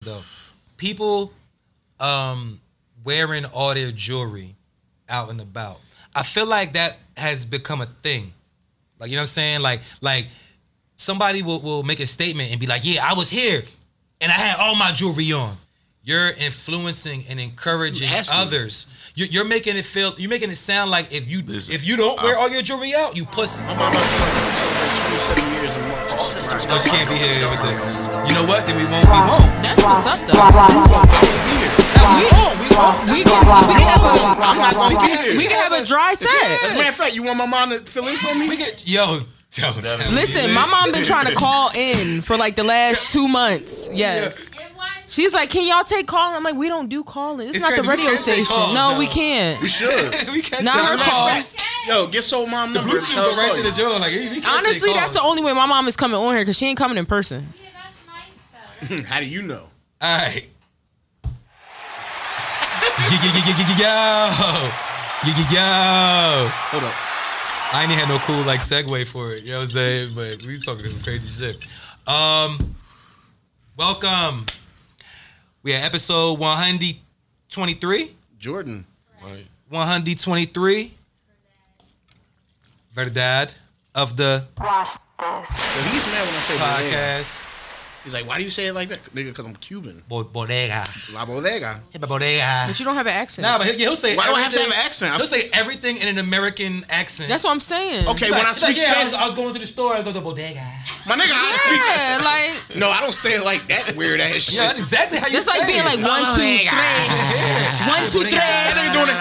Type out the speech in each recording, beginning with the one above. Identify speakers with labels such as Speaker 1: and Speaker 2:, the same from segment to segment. Speaker 1: though. People um, wearing all their jewelry out and about. I feel like that has become a thing. Like you know what I'm saying? Like like somebody will, will make a statement and be like, "Yeah, I was here, and I had all my jewelry on." You're influencing and encouraging
Speaker 2: You asking.
Speaker 1: others. You're, you're making it feel. You're making it sound like if you
Speaker 2: Listen,
Speaker 1: if you don't wear all your jewelry out, you pussy.
Speaker 3: My mama celebrated 27 years in March. or something.
Speaker 1: Us can't be here and everything. You know what? Then we won't. We won't.
Speaker 4: That's what's up though.
Speaker 1: We won't. We won't.
Speaker 4: We can, we, can have
Speaker 3: I'm not gonna be
Speaker 4: a,
Speaker 3: here.
Speaker 4: we can have a dry set.
Speaker 3: As a matter of fact, you want my mom to fill in for me?
Speaker 1: We get yo. Don't tell me.
Speaker 4: Listen, my mom been trying to call in for like the last two months. Yes. She's like, can y'all take call? I'm like, we don't do calling. It's,
Speaker 1: It's
Speaker 4: not
Speaker 1: crazy.
Speaker 4: the
Speaker 1: We
Speaker 4: radio
Speaker 1: can't take
Speaker 4: station.
Speaker 1: calls
Speaker 4: no,
Speaker 1: now.
Speaker 4: we can't.
Speaker 3: You should.
Speaker 1: we can't.
Speaker 4: Not
Speaker 1: tell
Speaker 4: her
Speaker 1: her.
Speaker 4: call.
Speaker 3: Yo, get sold mom number.
Speaker 1: Bluetooth
Speaker 3: Tell her
Speaker 1: go right
Speaker 3: call
Speaker 1: to
Speaker 3: you.
Speaker 1: the jail. Like we can't take
Speaker 4: Honestly, that's the
Speaker 1: calls.
Speaker 4: only way my mom is coming on here because she ain't coming in person.
Speaker 3: Hmm, How do you know?
Speaker 1: All right. Yo, yo, yo, yo, yo, yo. Yo, yo, yo.
Speaker 3: Hold up.
Speaker 1: I ain't had no cool like segue for it. You know what I'm saying? But we talking some crazy shit. Um, welcome. We at episode 123.
Speaker 3: Jordan.
Speaker 1: 123. Verdad of the
Speaker 3: So he's mad when I say bodega.
Speaker 1: podcast.
Speaker 3: He's like, why do you say it like that? Nigga, because I'm Cuban.
Speaker 1: Bo- Bodega.
Speaker 3: La bodega.
Speaker 1: Hey, Bodega.
Speaker 4: But you don't have an accent.
Speaker 1: Nah, but he'll, yeah, he'll say.
Speaker 3: Why do I have to have
Speaker 1: everything-
Speaker 3: an accent? I'm
Speaker 1: He'll say everything in an American accent.
Speaker 4: that's what I'm saying.
Speaker 3: okay, when I
Speaker 1: He's like,
Speaker 3: speak
Speaker 1: yeah, I was,
Speaker 3: Spanish,
Speaker 1: I was going to the store. I go to bodega.
Speaker 3: my nigga, I
Speaker 4: Yeah, like
Speaker 3: speak. No, I don't say it like that weird ass shit.
Speaker 1: Yeah, that's exactly how you.
Speaker 4: it's like
Speaker 1: say
Speaker 4: being
Speaker 1: it.
Speaker 4: like one, two, three. One, two,
Speaker 3: He
Speaker 4: three.
Speaker 3: doing, it,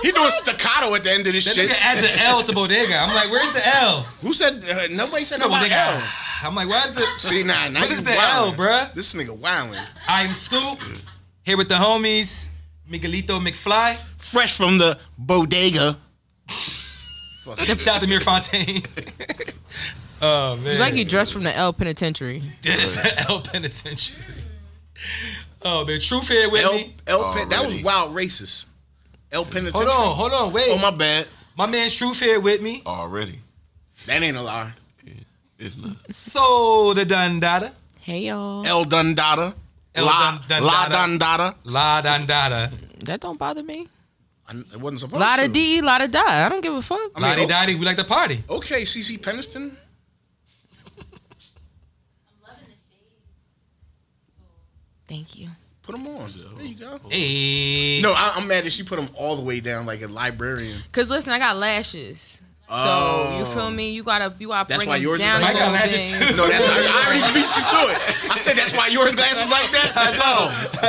Speaker 3: he, he doing staccato at the end of this
Speaker 1: That
Speaker 3: shit.
Speaker 1: nigga adds an L to bodega. I'm like, where's the L?
Speaker 3: Who said uh, nobody said no about
Speaker 1: bodega.
Speaker 3: L?
Speaker 1: I'm like, where's the?
Speaker 3: See, nah, now
Speaker 1: What
Speaker 3: you
Speaker 1: is the L,
Speaker 3: wildin'.
Speaker 1: bruh?
Speaker 3: This nigga wildin'.
Speaker 1: I'm Scoop here with the homies, Miguelito McFly.
Speaker 3: Fresh from the bodega. Fuck. it.
Speaker 1: Shout out to Mir Fontaine. oh man,
Speaker 4: It's like you dressed from the L Penitentiary.
Speaker 1: the L penitentiary. Oh man, truth here with
Speaker 3: El,
Speaker 1: me.
Speaker 3: El Pen- that was
Speaker 2: Already.
Speaker 3: wild racist. El Penitentiary.
Speaker 1: Hold on, hold on, wait.
Speaker 3: Oh
Speaker 1: my-,
Speaker 3: my bad.
Speaker 1: man, truth here with me.
Speaker 2: Already.
Speaker 3: That ain't a lie.
Speaker 2: It's not.
Speaker 1: So the Dundada.
Speaker 4: Hey y'all.
Speaker 3: El Mm-hmm. Dundada.
Speaker 1: El
Speaker 3: La
Speaker 1: Dun-
Speaker 3: La
Speaker 1: Dundada.
Speaker 3: Dundada.
Speaker 1: La Dundada.
Speaker 4: That don't bother me.
Speaker 3: I- It wasn't supposed
Speaker 4: Lot
Speaker 3: to.
Speaker 4: of D, lot of die. I don't give a fuck.
Speaker 3: mean, oh.
Speaker 1: Lottie Dottie, we like to party.
Speaker 3: Okay, CC Peniston.
Speaker 4: Thank you.
Speaker 3: Put them on. There you go.
Speaker 1: Hey.
Speaker 3: No, I, I'm mad that she put them all the way down like a librarian.
Speaker 4: Cause listen, I got lashes. So
Speaker 3: Oh.
Speaker 4: you feel me? You gotta you gotta
Speaker 3: That's
Speaker 4: bring
Speaker 3: why
Speaker 4: them
Speaker 3: yours is
Speaker 4: down.
Speaker 3: like
Speaker 4: a
Speaker 1: that. I got
Speaker 4: little
Speaker 1: lashes
Speaker 4: bit.
Speaker 1: too.
Speaker 3: No, that's I, I already beat you to it. I said that's why yours glasses like that. No.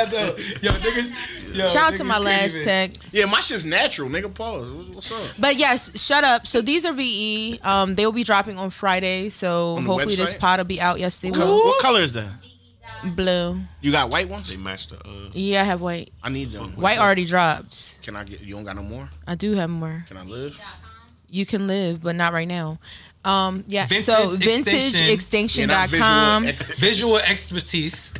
Speaker 1: I know. Yo, niggas. Yo,
Speaker 4: Shout out to
Speaker 1: niggas
Speaker 4: my
Speaker 1: can't
Speaker 4: lash
Speaker 1: even-
Speaker 4: tech.
Speaker 3: Yeah, my shit's natural, nigga. Pause. What- What's up?
Speaker 4: But yes, shut up. So these are VE. Um, they will be dropping on Friday. So
Speaker 3: On the
Speaker 4: hopefully this
Speaker 3: website?
Speaker 4: pod will be out. Yes, they
Speaker 3: Color-
Speaker 4: will.
Speaker 3: What color is that?
Speaker 4: Blue.
Speaker 3: You got white ones?
Speaker 2: They matched the. Uh,
Speaker 4: Yeah, I have white.
Speaker 3: I need them.
Speaker 4: White already dropped.
Speaker 3: Can I get? You don't got no more?
Speaker 4: I do have more.
Speaker 3: Can I live?
Speaker 4: You can live, but not right now. Um, yeah. so
Speaker 1: Vintage Extinction.
Speaker 3: not
Speaker 4: vintageextinction.com.
Speaker 3: visual.
Speaker 1: Visual expertise.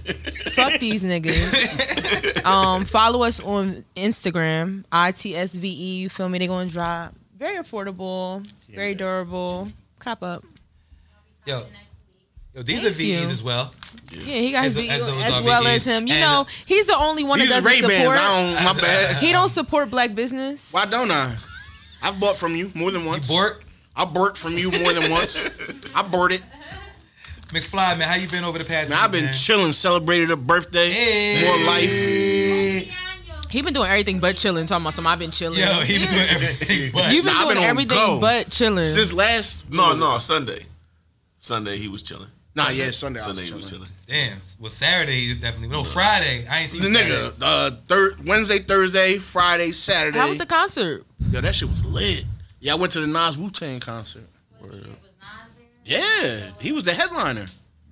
Speaker 4: Fuck these niggas. um, follow us on Instagram, ITSVE. E, You feel me? They gonna drop. Very affordable, very durable. Cop up.
Speaker 1: Yo. Yo, these are
Speaker 4: Thank you.
Speaker 1: VEs as well.
Speaker 4: Yeah, he got
Speaker 1: As-
Speaker 4: his VE
Speaker 1: as those
Speaker 4: as
Speaker 1: are
Speaker 4: well
Speaker 1: VE.
Speaker 4: as him. You
Speaker 1: And-
Speaker 4: know, he's the only one that
Speaker 3: These are
Speaker 4: doesn't
Speaker 3: Ray Bans.
Speaker 4: support.
Speaker 3: I don't. My bad.
Speaker 4: He don't support black business.
Speaker 3: Why don't I? I've bought from you more than once.
Speaker 1: Bork,
Speaker 3: I bought from you more than once. I bought it.
Speaker 1: McFly, man, how you been over the past
Speaker 3: Man, I've
Speaker 1: week,
Speaker 3: been
Speaker 1: man?
Speaker 3: chilling, celebrated a birthday,
Speaker 1: Hey.
Speaker 3: more life.
Speaker 4: He been doing everything but chilling. Talking about some. I've been chilling.
Speaker 1: Yo, he been doing everything but.
Speaker 4: You've been
Speaker 3: Nah, I've
Speaker 4: doing
Speaker 3: been on
Speaker 4: everything
Speaker 3: go.
Speaker 4: but chilling.
Speaker 3: Since last
Speaker 2: no, no, Sunday. Sunday he was chilling.
Speaker 3: Nah, yeah, Sunday.
Speaker 2: Sunday
Speaker 3: I
Speaker 2: he
Speaker 3: was
Speaker 2: was
Speaker 3: chilling.
Speaker 2: chilling.
Speaker 1: Damn. Well, Saturday, you definitely. No, Friday. I ain't seen
Speaker 3: The
Speaker 1: you
Speaker 3: nigga,
Speaker 1: Saturday.
Speaker 3: uh, thir- Wednesday, Thursday, Friday, Saturday.
Speaker 4: How was the concert?
Speaker 3: Yo, that shit was lit. Yeah, I went to the Nas Wu Tang concert. Yeah, he was the headliner.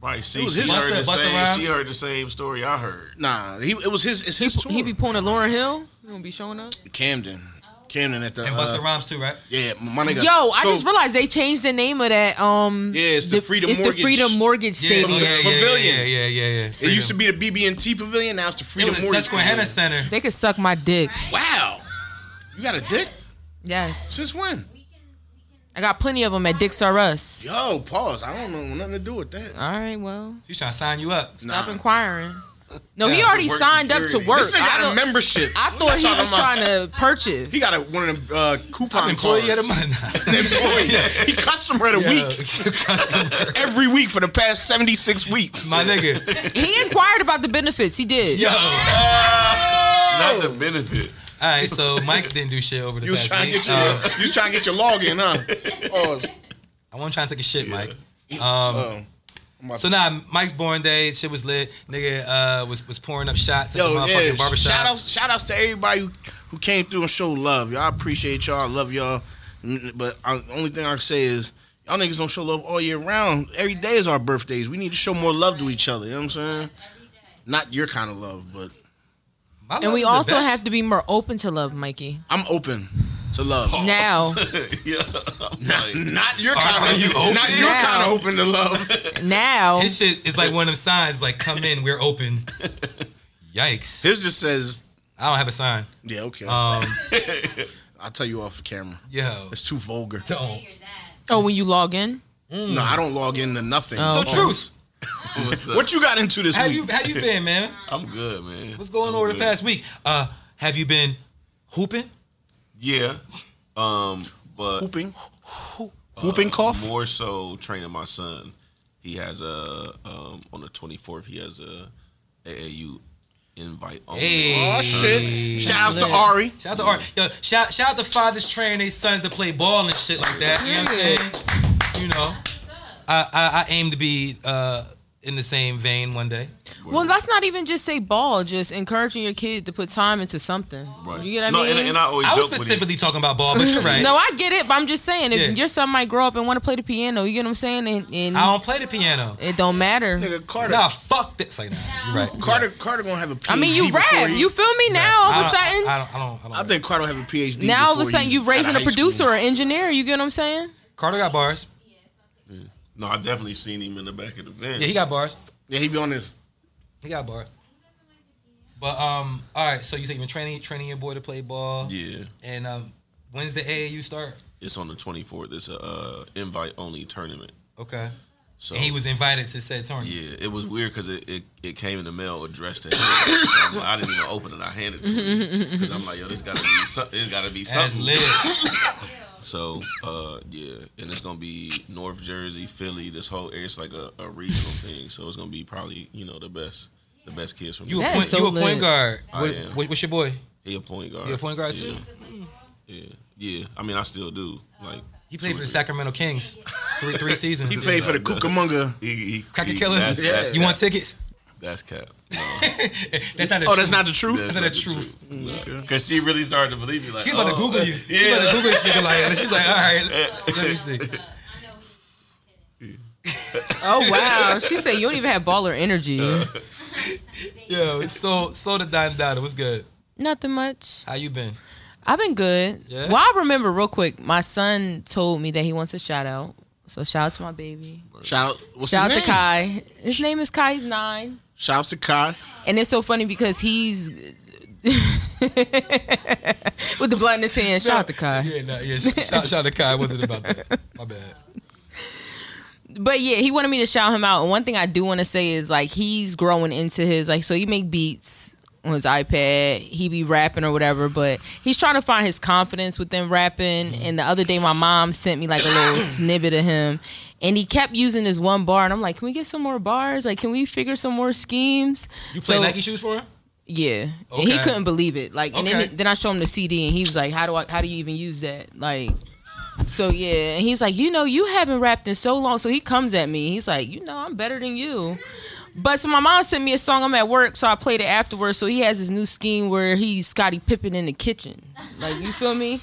Speaker 2: Right. See,
Speaker 3: Dude,
Speaker 2: she
Speaker 3: his-
Speaker 2: heard
Speaker 1: Busta-
Speaker 2: the
Speaker 1: Busta
Speaker 2: same.
Speaker 1: Rhymes?
Speaker 2: She heard the same story I heard.
Speaker 3: Nah, he it was his. It's his tour.
Speaker 4: He be pulling a Lauren Hill. You gonna be showing up?
Speaker 3: Camden, Camden at the.
Speaker 1: And Busta
Speaker 3: uh,
Speaker 1: Rhymes, too, right?
Speaker 3: yeah, my nigga.
Speaker 4: Yo, I
Speaker 3: So,
Speaker 4: just realized they changed the name of that. Um,
Speaker 3: Yeah, it's the Freedom
Speaker 4: it's
Speaker 3: Mortgage.
Speaker 4: the Freedom Mortgage
Speaker 1: Yeah,
Speaker 4: Stadium.
Speaker 1: oh, yeah, yeah,
Speaker 3: Pavilion.
Speaker 1: yeah, yeah, yeah, yeah.
Speaker 3: It used to be the BB&T Pavilion. Now it's the
Speaker 1: It
Speaker 3: Freedom
Speaker 1: was the
Speaker 3: Mortgage.
Speaker 1: Susquehanna
Speaker 3: Pavilion.
Speaker 1: Center.
Speaker 4: They could suck my dick.
Speaker 3: Wow, you got a dick?
Speaker 4: Yes,
Speaker 3: Since when?
Speaker 4: I got plenty of them at Dicks R Us.
Speaker 3: Yo, pause. I don't know nothing to do with that.
Speaker 4: All right, well,
Speaker 1: She trying to sign you up.
Speaker 3: Nah.
Speaker 4: stop inquiring. No, he already
Speaker 2: work
Speaker 4: signed up
Speaker 2: security.
Speaker 4: to work.
Speaker 3: This nigga
Speaker 4: I,
Speaker 3: got a
Speaker 4: don't-
Speaker 3: membership.
Speaker 4: I
Speaker 3: What
Speaker 4: thought he
Speaker 3: y'all
Speaker 4: was
Speaker 3: talking
Speaker 4: trying to purchase.
Speaker 3: He got a, one of them uh, coupon
Speaker 1: Employee of
Speaker 3: cards.
Speaker 1: the month.
Speaker 3: An employee. He customer of the week every week for the past seventy six weeks.
Speaker 1: My nigga.
Speaker 4: he inquired about the benefits. He did.
Speaker 1: Yo.
Speaker 2: Not the benefits.
Speaker 1: All right, so Mike didn't do shit over the
Speaker 3: You was
Speaker 1: past
Speaker 3: trying to
Speaker 1: week.
Speaker 3: get your
Speaker 1: Um,
Speaker 3: you was trying to get your login, huh? Oh, Pause.
Speaker 1: I wasn't trying to take a shit, Mike.
Speaker 3: Um,
Speaker 1: So nah, Mike's born day, shit was lit. Nigga uh, was was pouring up shots at the
Speaker 3: Yo,
Speaker 1: motherfucking
Speaker 3: yeah.
Speaker 1: barbershop.
Speaker 3: Shout outs, shout outs to everybody who, who came through and showed love. Y'all I appreciate y'all. I love y'all. Mm, But I, the only thing I can say is y'all niggas don't show love all year round. Every day is our birthdays. We need to show more love to each other. You know what I'm saying? Not your kind of love, but
Speaker 1: My
Speaker 4: And
Speaker 1: love
Speaker 4: we
Speaker 1: is the
Speaker 4: also
Speaker 1: best.
Speaker 4: have to be more open to love, Mikey.
Speaker 3: I'm open to love.
Speaker 4: Now,
Speaker 2: yeah. I'm like,
Speaker 3: Not your
Speaker 1: Oh, Are-
Speaker 3: kind
Speaker 1: are
Speaker 3: of
Speaker 1: you open?
Speaker 3: Not your
Speaker 4: Now.
Speaker 3: kind of open to love.
Speaker 4: now,
Speaker 1: His shit is like one of them signs, like come in, we're open. Yikes!
Speaker 3: His just says,
Speaker 1: I don't have a sign.
Speaker 3: yeah, okay.
Speaker 1: Um,
Speaker 3: I'll tell you off camera.
Speaker 1: yo,
Speaker 3: It's too vulgar.
Speaker 1: don't.
Speaker 4: oh, when you log in,
Speaker 3: No, I don't log into nothing.
Speaker 4: Oh.
Speaker 1: So
Speaker 4: Okay.
Speaker 1: truth,
Speaker 2: what's up?
Speaker 3: What you got into this
Speaker 1: how
Speaker 3: week?
Speaker 1: you how you been, man?
Speaker 2: I'm good, man.
Speaker 1: What's going on
Speaker 2: I'm
Speaker 1: over the
Speaker 2: good.
Speaker 1: past week? Uh, have you been hooping?
Speaker 2: Yeah. Um, but
Speaker 3: Whooping. Whooping
Speaker 1: Uh,
Speaker 3: cough.
Speaker 2: more so training my son. He has a um on the 24th. He has a AAU invite only.
Speaker 1: Hey.
Speaker 3: Oh shit! Shout outs to
Speaker 4: Lit.
Speaker 3: Ari.
Speaker 1: Shout out to Art. Yo, shout shout out to fathers training their sons to play ball and shit like that. You know what I'm saying? You know, I I, I aim to be uh, in the same vein one day.
Speaker 4: well, let's not even just say ball. Just encouraging your kid to put time into something.
Speaker 2: Right.
Speaker 4: You get what
Speaker 2: no,
Speaker 4: I mean?
Speaker 2: And, and I always
Speaker 1: I was
Speaker 2: joke with
Speaker 1: specifically talking about ball, but you're right.
Speaker 4: No, I get it, but I'm just saying, if
Speaker 1: Yeah.
Speaker 4: your son might grow up and want to play the piano, you get what I'm saying, and, and
Speaker 1: I don't play the piano.
Speaker 4: it don't matter.
Speaker 3: Nigga, Carter.
Speaker 1: Nah, fuck that. It's like, nah, you're right.
Speaker 3: Carter. Carter gonna have a PhD.
Speaker 4: I mean, you
Speaker 3: before
Speaker 4: rap,
Speaker 3: he-
Speaker 4: you feel me? Now all of a
Speaker 1: I don't-
Speaker 4: sudden,
Speaker 1: I don't. I don't. I, don't
Speaker 3: I think Carter will have a PhD.
Speaker 4: now all of a
Speaker 3: before
Speaker 4: sudden
Speaker 3: he-
Speaker 4: you raising
Speaker 3: out
Speaker 4: a
Speaker 3: of high
Speaker 4: producer
Speaker 3: school.
Speaker 4: or engineer. You get what I'm saying?
Speaker 1: Carter got bars.
Speaker 2: me. No, I definitely seen him in the back of the van.
Speaker 1: Yeah, he got bars.
Speaker 3: Yeah, he be on this.
Speaker 1: He got bars. But um, all right. So you say you've been training training your boy to play ball,
Speaker 2: Yeah,
Speaker 1: and um, when's the AAU start?
Speaker 2: it's on the 24th. It's a uh, invite only tournament.
Speaker 1: Okay.
Speaker 2: So
Speaker 1: And he was invited to said tournament.
Speaker 2: Yeah, it was weird because it, it, it came in the mail addressed to him. I'm like, I didn't even open it. I handed it to him because I'm like, yo, this gotta be something. It's gotta be
Speaker 1: That's
Speaker 2: something.
Speaker 1: lit.
Speaker 2: So uh, yeah, and it's gonna be North Jersey, Philly, this whole area. It's like a, a regional thing, so it's gonna be probably you know the best, the best kids from.
Speaker 1: You a
Speaker 4: That is
Speaker 1: point,
Speaker 4: so
Speaker 1: you a point
Speaker 4: lit.
Speaker 1: guard.
Speaker 2: I
Speaker 1: What-
Speaker 2: am.
Speaker 1: what- what's your boy?
Speaker 2: He a point guard.
Speaker 1: You a point guard
Speaker 2: yeah.
Speaker 1: too?
Speaker 2: Yeah, yeah. I mean, I still do. Like
Speaker 1: He played for the Sacramento Kings, three three seasons.
Speaker 3: He paid for the Cucamonga.
Speaker 2: he, he,
Speaker 1: Cracker
Speaker 2: he-
Speaker 1: Killers.
Speaker 2: That's, that's
Speaker 1: You
Speaker 2: cap.
Speaker 1: want tickets?
Speaker 2: That's cap.
Speaker 1: that's not. A
Speaker 3: Oh, that's
Speaker 1: truth.
Speaker 3: not the truth.
Speaker 1: not
Speaker 2: not
Speaker 1: the truth.
Speaker 2: Because she really started to believe you. Like
Speaker 1: She's about to
Speaker 2: oh,
Speaker 1: Google you. She's
Speaker 2: yeah.
Speaker 1: about to Google this nigga like, and she's like, all right, let me see.
Speaker 4: Oh wow, she said you don't even have baller energy.
Speaker 3: Uh.
Speaker 1: Yo, it's so so the Don Dada. What's good?
Speaker 4: Nothing much.
Speaker 1: How you been?
Speaker 4: I've been good.
Speaker 1: Yeah?
Speaker 4: Well, I remember real quick. My son told me that he wants a shout out. So shout out to my baby.
Speaker 3: Shout out. What's
Speaker 4: shout out
Speaker 3: his
Speaker 4: to
Speaker 3: name?
Speaker 4: Kai. His name is Kai. He's nine.
Speaker 3: Shout out to Kai.
Speaker 4: And it's so funny because he's with the blood in his hand. Shout out to Kai.
Speaker 1: Yeah, no, yeah. sh- Shout, shout out to Kai. It wasn't about that. My bad.
Speaker 4: But yeah, he wanted me to shout him out. And one thing I do want to say is like he's growing into his like so he make beats on his iPad. He be rapping or whatever, but he's trying to find his confidence within rapping. And the other day my mom sent me like a little snippet of him. And he kept using this one bar and I'm like, Can we get some more bars? Like, can we figure some more schemes?
Speaker 1: You play
Speaker 4: So-
Speaker 1: Nike shoes for him?
Speaker 4: Yeah, and he
Speaker 1: Okay.
Speaker 4: couldn't believe it. Like, and
Speaker 1: Okay.
Speaker 4: then, then I showed him the CD, and he was like, "How do I? How do you even use that?" Like, so yeah, and he's like, "You know, you haven't rapped in so long." So he comes at me. He's like, "You know, I'm better than you." But so my mom sent me a song. I'm at work, so I played it afterwards. So he has his new scheme where he's Scotty Pippen in the kitchen. Like, you feel me?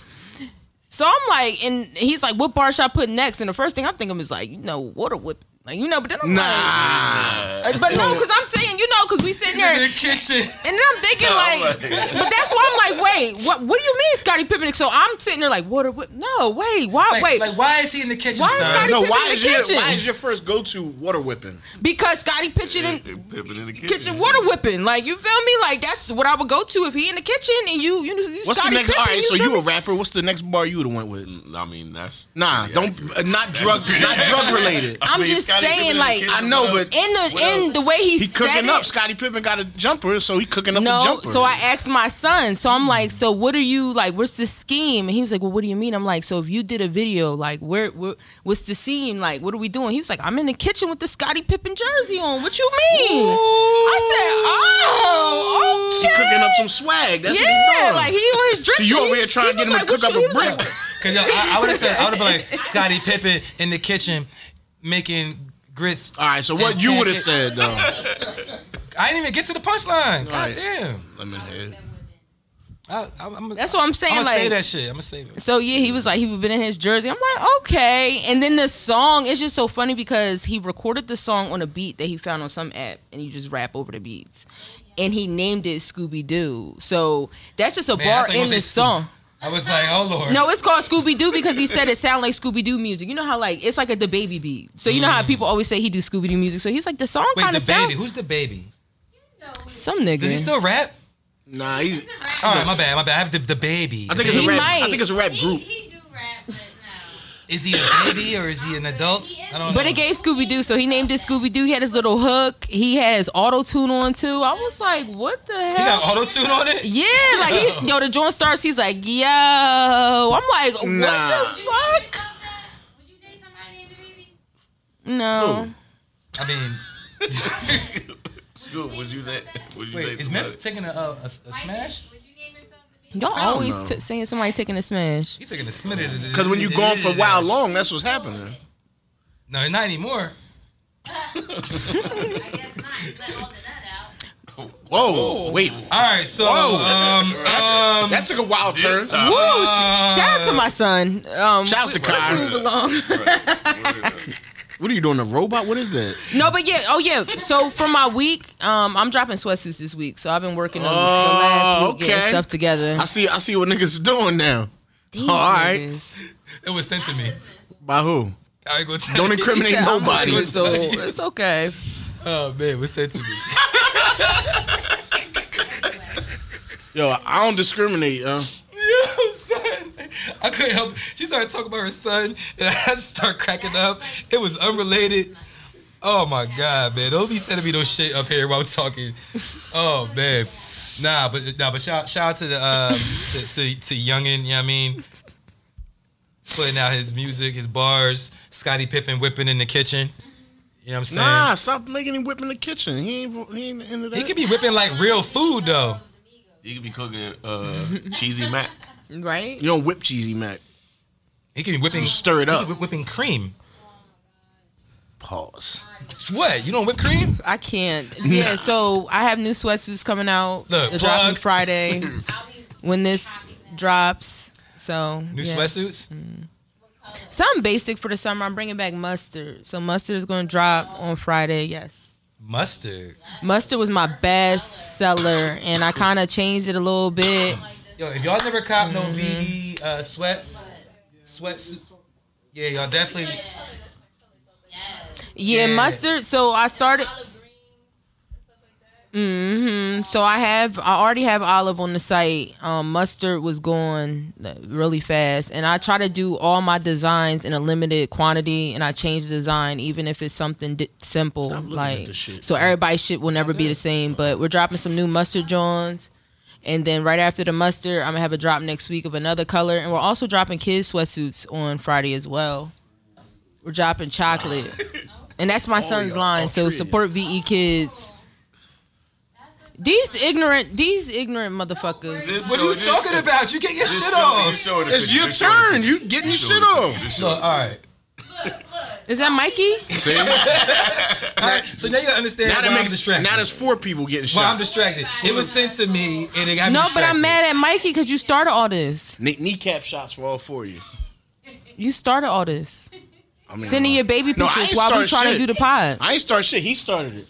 Speaker 4: So I'm like, and he's like, "What bar should I put next?" And the first thing I'm thinking is like, you know, water whip. Like, you know, but then I'm like, uh, but no, because I'm saying, you know, because we sitting there
Speaker 1: In the kitchen.
Speaker 4: and then I'm thinking like, but that's why I'm like, wait, what? What do you mean, Scotty Pippen? So I'm sitting there like, water? What? No, wait, why?
Speaker 1: Like,
Speaker 4: wait,
Speaker 1: like, why is he in the kitchen?
Speaker 4: Why is
Speaker 1: son?
Speaker 4: Scotty-
Speaker 3: Uh, No,
Speaker 4: Pippen in
Speaker 3: why
Speaker 4: the
Speaker 3: is your
Speaker 4: kitchen.
Speaker 3: why is your first go to water whipping?
Speaker 4: because Scotty Pippen in
Speaker 2: Pippin in the kitchen.
Speaker 4: kitchen water whipping. Like you feel me? Like that's what I would go to if he in the kitchen and you you, you
Speaker 3: What's
Speaker 4: Scottie
Speaker 3: the next? All
Speaker 4: Pippen,
Speaker 3: right, so
Speaker 4: feel
Speaker 3: you a
Speaker 4: me?
Speaker 3: rapper? What's the next bar you would have went with?
Speaker 2: I mean, that's
Speaker 3: Nah,
Speaker 2: pretty
Speaker 3: don't
Speaker 2: accurate.
Speaker 3: uh, not drug not drug related.
Speaker 4: I'm
Speaker 2: mean,
Speaker 4: just
Speaker 2: Scottie Pippen
Speaker 4: saying
Speaker 2: in the
Speaker 4: like
Speaker 2: kitchen,
Speaker 3: I know,
Speaker 2: what
Speaker 3: but-
Speaker 2: else?
Speaker 4: in the
Speaker 2: What
Speaker 4: in
Speaker 2: else?
Speaker 4: the way he,
Speaker 3: He
Speaker 4: said
Speaker 3: cooking
Speaker 4: it,
Speaker 3: up. Scottie Pippen got a jumper, so he cooking up the
Speaker 4: No,
Speaker 3: jumper.
Speaker 4: so I asked my son. So I'm like, so what are you like? What's the scheme? And he was like, well, what do you mean? I'm like, so if you did a video, like, where, where what's the scene? Like, what are we doing? He was like, I'm in the kitchen with the Scottie Pippen jersey on. What you mean? I said, oh,
Speaker 3: he
Speaker 4: okay.
Speaker 3: cooking up some swag. That's what he
Speaker 4: yeah,
Speaker 3: doing.
Speaker 4: like he always
Speaker 3: so
Speaker 4: drinking.
Speaker 3: you over
Speaker 4: He-
Speaker 3: here trying to
Speaker 4: he
Speaker 3: get him
Speaker 4: was
Speaker 3: to cook
Speaker 4: what
Speaker 3: up
Speaker 4: you- he
Speaker 3: a
Speaker 4: was
Speaker 3: brick?
Speaker 4: like,
Speaker 1: Cause yo, I, I would have said I would have been like Scottie Pippen in the kitchen making grits.
Speaker 3: all right, so what
Speaker 1: and
Speaker 3: you would have
Speaker 1: pancakes.
Speaker 3: said though?
Speaker 1: I didn't even get to the punchline. God
Speaker 3: Right.
Speaker 1: damn.
Speaker 2: Lemonhead.
Speaker 1: I, I, I'm,
Speaker 4: That's what I'm saying.
Speaker 1: I'm gonna
Speaker 4: like,
Speaker 1: say that shit. I'm gonna save it.
Speaker 4: So yeah, he was like he was been in his jersey. I'm like, okay. And then the song is just so funny because he recorded the song on a beat that he found on some app and you just rap over the beats. And he named it Scooby Doo. So that's just a
Speaker 1: Man, I
Speaker 4: bar
Speaker 1: thought you
Speaker 4: in
Speaker 1: said
Speaker 4: the song.
Speaker 1: I was like, oh lord.
Speaker 4: No, it's called Scooby Doo because he said it sounded like Scooby Doo music. You know how like it's like a the baby beat. So you know how people always say he do Scooby Doo music. So he's like the song
Speaker 1: Mm. Wait,
Speaker 4: kind
Speaker 1: the
Speaker 4: of sound
Speaker 1: baby. Who's the baby?
Speaker 4: some
Speaker 1: Does he
Speaker 4: nigga.
Speaker 1: still rap?
Speaker 3: Nah, he's,
Speaker 1: All right, my bad, my bad. I have the, the baby.
Speaker 3: I think it's
Speaker 4: He
Speaker 3: a rap. I
Speaker 4: might.
Speaker 3: think it's a rap
Speaker 5: He,
Speaker 3: group.
Speaker 5: he do rap, but
Speaker 1: is he a baby or is he an adult? I don't know.
Speaker 4: But it gave Scooby Doo, so he named it Scooby Doo. He had his little hook. He has auto tune on too. I was like, what the hell?
Speaker 1: he got auto tune on it.
Speaker 4: Yeah, like he, yo, the joint starts. He's like, yo, I'm like, what
Speaker 3: Nah.
Speaker 4: the
Speaker 5: no. Would you date
Speaker 4: fuck?
Speaker 5: somebody- Would you date somebody named the baby?
Speaker 1: I
Speaker 4: No,
Speaker 1: mean,
Speaker 2: Scoop, would you that? Would you
Speaker 1: wait,
Speaker 2: date
Speaker 1: is
Speaker 2: somebody?
Speaker 1: Memphis taking a, a, a, a
Speaker 5: Like,
Speaker 1: smash?
Speaker 5: Would you name yourself the baby?
Speaker 4: y'all
Speaker 3: don't
Speaker 4: always
Speaker 3: know.
Speaker 4: t- saying somebody taking a smash.
Speaker 1: He's taking a smith.
Speaker 3: Because when you're going for a while long, that's what's happening.
Speaker 1: No, not anymore.
Speaker 5: I guess not. Let all the nut out.
Speaker 3: Whoa,
Speaker 2: Oh.
Speaker 3: wait,
Speaker 1: All right, so
Speaker 3: Whoa.
Speaker 1: um, um,
Speaker 3: that took a wild turn.
Speaker 2: This
Speaker 4: Woo!
Speaker 1: Uh,
Speaker 2: time.
Speaker 4: sh- shout out to my son. Um,
Speaker 3: Shout out to Kai. What are you doing, a robot? What is that?
Speaker 4: no, but yeah, oh yeah. So for my week, um, I'm dropping sweatsuits this week. So I've been working on this the last
Speaker 3: Oh,
Speaker 4: week getting
Speaker 3: okay.
Speaker 4: stuff together.
Speaker 3: I see. I see what niggas doing now.
Speaker 4: These
Speaker 3: all right.
Speaker 4: niggas.
Speaker 1: it was sent to me.
Speaker 3: By who?
Speaker 1: I ain't gonna tell
Speaker 3: Don't
Speaker 1: you.
Speaker 4: She
Speaker 3: incriminate
Speaker 4: said, "I'm
Speaker 3: nobody.
Speaker 4: listening, So it's okay.
Speaker 1: Oh man, it was sent to me.
Speaker 3: Yo, I don't discriminate. Yo.
Speaker 1: Yo, son, I couldn't help. it. She started talking about her son, and I had to start cracking up. It was unrelated. Oh my god, man! Don't be sending me no shit up here while I'm talking. Oh man, nah, but nah, but shout shout out to the um, to, to to youngin. You know what I mean? Putting out his music, his bars, Scottie Pippen whipping in the kitchen. You know what I'm saying?
Speaker 3: Nah, stop making him whip in the kitchen. He ain't. He ain't into that.
Speaker 1: He could be whipping like real food though.
Speaker 2: You could be cooking uh, cheesy mac.
Speaker 4: Right?
Speaker 3: you don't whip cheesy mac.
Speaker 1: He could be whipping
Speaker 3: Stir it
Speaker 1: he could
Speaker 3: up.
Speaker 1: be whipping cream.
Speaker 3: Pause.
Speaker 1: What? You don't whip cream?
Speaker 4: I can't. Yeah. So I have new sweatsuits coming out.
Speaker 1: Look,
Speaker 4: They're dropping
Speaker 1: plug.
Speaker 4: Friday.
Speaker 5: I'll be
Speaker 4: when this drops. So
Speaker 1: New
Speaker 4: yeah.
Speaker 1: sweatsuits?
Speaker 4: Something basic for the summer. I'm bringing back mustard. So mustard is going to drop on Friday. Yes.
Speaker 1: Mustard.
Speaker 4: Mustard was my best seller, and I kind of changed it a little bit.
Speaker 1: Yo, if y'all never cop no VE
Speaker 4: Mm-hmm.
Speaker 1: uh, sweats, sweats, yeah, y'all definitely.
Speaker 4: Yeah,
Speaker 1: Yeah.
Speaker 4: mustard. So I started.
Speaker 5: olive green.
Speaker 4: hmm So I have, I already have olive on the site. Um, mustard was going like, really fast, and I try to do all my designs in a limited quantity, and I change the design even if it's something di- simple,
Speaker 3: looking at
Speaker 4: like
Speaker 3: this shit.
Speaker 4: so everybody's shit will never be the same. But we're dropping some new mustard johns. And then right after the mustard, I'm gonna have a drop next week of another color, and we're also dropping kids sweatsuits on Friday as well. We're dropping chocolate, and that's my son's
Speaker 3: Oh, y'all,
Speaker 4: line.
Speaker 3: all
Speaker 4: So
Speaker 3: three of
Speaker 4: support VE kids. These ignorant, these ignorant motherfuckers.
Speaker 2: This
Speaker 1: What are
Speaker 2: show-
Speaker 1: you
Speaker 2: this-
Speaker 1: talking about? You get your
Speaker 2: this
Speaker 1: shit
Speaker 2: show-
Speaker 1: off.
Speaker 2: this show the
Speaker 3: It's
Speaker 2: picture,
Speaker 3: your
Speaker 2: this show the
Speaker 3: turn.
Speaker 2: picture,
Speaker 3: You getting your
Speaker 2: this show
Speaker 3: shit
Speaker 2: the picture,
Speaker 3: off.
Speaker 2: this show
Speaker 1: Look,
Speaker 2: the
Speaker 1: all right.
Speaker 4: Is that Mikey?
Speaker 3: See?
Speaker 1: All right. So now you understand
Speaker 3: now
Speaker 1: why
Speaker 3: that
Speaker 1: I'm
Speaker 3: makes.
Speaker 1: distracted.
Speaker 3: Now that's four people getting
Speaker 1: why I'm
Speaker 3: shot.
Speaker 1: distracted. It was sent to me and it got me
Speaker 4: No, but
Speaker 1: distracted.
Speaker 4: I'm mad at Mikey because you started all this.
Speaker 3: Knee- kneecap shots for all four of you.
Speaker 4: You started all this.
Speaker 3: I mean,
Speaker 4: Sending your baby
Speaker 3: No, I
Speaker 4: pictures
Speaker 3: ain't
Speaker 4: while we
Speaker 3: start
Speaker 4: trying
Speaker 3: shit.
Speaker 4: to do the pod.
Speaker 3: I ain't start shit. He started it.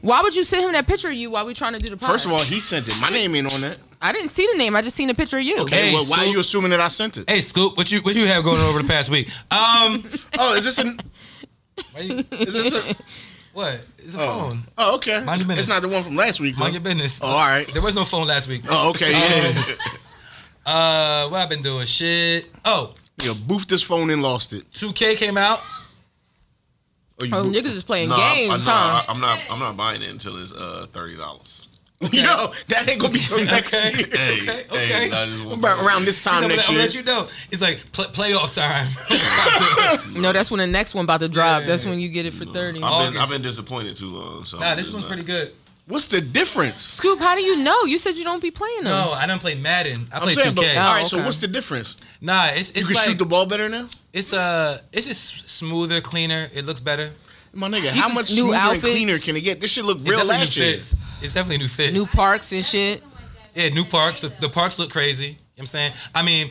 Speaker 4: Why would you send him that picture of you while we trying to do the pod?
Speaker 3: First of all, he sent it. My name ain't on that.
Speaker 4: I didn't see the name. I just seen the picture of you.
Speaker 1: Hey,
Speaker 3: well, why are
Speaker 1: Scoop.
Speaker 3: you assuming that I sent it?
Speaker 1: Hey, Scoop, what you what you have going on over the past week? Um,
Speaker 3: Oh, is this an?
Speaker 1: why you-
Speaker 3: Is this a?
Speaker 1: What? It's a
Speaker 3: Oh.
Speaker 1: phone.
Speaker 3: Oh, okay.
Speaker 1: Mind your
Speaker 3: it's
Speaker 1: business.
Speaker 3: not the one from last week.
Speaker 1: Mind
Speaker 3: though.
Speaker 1: your business.
Speaker 3: Oh, all right.
Speaker 1: There was no phone last week.
Speaker 3: Oh, okay. Yeah.
Speaker 1: Uh, what I've been doing? Shit. Oh,
Speaker 3: you boofed this phone and lost it.
Speaker 1: 2K came out.
Speaker 3: Or you
Speaker 4: Oh,
Speaker 3: boofed-
Speaker 4: niggas is playing
Speaker 2: No, I- I,
Speaker 4: games,
Speaker 2: no,
Speaker 4: huh?
Speaker 2: I, am not. I'm not buying it until it's uh thirty dollars.
Speaker 3: Yo, that ain't gonna be till next
Speaker 1: Okay.
Speaker 3: year.
Speaker 2: Hey,
Speaker 1: Okay, okay.
Speaker 2: hey, I just want
Speaker 3: About around this time
Speaker 1: I'm gonna
Speaker 3: next
Speaker 1: I'm gonna
Speaker 3: year.
Speaker 1: let you know. It's like pl- playoff time.
Speaker 4: No, that's when the next one about to drop.
Speaker 1: Yeah.
Speaker 4: That's when you get it for thirty.
Speaker 2: I've been, I've
Speaker 1: August.
Speaker 2: been disappointed too long. So
Speaker 1: nah,
Speaker 2: I'm
Speaker 1: this
Speaker 2: just
Speaker 1: one's
Speaker 2: not-
Speaker 1: pretty good.
Speaker 3: What's the difference?
Speaker 4: Scoop, how do you know? You said you don't be playing them.
Speaker 1: No, I don't play Madden. I
Speaker 3: I'm
Speaker 1: play
Speaker 3: saying,
Speaker 1: 2K.
Speaker 3: but all right.
Speaker 4: Oh,
Speaker 3: So
Speaker 4: okay.
Speaker 3: what's the difference?
Speaker 1: Nah, it's
Speaker 3: You
Speaker 1: it's
Speaker 3: can
Speaker 1: like
Speaker 3: shoot the ball better now.
Speaker 1: it's uh it's just smoother, cleaner. It looks better.
Speaker 3: My nigga,
Speaker 4: You
Speaker 3: how
Speaker 4: can-
Speaker 3: much
Speaker 4: new
Speaker 3: smoother and
Speaker 4: outfits.
Speaker 3: cleaner can it get? This shit look
Speaker 1: It's
Speaker 3: real
Speaker 1: definitely
Speaker 3: last
Speaker 1: new
Speaker 3: year.
Speaker 1: fits. It's definitely new fits.
Speaker 4: New parks and shit.
Speaker 1: yeah, new parks. The, the parks look crazy. You know what I'm saying? I mean,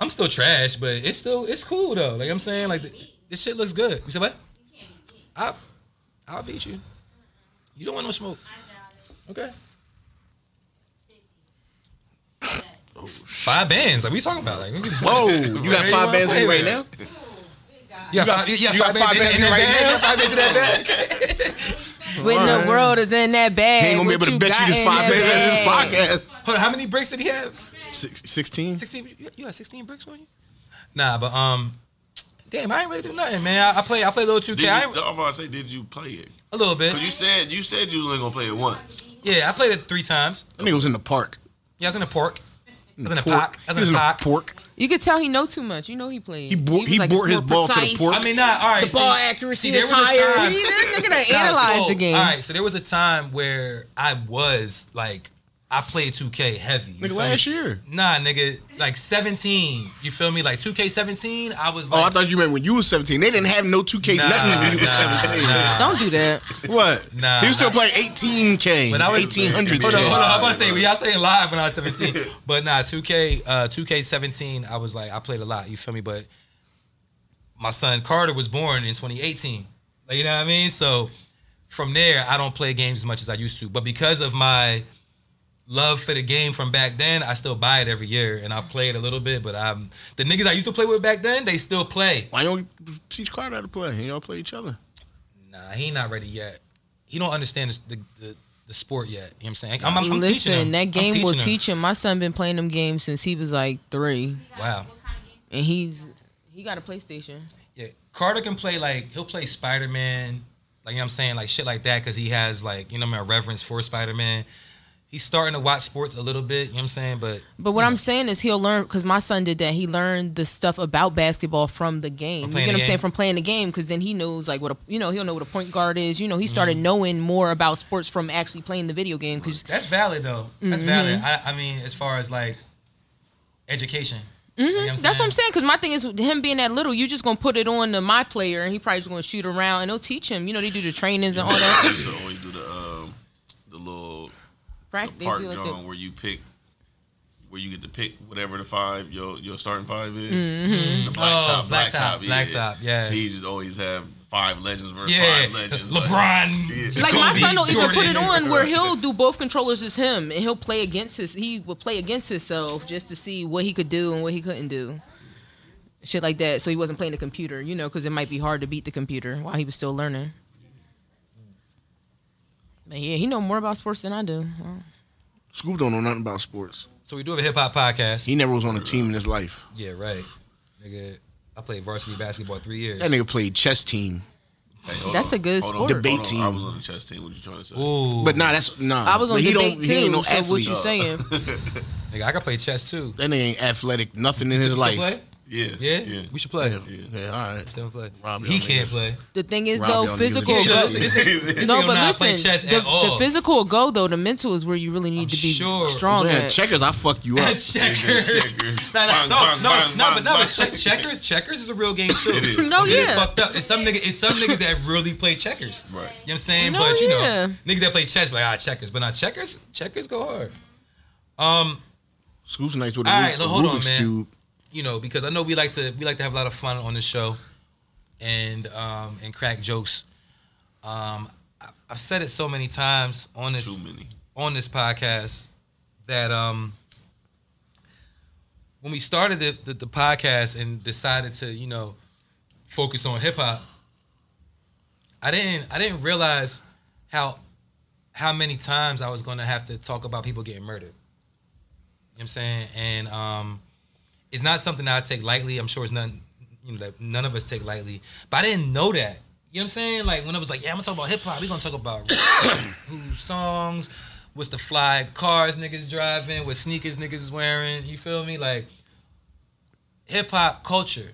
Speaker 1: I'm still trash, but it's still it's cool though. Like I'm saying, like th- this shit looks good. You said what? I I'll beat you. You don't want no smoke. Okay. Oh, Five bands. Like we talking about? Like we can just
Speaker 3: Whoa, Oh, you got
Speaker 1: Hey,
Speaker 3: five bands
Speaker 1: wait,
Speaker 3: in
Speaker 1: wait.
Speaker 3: right now.
Speaker 1: You got
Speaker 3: got-
Speaker 1: five, you got
Speaker 3: you got
Speaker 1: five bands
Speaker 3: five
Speaker 1: in,
Speaker 3: bands
Speaker 1: in that
Speaker 3: in right
Speaker 1: bag.
Speaker 3: now?
Speaker 1: You got five bands in that bag.
Speaker 4: When
Speaker 3: Alright.
Speaker 4: the world is in that bag.
Speaker 3: He ain't gonna be
Speaker 4: what
Speaker 3: able to bet you
Speaker 4: got
Speaker 3: this
Speaker 4: in
Speaker 3: five
Speaker 4: that
Speaker 3: bands
Speaker 4: bag?
Speaker 3: in this podcast.
Speaker 1: Hold on, how many bricks did he have?
Speaker 3: Six- Sixteen.
Speaker 1: 16 you- you had 16 bricks on you nah but um damn i ain't really do nothing man i, I play i play a little 2k
Speaker 2: Did you,
Speaker 1: I
Speaker 2: I'm
Speaker 1: ain't-
Speaker 2: about to say, did you play it?
Speaker 1: a little bit
Speaker 2: Cause you said you said you was only gonna play it once.
Speaker 1: yeah i played it three times
Speaker 3: That nigga was in the park.
Speaker 1: yeah i was in a pork i was in a
Speaker 3: Pork.
Speaker 1: pock i
Speaker 3: He
Speaker 1: was in a pock
Speaker 3: pork.
Speaker 4: You could tell he know too much. You know he played.
Speaker 3: He bore-
Speaker 4: was
Speaker 3: he bore
Speaker 4: it's
Speaker 3: his
Speaker 4: more
Speaker 3: ball to the
Speaker 4: precise.
Speaker 3: pork.
Speaker 1: i mean not all right
Speaker 4: The
Speaker 1: see-
Speaker 4: ball accuracy
Speaker 1: see, there
Speaker 4: is
Speaker 1: was a
Speaker 4: higher.
Speaker 1: time-
Speaker 4: He, this nigga done
Speaker 1: Nah,
Speaker 4: analyzed
Speaker 1: so,
Speaker 4: the game.
Speaker 1: all right so there was a time where i was like i played 2k heavy you
Speaker 3: Nigga,
Speaker 1: feel
Speaker 3: last
Speaker 1: me?
Speaker 3: year.
Speaker 1: Nah, nigga, like 17. You feel me? Like 2K17, I was
Speaker 3: Oh, I
Speaker 1: like,
Speaker 3: thought you meant when you was seventeen. They didn't have no two K
Speaker 1: Nah,
Speaker 3: nothing when you was
Speaker 1: nah,
Speaker 3: seventeen.
Speaker 1: nah.
Speaker 4: Don't do that.
Speaker 3: What?
Speaker 1: Nah,
Speaker 3: He was still
Speaker 1: nah.
Speaker 3: playing eighteen K,
Speaker 1: But I was
Speaker 3: eighteen hundred
Speaker 1: Hold on, hold on.
Speaker 3: K.
Speaker 1: I'm about to say, yeah, I was playing live when I was 17. but nah, 2K, uh, 2K17, I was like, I played a lot. You feel me? But my son Carter was born in 2018. Like, you know what I mean? So from there, I don't play games as much as I used to. But because of my love for the game from back then, I still buy it every year and I play it a little bit. But I'm the niggas I used to play with back then, they still play.
Speaker 3: Why don't you teach Carter how to play? And y'all play each other.
Speaker 1: Nah, he not ready yet. He don't understand this- the the, the sport yet. You know what I'm saying? I'm, I'm, I'm teaching him.
Speaker 4: Listen, that
Speaker 1: I'm
Speaker 4: game
Speaker 1: teaching
Speaker 4: will
Speaker 1: him.
Speaker 4: teach him. My son been playing them games since he was like three,
Speaker 1: Wow.
Speaker 4: and he's he got a PlayStation.
Speaker 1: Yeah, Carter can play like he'll play Spider Man, like you know what I'm saying, like shit like that, because he has like you know what I mean, a reverence for Spider Man. He's starting to watch sports a little bit, you know what I'm saying, but
Speaker 4: But what I'm saying is he'll learn because my son did that. He learned the stuff about basketball from the game.
Speaker 1: From
Speaker 4: You
Speaker 1: playing
Speaker 4: get what
Speaker 1: the
Speaker 4: I'm saying?
Speaker 1: game.
Speaker 4: From playing the game because then he knows like what a you know he'll know what a point guard is. You know
Speaker 1: Mm-hmm.
Speaker 4: he started knowing more about sports from actually playing the video game because
Speaker 1: that's valid though. That's
Speaker 4: Mm-hmm.
Speaker 1: valid. I, I mean, as far as like education, You know
Speaker 4: Mm-hmm. That's what I'm saying. Because my thing is, with him being that little, you just gonna put it on to my player, and he probably just gonna shoot around, and they'll teach him. You know, they do the trainings and all
Speaker 2: I
Speaker 4: that.
Speaker 2: used to always do the um, the little the
Speaker 4: Practice.
Speaker 2: park
Speaker 4: they do like
Speaker 2: drawing
Speaker 4: the,
Speaker 2: where you pick where you get to pick whatever the five your your starting five is. The
Speaker 1: Oh, black top, black top, yeah.
Speaker 2: So you just always have five legends versus
Speaker 1: Yeah,
Speaker 2: five legends. like-
Speaker 1: LeBron.
Speaker 2: Yeah.
Speaker 4: like my
Speaker 1: Kobe,
Speaker 4: son don't even put it
Speaker 1: Jordan.
Speaker 4: on where he'll do both controllers as him, and he'll play against his. He would play against himself just to see what he could do and what he couldn't do. Shit like that. So he wasn't playing the computer, you know, because it might be hard to beat the computer while he was still learning. But yeah, he know more about sports than I do.
Speaker 3: Scoop don't know nothing about sports.
Speaker 1: So we do have a hip hop podcast.
Speaker 3: He never was on a team in his life.
Speaker 1: Yeah, right, nigga. I played varsity basketball three years.
Speaker 3: That nigga played chess team.
Speaker 2: Hey, hold
Speaker 4: That's
Speaker 2: on,
Speaker 4: a good
Speaker 2: hold on,
Speaker 4: sport.
Speaker 2: hold
Speaker 3: Debate
Speaker 2: on.
Speaker 3: team.
Speaker 2: I was on the chess team. What you trying to say?
Speaker 1: Ooh,
Speaker 3: But nah, that's nah.
Speaker 4: I was on
Speaker 3: But he
Speaker 4: debate
Speaker 3: don't-
Speaker 4: too.
Speaker 3: He ain't no
Speaker 4: so what
Speaker 3: athlete.
Speaker 4: you saying?
Speaker 1: nigga, I can play chess too.
Speaker 3: That nigga ain't athletic. Nothing in his life.
Speaker 1: Play?
Speaker 2: Yeah,
Speaker 1: Yeah?
Speaker 2: yeah.
Speaker 1: we should play.
Speaker 3: Yeah, all right.
Speaker 1: Still play.
Speaker 3: Rob,
Speaker 1: he
Speaker 3: y'all
Speaker 1: can't
Speaker 3: niggas.
Speaker 1: play.
Speaker 4: The thing is
Speaker 3: Rob,
Speaker 4: though,
Speaker 3: y'all niggas
Speaker 4: physical.
Speaker 3: is
Speaker 4: go-
Speaker 3: crazy.
Speaker 1: This
Speaker 4: no,
Speaker 1: nigga
Speaker 4: but
Speaker 1: not
Speaker 4: listen,
Speaker 1: play chess
Speaker 4: the,
Speaker 1: at all.
Speaker 4: the physical will go though. The mental is where you really need
Speaker 1: I'm
Speaker 4: to be
Speaker 1: sure.
Speaker 4: strong
Speaker 3: Man,
Speaker 4: at.
Speaker 3: checkers, I fuck you up.
Speaker 1: checkers.
Speaker 2: Checkers.
Speaker 1: No, no,
Speaker 2: Bang,
Speaker 1: no,
Speaker 2: bang,
Speaker 1: no, no,
Speaker 2: bang,
Speaker 1: but no,
Speaker 2: bang,
Speaker 1: but check,
Speaker 2: bang.
Speaker 1: checkers, checkers is a real game too.
Speaker 2: It is.
Speaker 4: no,
Speaker 1: It's
Speaker 4: yeah,
Speaker 1: fucked up. It's some niggas. It's some niggas that really play checkers. You
Speaker 2: Right.
Speaker 1: know what I'm saying?
Speaker 4: No,
Speaker 1: but you
Speaker 4: yeah.
Speaker 1: know, niggas that play chess, like ah, checkers. But not checkers. Checkers go hard.
Speaker 3: Scoop's nice with a
Speaker 1: All
Speaker 3: Ru-
Speaker 1: right, look, hold on,
Speaker 3: Rubik's
Speaker 1: man.
Speaker 3: cube.
Speaker 1: You know, because I know we like to we like to have a lot of fun on this show, and um and crack jokes. Um, I, I've said it so many times on this
Speaker 2: Too many.
Speaker 1: on this podcast that um when we started the, the, the podcast and decided to you know focus on hip hop, I didn't I didn't realize how how many times I was gonna have to talk about people getting murdered. You know what I'm saying? And um it's not something that I take lightly. I'm sure it's none you know that none of us take lightly. But I didn't know that. You know what I'm saying? Like when I was like, yeah, I'm gonna talk about hip hop, we're gonna talk about who songs, what's the fly cars niggas driving, what sneakers niggas wearing, you feel me? Like hip hop culture.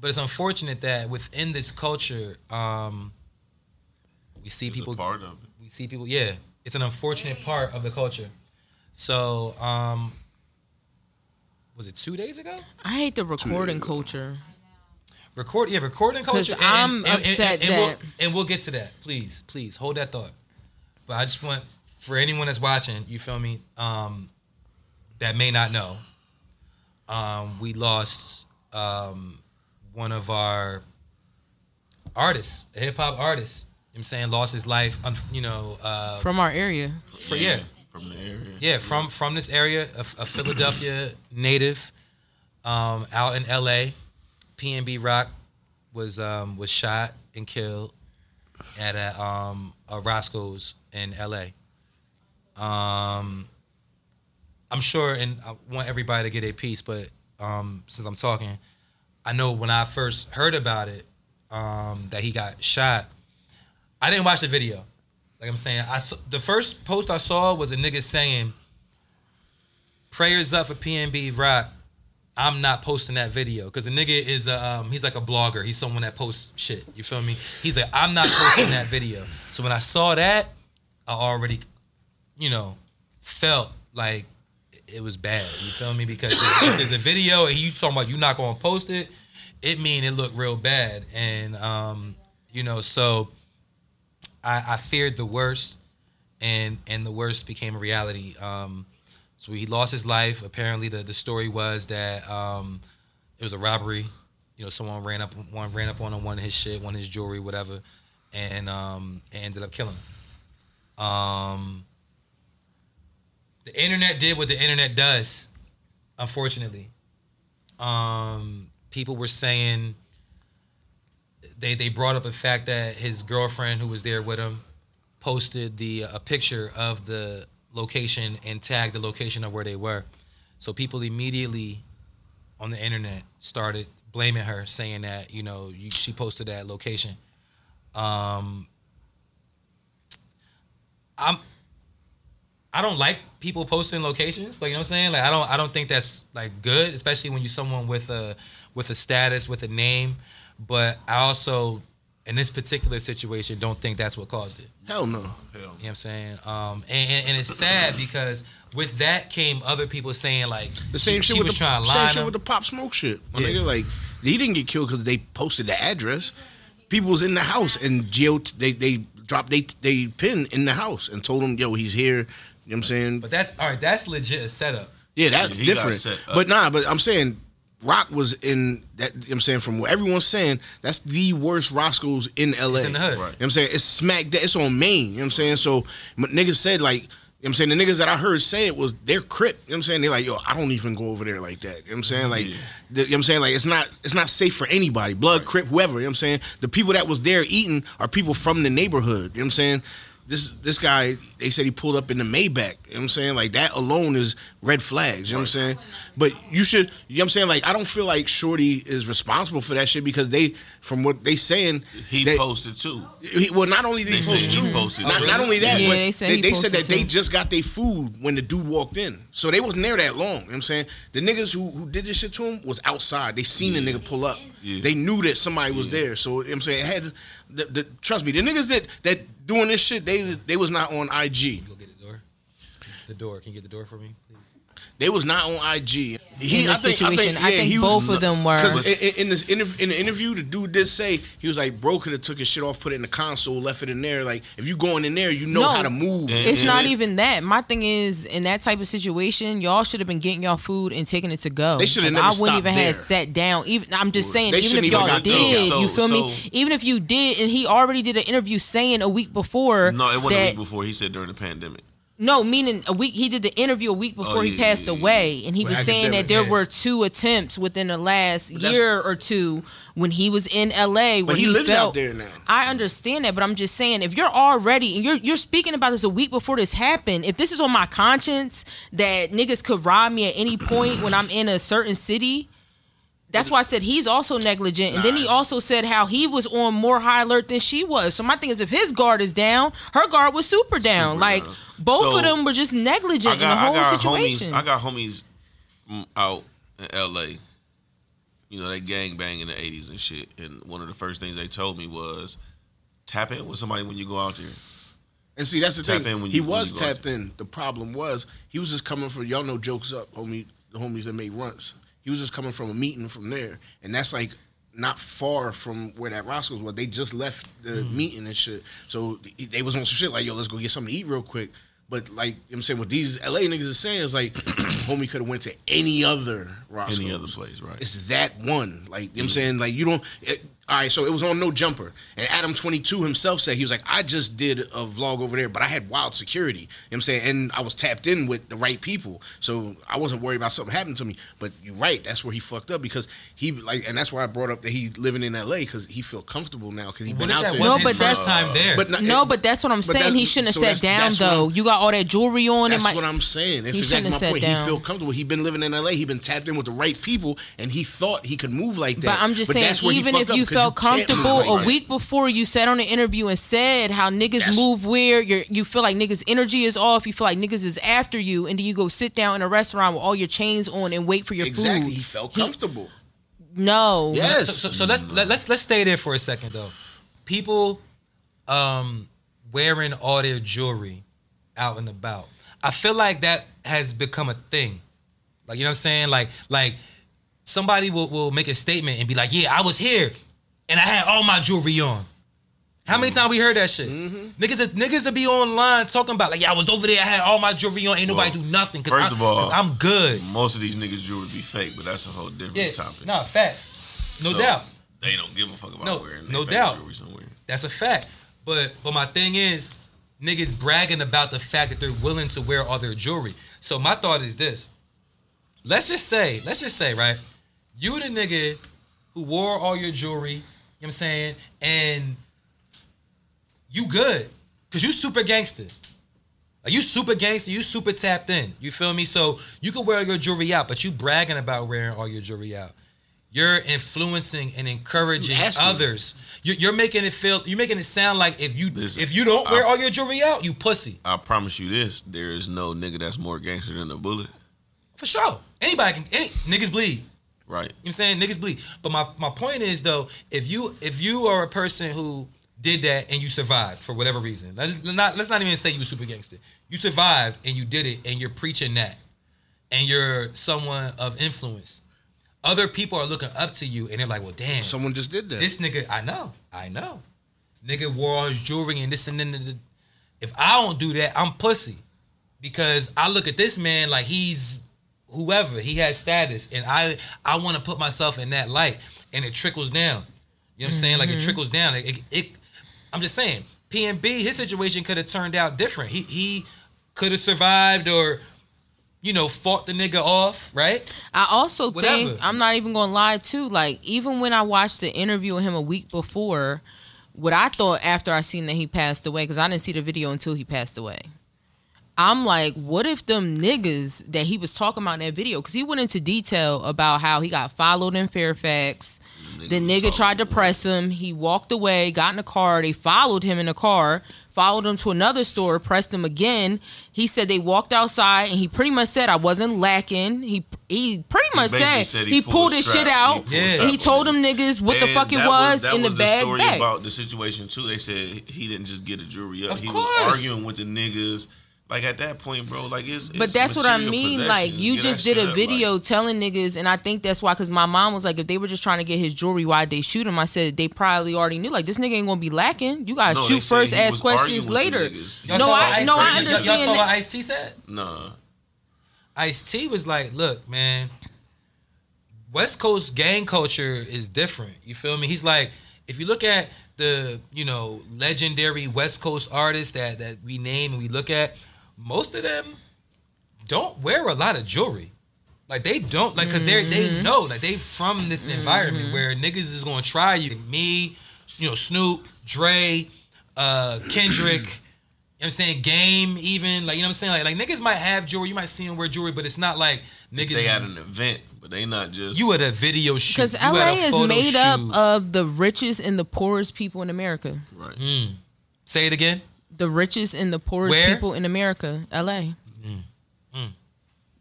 Speaker 1: But it's unfortunate that within this culture, um, we see
Speaker 2: It's
Speaker 1: people
Speaker 2: a part of it.
Speaker 1: we see people yeah it's an unfortunate part of the culture so um was it two days ago
Speaker 4: I hate the recording culture.
Speaker 1: record yeah recording
Speaker 4: 'Cause
Speaker 1: culture
Speaker 4: I'm upset that-
Speaker 1: we'll, and we'll get to that please please hold that thought but i just want for anyone that's watching you feel me um that may not know um we lost um one of our artists a hip-hop artist you know what i'm saying lost his life um, you know uh
Speaker 4: From our area,
Speaker 1: For- yeah.
Speaker 2: From the area.
Speaker 1: Yeah, from from this area, a, a Philadelphia native, um, out in L.A. PNB Rock was um, was shot and killed at a, um, a Roscoe's in L.A. Um, I'm sure, and I want everybody to get a piece, but um, since I'm talking, I know when I first heard about it um, that he got shot. I didn't watch the video. Like I'm saying, I saw, the first post I saw was a nigga saying, "Prayers up for PNB Rock." I'm not posting that video because the nigga is a um, he's like a blogger. He's someone that posts shit. You feel me? He's like, I'm not posting that video. So when I saw that, I already, you know, felt like it was bad. You feel me? Because if if there's a video and you talking about you not gonna post it, it mean it looked real bad. And um, you know, so I, I feared the worst, and and the worst became a reality. Um, so he lost his life. Apparently, the, the story was that um, it was a robbery. You know, someone ran up one ran up on him, one of his shit, one of his jewelry, whatever, and um, and ended up killing him. Um, the internet did what the internet does. Unfortunately, um, people were saying they they brought up the fact that his girlfriend who was there with him posted the a picture of the location and tagged the location of where they were. So people immediately on the internet started blaming her, saying that you know you, she posted that location. Um, I'm I don't like people posting locations. Like you know what I'm saying? Like I don't I don't think that's like good, especially when you're someone with a with a status, with a name. But I also in this particular situation don't think that's what caused it.
Speaker 3: Hell no.
Speaker 2: Hell.
Speaker 1: You know what I'm saying? Um, and, and, and it's sad because with that came other people saying like
Speaker 3: The same
Speaker 1: she,
Speaker 3: shit
Speaker 1: she
Speaker 3: with
Speaker 1: was
Speaker 3: the
Speaker 1: trying to
Speaker 3: same
Speaker 1: line
Speaker 3: shit
Speaker 1: him.
Speaker 3: with the pop smoke shit. My
Speaker 1: Yeah.
Speaker 3: nigga, like he didn't get killed because they posted the address. People was in the house and jail. They they dropped they they pin in the house and told him, yo, he's here. You know what I'm saying?
Speaker 1: but that's all right. That's legit a setup.
Speaker 3: yeah, that's
Speaker 2: He got
Speaker 3: different.
Speaker 2: set up.
Speaker 3: But nah, but I'm saying Rock was in that. You know what I'm saying from what everyone's saying, that's the worst Roscoe's in L.A.
Speaker 1: It's in the hood.
Speaker 2: Right.
Speaker 3: You know what I'm saying? It's smack that it's on Maine. You know what I'm saying? So m- niggas said like you know what I'm saying the niggas that I heard say it was they're crip. You know what I'm saying? They're like, yo, I don't even go over there like that. You know what I'm saying? Like
Speaker 2: Yeah.
Speaker 3: the, you know what I'm saying? Like it's not it's not safe for anybody. Blood, crip, whoever, you know what I'm saying? The people that was there eating are people from the neighborhood. You know what I'm saying? This this guy, they said he pulled up in the Maybach. You know what I'm saying? Like that alone is red flags. You know what I'm saying? But you should you know what I'm saying? Like I don't feel like Shorty is responsible for that shit because they from what they saying
Speaker 2: He
Speaker 3: they,
Speaker 2: posted too.
Speaker 3: he, well, not only did he
Speaker 2: They said
Speaker 3: post two,
Speaker 2: he posted
Speaker 3: not,
Speaker 2: two.
Speaker 3: not only that,
Speaker 4: Yeah,
Speaker 3: but
Speaker 4: they said
Speaker 3: they,
Speaker 4: he
Speaker 3: they said
Speaker 4: posted
Speaker 3: that they
Speaker 4: two.
Speaker 3: just got their food when the dude walked in. So they wasn't there that long. You know what I'm saying? The niggas who, who did this shit to him was outside. They seen the nigga pull up.
Speaker 2: Yeah.
Speaker 3: They knew that somebody was there. So you know what I'm saying it had the, the trust me, the niggas that that doing this shit, they they was not on IG.
Speaker 1: Go get the door. The door. Can you get the door for me, please?
Speaker 3: They was not on IG. He,
Speaker 4: In this situation, I think
Speaker 3: he
Speaker 4: both of them were.
Speaker 3: 'cause in, in- in this interview, in the interview, the dude did say he was like, "Bro, could have took his shit off, put it in the console, left it in there. Like, if you going in there, you know
Speaker 4: No.
Speaker 3: how to move."
Speaker 2: And-
Speaker 4: It's
Speaker 2: and
Speaker 4: not
Speaker 2: it-
Speaker 4: even that. My thing is, in that type of situation, y'all should have been getting y'all food and taking it to go.
Speaker 3: They shoulda
Speaker 4: Like,
Speaker 3: never
Speaker 4: I wouldn't
Speaker 3: stopped
Speaker 4: even
Speaker 3: there.
Speaker 4: have sat down. Even I'm just saying,
Speaker 3: They
Speaker 4: even
Speaker 3: shouldn't
Speaker 4: if
Speaker 3: even
Speaker 4: y'all
Speaker 3: got
Speaker 4: did,
Speaker 2: down.
Speaker 4: you
Speaker 2: So-
Speaker 4: feel
Speaker 2: so-
Speaker 4: me? Even if you did, and he already did an interview saying a week before.
Speaker 2: No, it wasn't
Speaker 4: that,
Speaker 2: a week before. He said during the pandemic.
Speaker 4: No, meaning a week. He did the interview a
Speaker 3: Oh,
Speaker 4: week before he
Speaker 2: yeah,
Speaker 4: passed
Speaker 2: yeah, yeah,
Speaker 4: away, and he
Speaker 1: With
Speaker 4: was saying that
Speaker 1: academic,
Speaker 4: there
Speaker 1: yeah.
Speaker 4: were two attempts within the last
Speaker 3: that's-
Speaker 4: year or two when he was in LA. Where
Speaker 3: But he lives
Speaker 4: felt,
Speaker 3: out there now.
Speaker 4: I understand that, but I'm just saying if you're already and you're you're speaking about this a week before this happened, if this is on my conscience that niggas could rob me at any point when I'm in a certain city, that's why I said he's also negligent. And then he
Speaker 2: Nice.
Speaker 4: also said how he was on more high alert than she was. So my thing is if his guard is down, her guard was super down.
Speaker 2: Super
Speaker 4: like
Speaker 2: down.
Speaker 4: both
Speaker 2: So,
Speaker 4: of them were just negligent
Speaker 2: I
Speaker 4: in the
Speaker 2: got,
Speaker 4: whole
Speaker 2: I got
Speaker 4: situation.
Speaker 2: homies. I got homies from out in L.A. You know, they gang bang in the '80s and shit. And one of the first things they told me was, tap in with somebody when you go out there.
Speaker 3: And see, that's the
Speaker 2: Tap
Speaker 3: thing.
Speaker 2: in when
Speaker 3: he
Speaker 2: you- when
Speaker 3: was
Speaker 2: you go out
Speaker 3: tapped in. The problem was he was just coming from y'all know jokes up, homie. The homies that made runs. He was just coming from a meeting from there, and that's like not far from where that Roscoe's was. They just left the meeting and shit, so th- they was on some shit like, yo, let's go get something to eat real quick. But like you know what I'm saying, what these LA niggas are saying is like, homie could have went to any other Roscoe's.
Speaker 2: Any other place, right?
Speaker 3: It's that one. Like, you know what I'm saying? Like, you don't. It, all right, so it was on No Jumper. And Adam22 himself said, he was like, I just did a vlog over there, but I had wild security. You know what I'm saying? And I was tapped in with the right people. So I wasn't worried about something happening to me. But you're right. That's where he fucked up because he, like, and that's why I brought up that he's living in LA because he feel comfortable now because he's
Speaker 1: What
Speaker 3: been
Speaker 1: if
Speaker 3: out
Speaker 1: that
Speaker 3: there.
Speaker 1: wasn't
Speaker 4: No, but
Speaker 1: his first
Speaker 4: that's-
Speaker 1: time there?
Speaker 3: but not- eh,
Speaker 4: no, but that's what I'm saying.
Speaker 3: that-
Speaker 4: He shouldn't have
Speaker 3: so
Speaker 4: sat
Speaker 3: that's-
Speaker 4: down
Speaker 3: that's what
Speaker 4: though.
Speaker 3: I'm-
Speaker 4: You got all that jewelry on.
Speaker 3: That's
Speaker 4: it might,
Speaker 3: what I'm saying. That's
Speaker 4: He
Speaker 3: exactly
Speaker 4: shouldn't
Speaker 3: my
Speaker 4: have sat
Speaker 3: point.
Speaker 4: down.
Speaker 3: He feel comfortable. He been living in LA. He been tapped in with the right people, and he thought he could move like that.
Speaker 4: But I'm just saying,
Speaker 3: that's where he
Speaker 4: even
Speaker 3: fucked
Speaker 4: if
Speaker 3: up,
Speaker 4: you
Speaker 3: 'cause
Speaker 4: felt
Speaker 3: can't move
Speaker 4: comfortable
Speaker 3: like
Speaker 4: a
Speaker 3: that.
Speaker 4: week before, you sat on an interview and said how niggas
Speaker 3: That's-
Speaker 4: move weird. Your you feel like niggas' energy is off. You feel like niggas is after you, and then you go sit down in a restaurant with all your chains on and wait for your
Speaker 3: Exactly. He
Speaker 4: food.
Speaker 3: felt comfortable.
Speaker 4: No,
Speaker 3: yes.
Speaker 1: So, so, so let's let, let's let's stay there for a second though. People um wearing all their jewelry out and about. I feel like that has become a thing. Like you know what I'm saying? Like like somebody will, will make a statement and be like, "Yeah, I was here and I had all my jewelry on." How many times we heard that shit?
Speaker 2: Mm-hmm.
Speaker 1: Niggas, niggas will be online talking about like, "Yeah, I was over there. I had all my jewelry on. Ain't nobody
Speaker 2: Well,
Speaker 1: do nothing." Cause
Speaker 2: first
Speaker 1: I,
Speaker 2: of all-
Speaker 1: cause I'm good.
Speaker 2: Most of these niggas' jewelry be fake, but that's a whole different
Speaker 1: Yeah,
Speaker 2: topic.
Speaker 1: nah, facts, no
Speaker 2: So,
Speaker 1: doubt.
Speaker 2: They don't give a fuck about
Speaker 1: No,
Speaker 2: wearing they
Speaker 1: no
Speaker 2: fake
Speaker 1: doubt.
Speaker 2: jewelry somewhere.
Speaker 1: That's a fact. But but my thing is, niggas bragging about the fact that they're willing to wear all their jewelry. So my thought is this. Let's just say, let's just say, right? You the nigga who wore all your jewelry, you know what I'm saying? And you good. Cause you super gangster. Like you super gangster, you super tapped in. You feel me? So you can wear your jewelry out, but you bragging about wearing all your jewelry out. You're influencing and encouraging
Speaker 3: You asking.
Speaker 1: others. You- You're making it feel. You're making it sound like if you
Speaker 2: Listen,
Speaker 1: if you don't wear
Speaker 2: I-
Speaker 1: all your jewelry out, you pussy
Speaker 2: I promise you this: there is no nigga that's more gangster than a bullet,
Speaker 1: for sure. Anybody can. Any, niggas bleed.
Speaker 2: right?
Speaker 1: You know what I'm saying? Niggas bleed. But my, my point is though, if you if you are a person who did that and you survived for whatever reason, let's not let's not even say you were super gangster. You survived and you did it and you're preaching that. And you're someone of influence. Other people are looking up to you and they're like, well damn.
Speaker 3: Someone just did that.
Speaker 1: This nigga, I know, I know. Nigga wore all his jewelry and this and then. the- If I don't do that, I'm pussy, because I look at this man like he's whoever he has status, and I I want to put myself in that light, and it trickles down. You know what I'm saying? Like
Speaker 4: Mm-hmm.
Speaker 1: it trickles down. It, it, it- I'm just saying. PNB, his situation could have turned out different. He he could have survived or. You know, fought the nigga off, right?
Speaker 4: I also
Speaker 1: Whatever.
Speaker 4: think I'm not even gonna lie too. Like even when I watched the interview with him a week before, what I thought after I seen that he passed away because I didn't see the video until he passed away. I'm like, what if them niggas that he was talking about in that video? Because he went into detail about how he got followed in Fairfax. The nigga tried to press him. He walked away, got in a car. They followed him in a car, followed him to another store, pressed him again. He said they walked outside, and he pretty much said I wasn't lacking. He he pretty much
Speaker 2: basically
Speaker 4: said, he, pulled
Speaker 2: a
Speaker 4: his
Speaker 2: strap.
Speaker 4: shit out.
Speaker 2: pulled a
Speaker 1: Yeah.
Speaker 2: strap
Speaker 1: He
Speaker 4: He
Speaker 2: on
Speaker 4: told
Speaker 2: niggas.
Speaker 4: them niggas what the
Speaker 2: And
Speaker 4: fuck it
Speaker 2: that
Speaker 4: was,
Speaker 2: that
Speaker 4: in the
Speaker 2: was
Speaker 4: bag
Speaker 2: story
Speaker 4: back.
Speaker 2: about the situation too. They said he didn't just get the jewelry up.
Speaker 1: Of
Speaker 2: he
Speaker 1: course.
Speaker 2: was arguing with the niggas. Like at that point, bro. Like it's.
Speaker 4: But
Speaker 2: it's
Speaker 4: that's what I
Speaker 2: material
Speaker 4: mean.
Speaker 2: possession.
Speaker 4: Like you
Speaker 2: Get
Speaker 4: just
Speaker 2: that
Speaker 4: did
Speaker 2: shit
Speaker 4: a
Speaker 2: up,
Speaker 4: video
Speaker 2: like-
Speaker 4: telling niggas, and I think that's why. Because my mom was like, if they were just trying to get his jewelry, why'd they shoot him? I said they probably already knew. Like this nigga ain't gonna be lacking. You gotta
Speaker 2: No, they
Speaker 4: shoot
Speaker 2: said
Speaker 4: first,
Speaker 2: he
Speaker 4: ask
Speaker 2: was arguing
Speaker 4: questions
Speaker 2: with the
Speaker 4: later.
Speaker 2: niggas.
Speaker 1: Y'all
Speaker 4: No,
Speaker 1: saw
Speaker 4: I-
Speaker 1: what Ice-T-
Speaker 4: no, I
Speaker 1: y- Y'all
Speaker 4: understand
Speaker 1: saw what
Speaker 4: that-
Speaker 1: Ice T said?
Speaker 2: Nah.
Speaker 1: Ice T was like, look, man, West Coast gang culture is different. You feel me? He's like, if you look at the, you know, legendary West Coast artists that that we name and we look at, most of them don't wear a lot of jewelry. Like they don't like because they're they know like they from this environment where niggas is gonna try you. Me, you know, Snoop, Dre, uh, Kendrick, you know what I'm saying? Game even, like you know what I'm saying? Like like niggas might have jewelry, you might see them wear jewelry, but it's not like niggas
Speaker 2: They at an event, but they not just
Speaker 1: you at a video shoot.
Speaker 4: Because
Speaker 1: you at a
Speaker 4: LA is
Speaker 1: photo
Speaker 4: made
Speaker 1: shoot.
Speaker 4: up of the richest and the poorest people in America.
Speaker 2: right.
Speaker 1: Hmm. Say it again.
Speaker 4: The richest and the poorest
Speaker 1: Where? Mm.
Speaker 4: people in America, LA.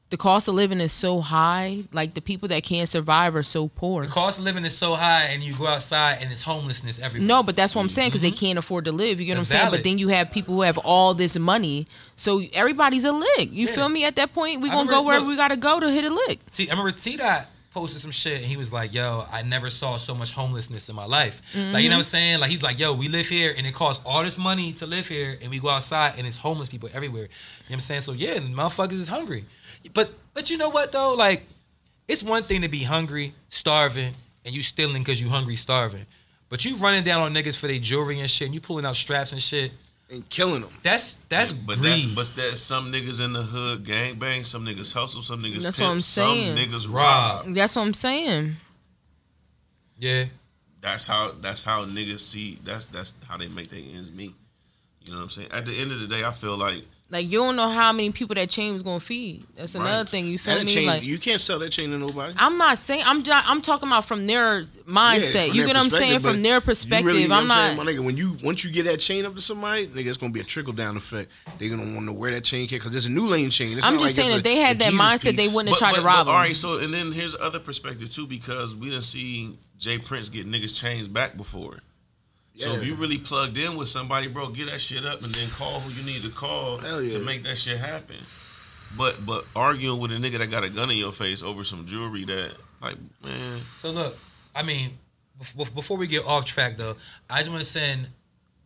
Speaker 4: The cost of living is so high. Like the people that can't survive are so poor.
Speaker 1: The cost of living is so high, and you go outside and it's homelessness everywhere.
Speaker 4: No, but that's what I'm saying because
Speaker 3: Mm-hmm.
Speaker 4: they can't afford to live. You get what I'm
Speaker 1: That's
Speaker 4: saying?
Speaker 1: valid.
Speaker 4: But then you have people who have all this money, so everybody's a lick. You
Speaker 1: Yeah.
Speaker 4: feel me? At that point, we
Speaker 1: I
Speaker 4: gonna go
Speaker 1: remember-
Speaker 4: where
Speaker 1: look.
Speaker 4: we gotta go to hit a lick.
Speaker 1: T, I remember T Dot posted some shit and he was like, "Yo, I never saw so much homelessness in my life." Like you know what I'm saying? Like he's like, "Yo, we live here and it costs all this money to live here, and we go outside and it's homeless people everywhere." You know what I'm saying? So yeah, motherfuckers is hungry, but but you know what though? Like it's one thing to be hungry, starving, and you stealing because you hungry, starving. But you running down on niggas for their jewelry and shit, and you pulling out straps and shit.
Speaker 3: and killing them.
Speaker 1: That's that's
Speaker 2: But
Speaker 1: greed.
Speaker 2: that's but that's some niggas in the hood gang bang, some niggas hustle, some niggas
Speaker 4: That's
Speaker 2: pimp,
Speaker 4: what I'm saying.
Speaker 2: some niggas
Speaker 1: Rob.
Speaker 2: rob.
Speaker 4: That's what I'm saying.
Speaker 1: yeah.
Speaker 2: That's how that's how niggas see that's that's how they make their ends meet. You know what I'm saying? At the end of the day, I feel like
Speaker 4: Like you don't know how many people that chain was gonna feed. That's
Speaker 2: Right.
Speaker 4: another thing. You feel
Speaker 3: That
Speaker 4: me?
Speaker 3: chain,
Speaker 4: like
Speaker 3: you can't sell that chain to nobody.
Speaker 4: I'm not saying I'm. Just, I'm talking about from their
Speaker 3: Yeah,
Speaker 4: mindset.
Speaker 3: from
Speaker 4: you
Speaker 3: their
Speaker 4: get what I'm
Speaker 3: perspective,
Speaker 4: saying?
Speaker 3: but
Speaker 4: From their
Speaker 3: you
Speaker 4: perspective,
Speaker 3: really- you know
Speaker 4: I'm
Speaker 3: what
Speaker 4: not.
Speaker 3: saying? My nigga, when you once you get that chain up to somebody, nigga, it's gonna be a trickle down effect. They gonna want to wear that chain kit because it's a new lane chain. It's
Speaker 4: I'm
Speaker 3: not
Speaker 4: just
Speaker 3: like
Speaker 4: saying
Speaker 3: it's
Speaker 4: if they
Speaker 3: a-
Speaker 4: had
Speaker 3: a
Speaker 4: that
Speaker 3: Jesus
Speaker 4: mindset, they
Speaker 3: piece.
Speaker 4: wouldn't have tried to rob
Speaker 2: All
Speaker 4: them.
Speaker 2: right, so and then here's other perspective too, because we done seen Jay Prince get niggas chains back before. So if
Speaker 3: Yeah.
Speaker 2: you really plugged in with somebody, bro, get that shit up and then call who you need to call
Speaker 3: Hell yeah.
Speaker 2: to make that shit happen. But but arguing with a nigga that got a gun in your face over some jewelry that like man,
Speaker 1: So look, I mean, bef- bef- before we get off track though, I just want to send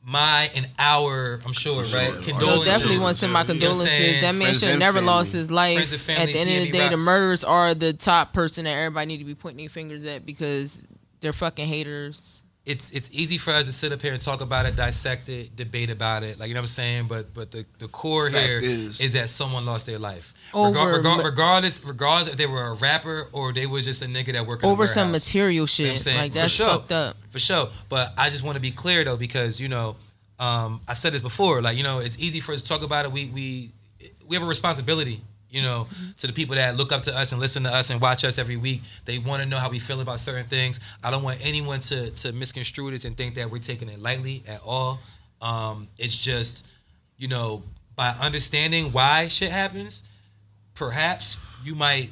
Speaker 1: my and our, I'm sure,
Speaker 2: For sure.
Speaker 1: right,
Speaker 2: Yo,
Speaker 4: Yo,
Speaker 1: condolences.
Speaker 4: definitely want to send my
Speaker 2: You know what I'm
Speaker 1: saying?
Speaker 4: condolences. That man
Speaker 3: Friends
Speaker 4: should have
Speaker 3: and
Speaker 4: never
Speaker 3: family.
Speaker 4: lost his
Speaker 1: Friends
Speaker 4: life.
Speaker 1: and
Speaker 4: At
Speaker 1: family,
Speaker 4: the end of
Speaker 1: TNE
Speaker 4: the day, the
Speaker 1: rock.
Speaker 4: murderers are the top person that everybody need to be pointing their fingers at because they're fucking haters.
Speaker 1: It's it's easy for us to sit up here and talk about it, dissect it, debate about it, like you know what I'm saying. But but the, the core
Speaker 3: Fact
Speaker 1: here is,
Speaker 3: is-
Speaker 1: that someone lost their life,
Speaker 4: Over
Speaker 1: Regar- regar-
Speaker 4: ma-
Speaker 1: regardless regardless if they were a rapper or they was just a nigga that worked in a
Speaker 4: Over some
Speaker 1: warehouse.
Speaker 4: material
Speaker 1: You know what I'm
Speaker 4: shit.
Speaker 1: saying?
Speaker 4: Like
Speaker 1: For
Speaker 4: that's
Speaker 1: sure.
Speaker 4: fucked up.
Speaker 1: for sure. But I just want to be clear though, because you know, um, I've said this before. Like you know, it's easy for us to talk about it. We we we have a responsibility, you know, to the people that look up to us and listen to us and watch us every week. They want to know how we feel about certain things. I don't want anyone to to misconstrue this and think that we're taking it lightly at all. Um, it's just, you know, by understanding why shit happens, perhaps you might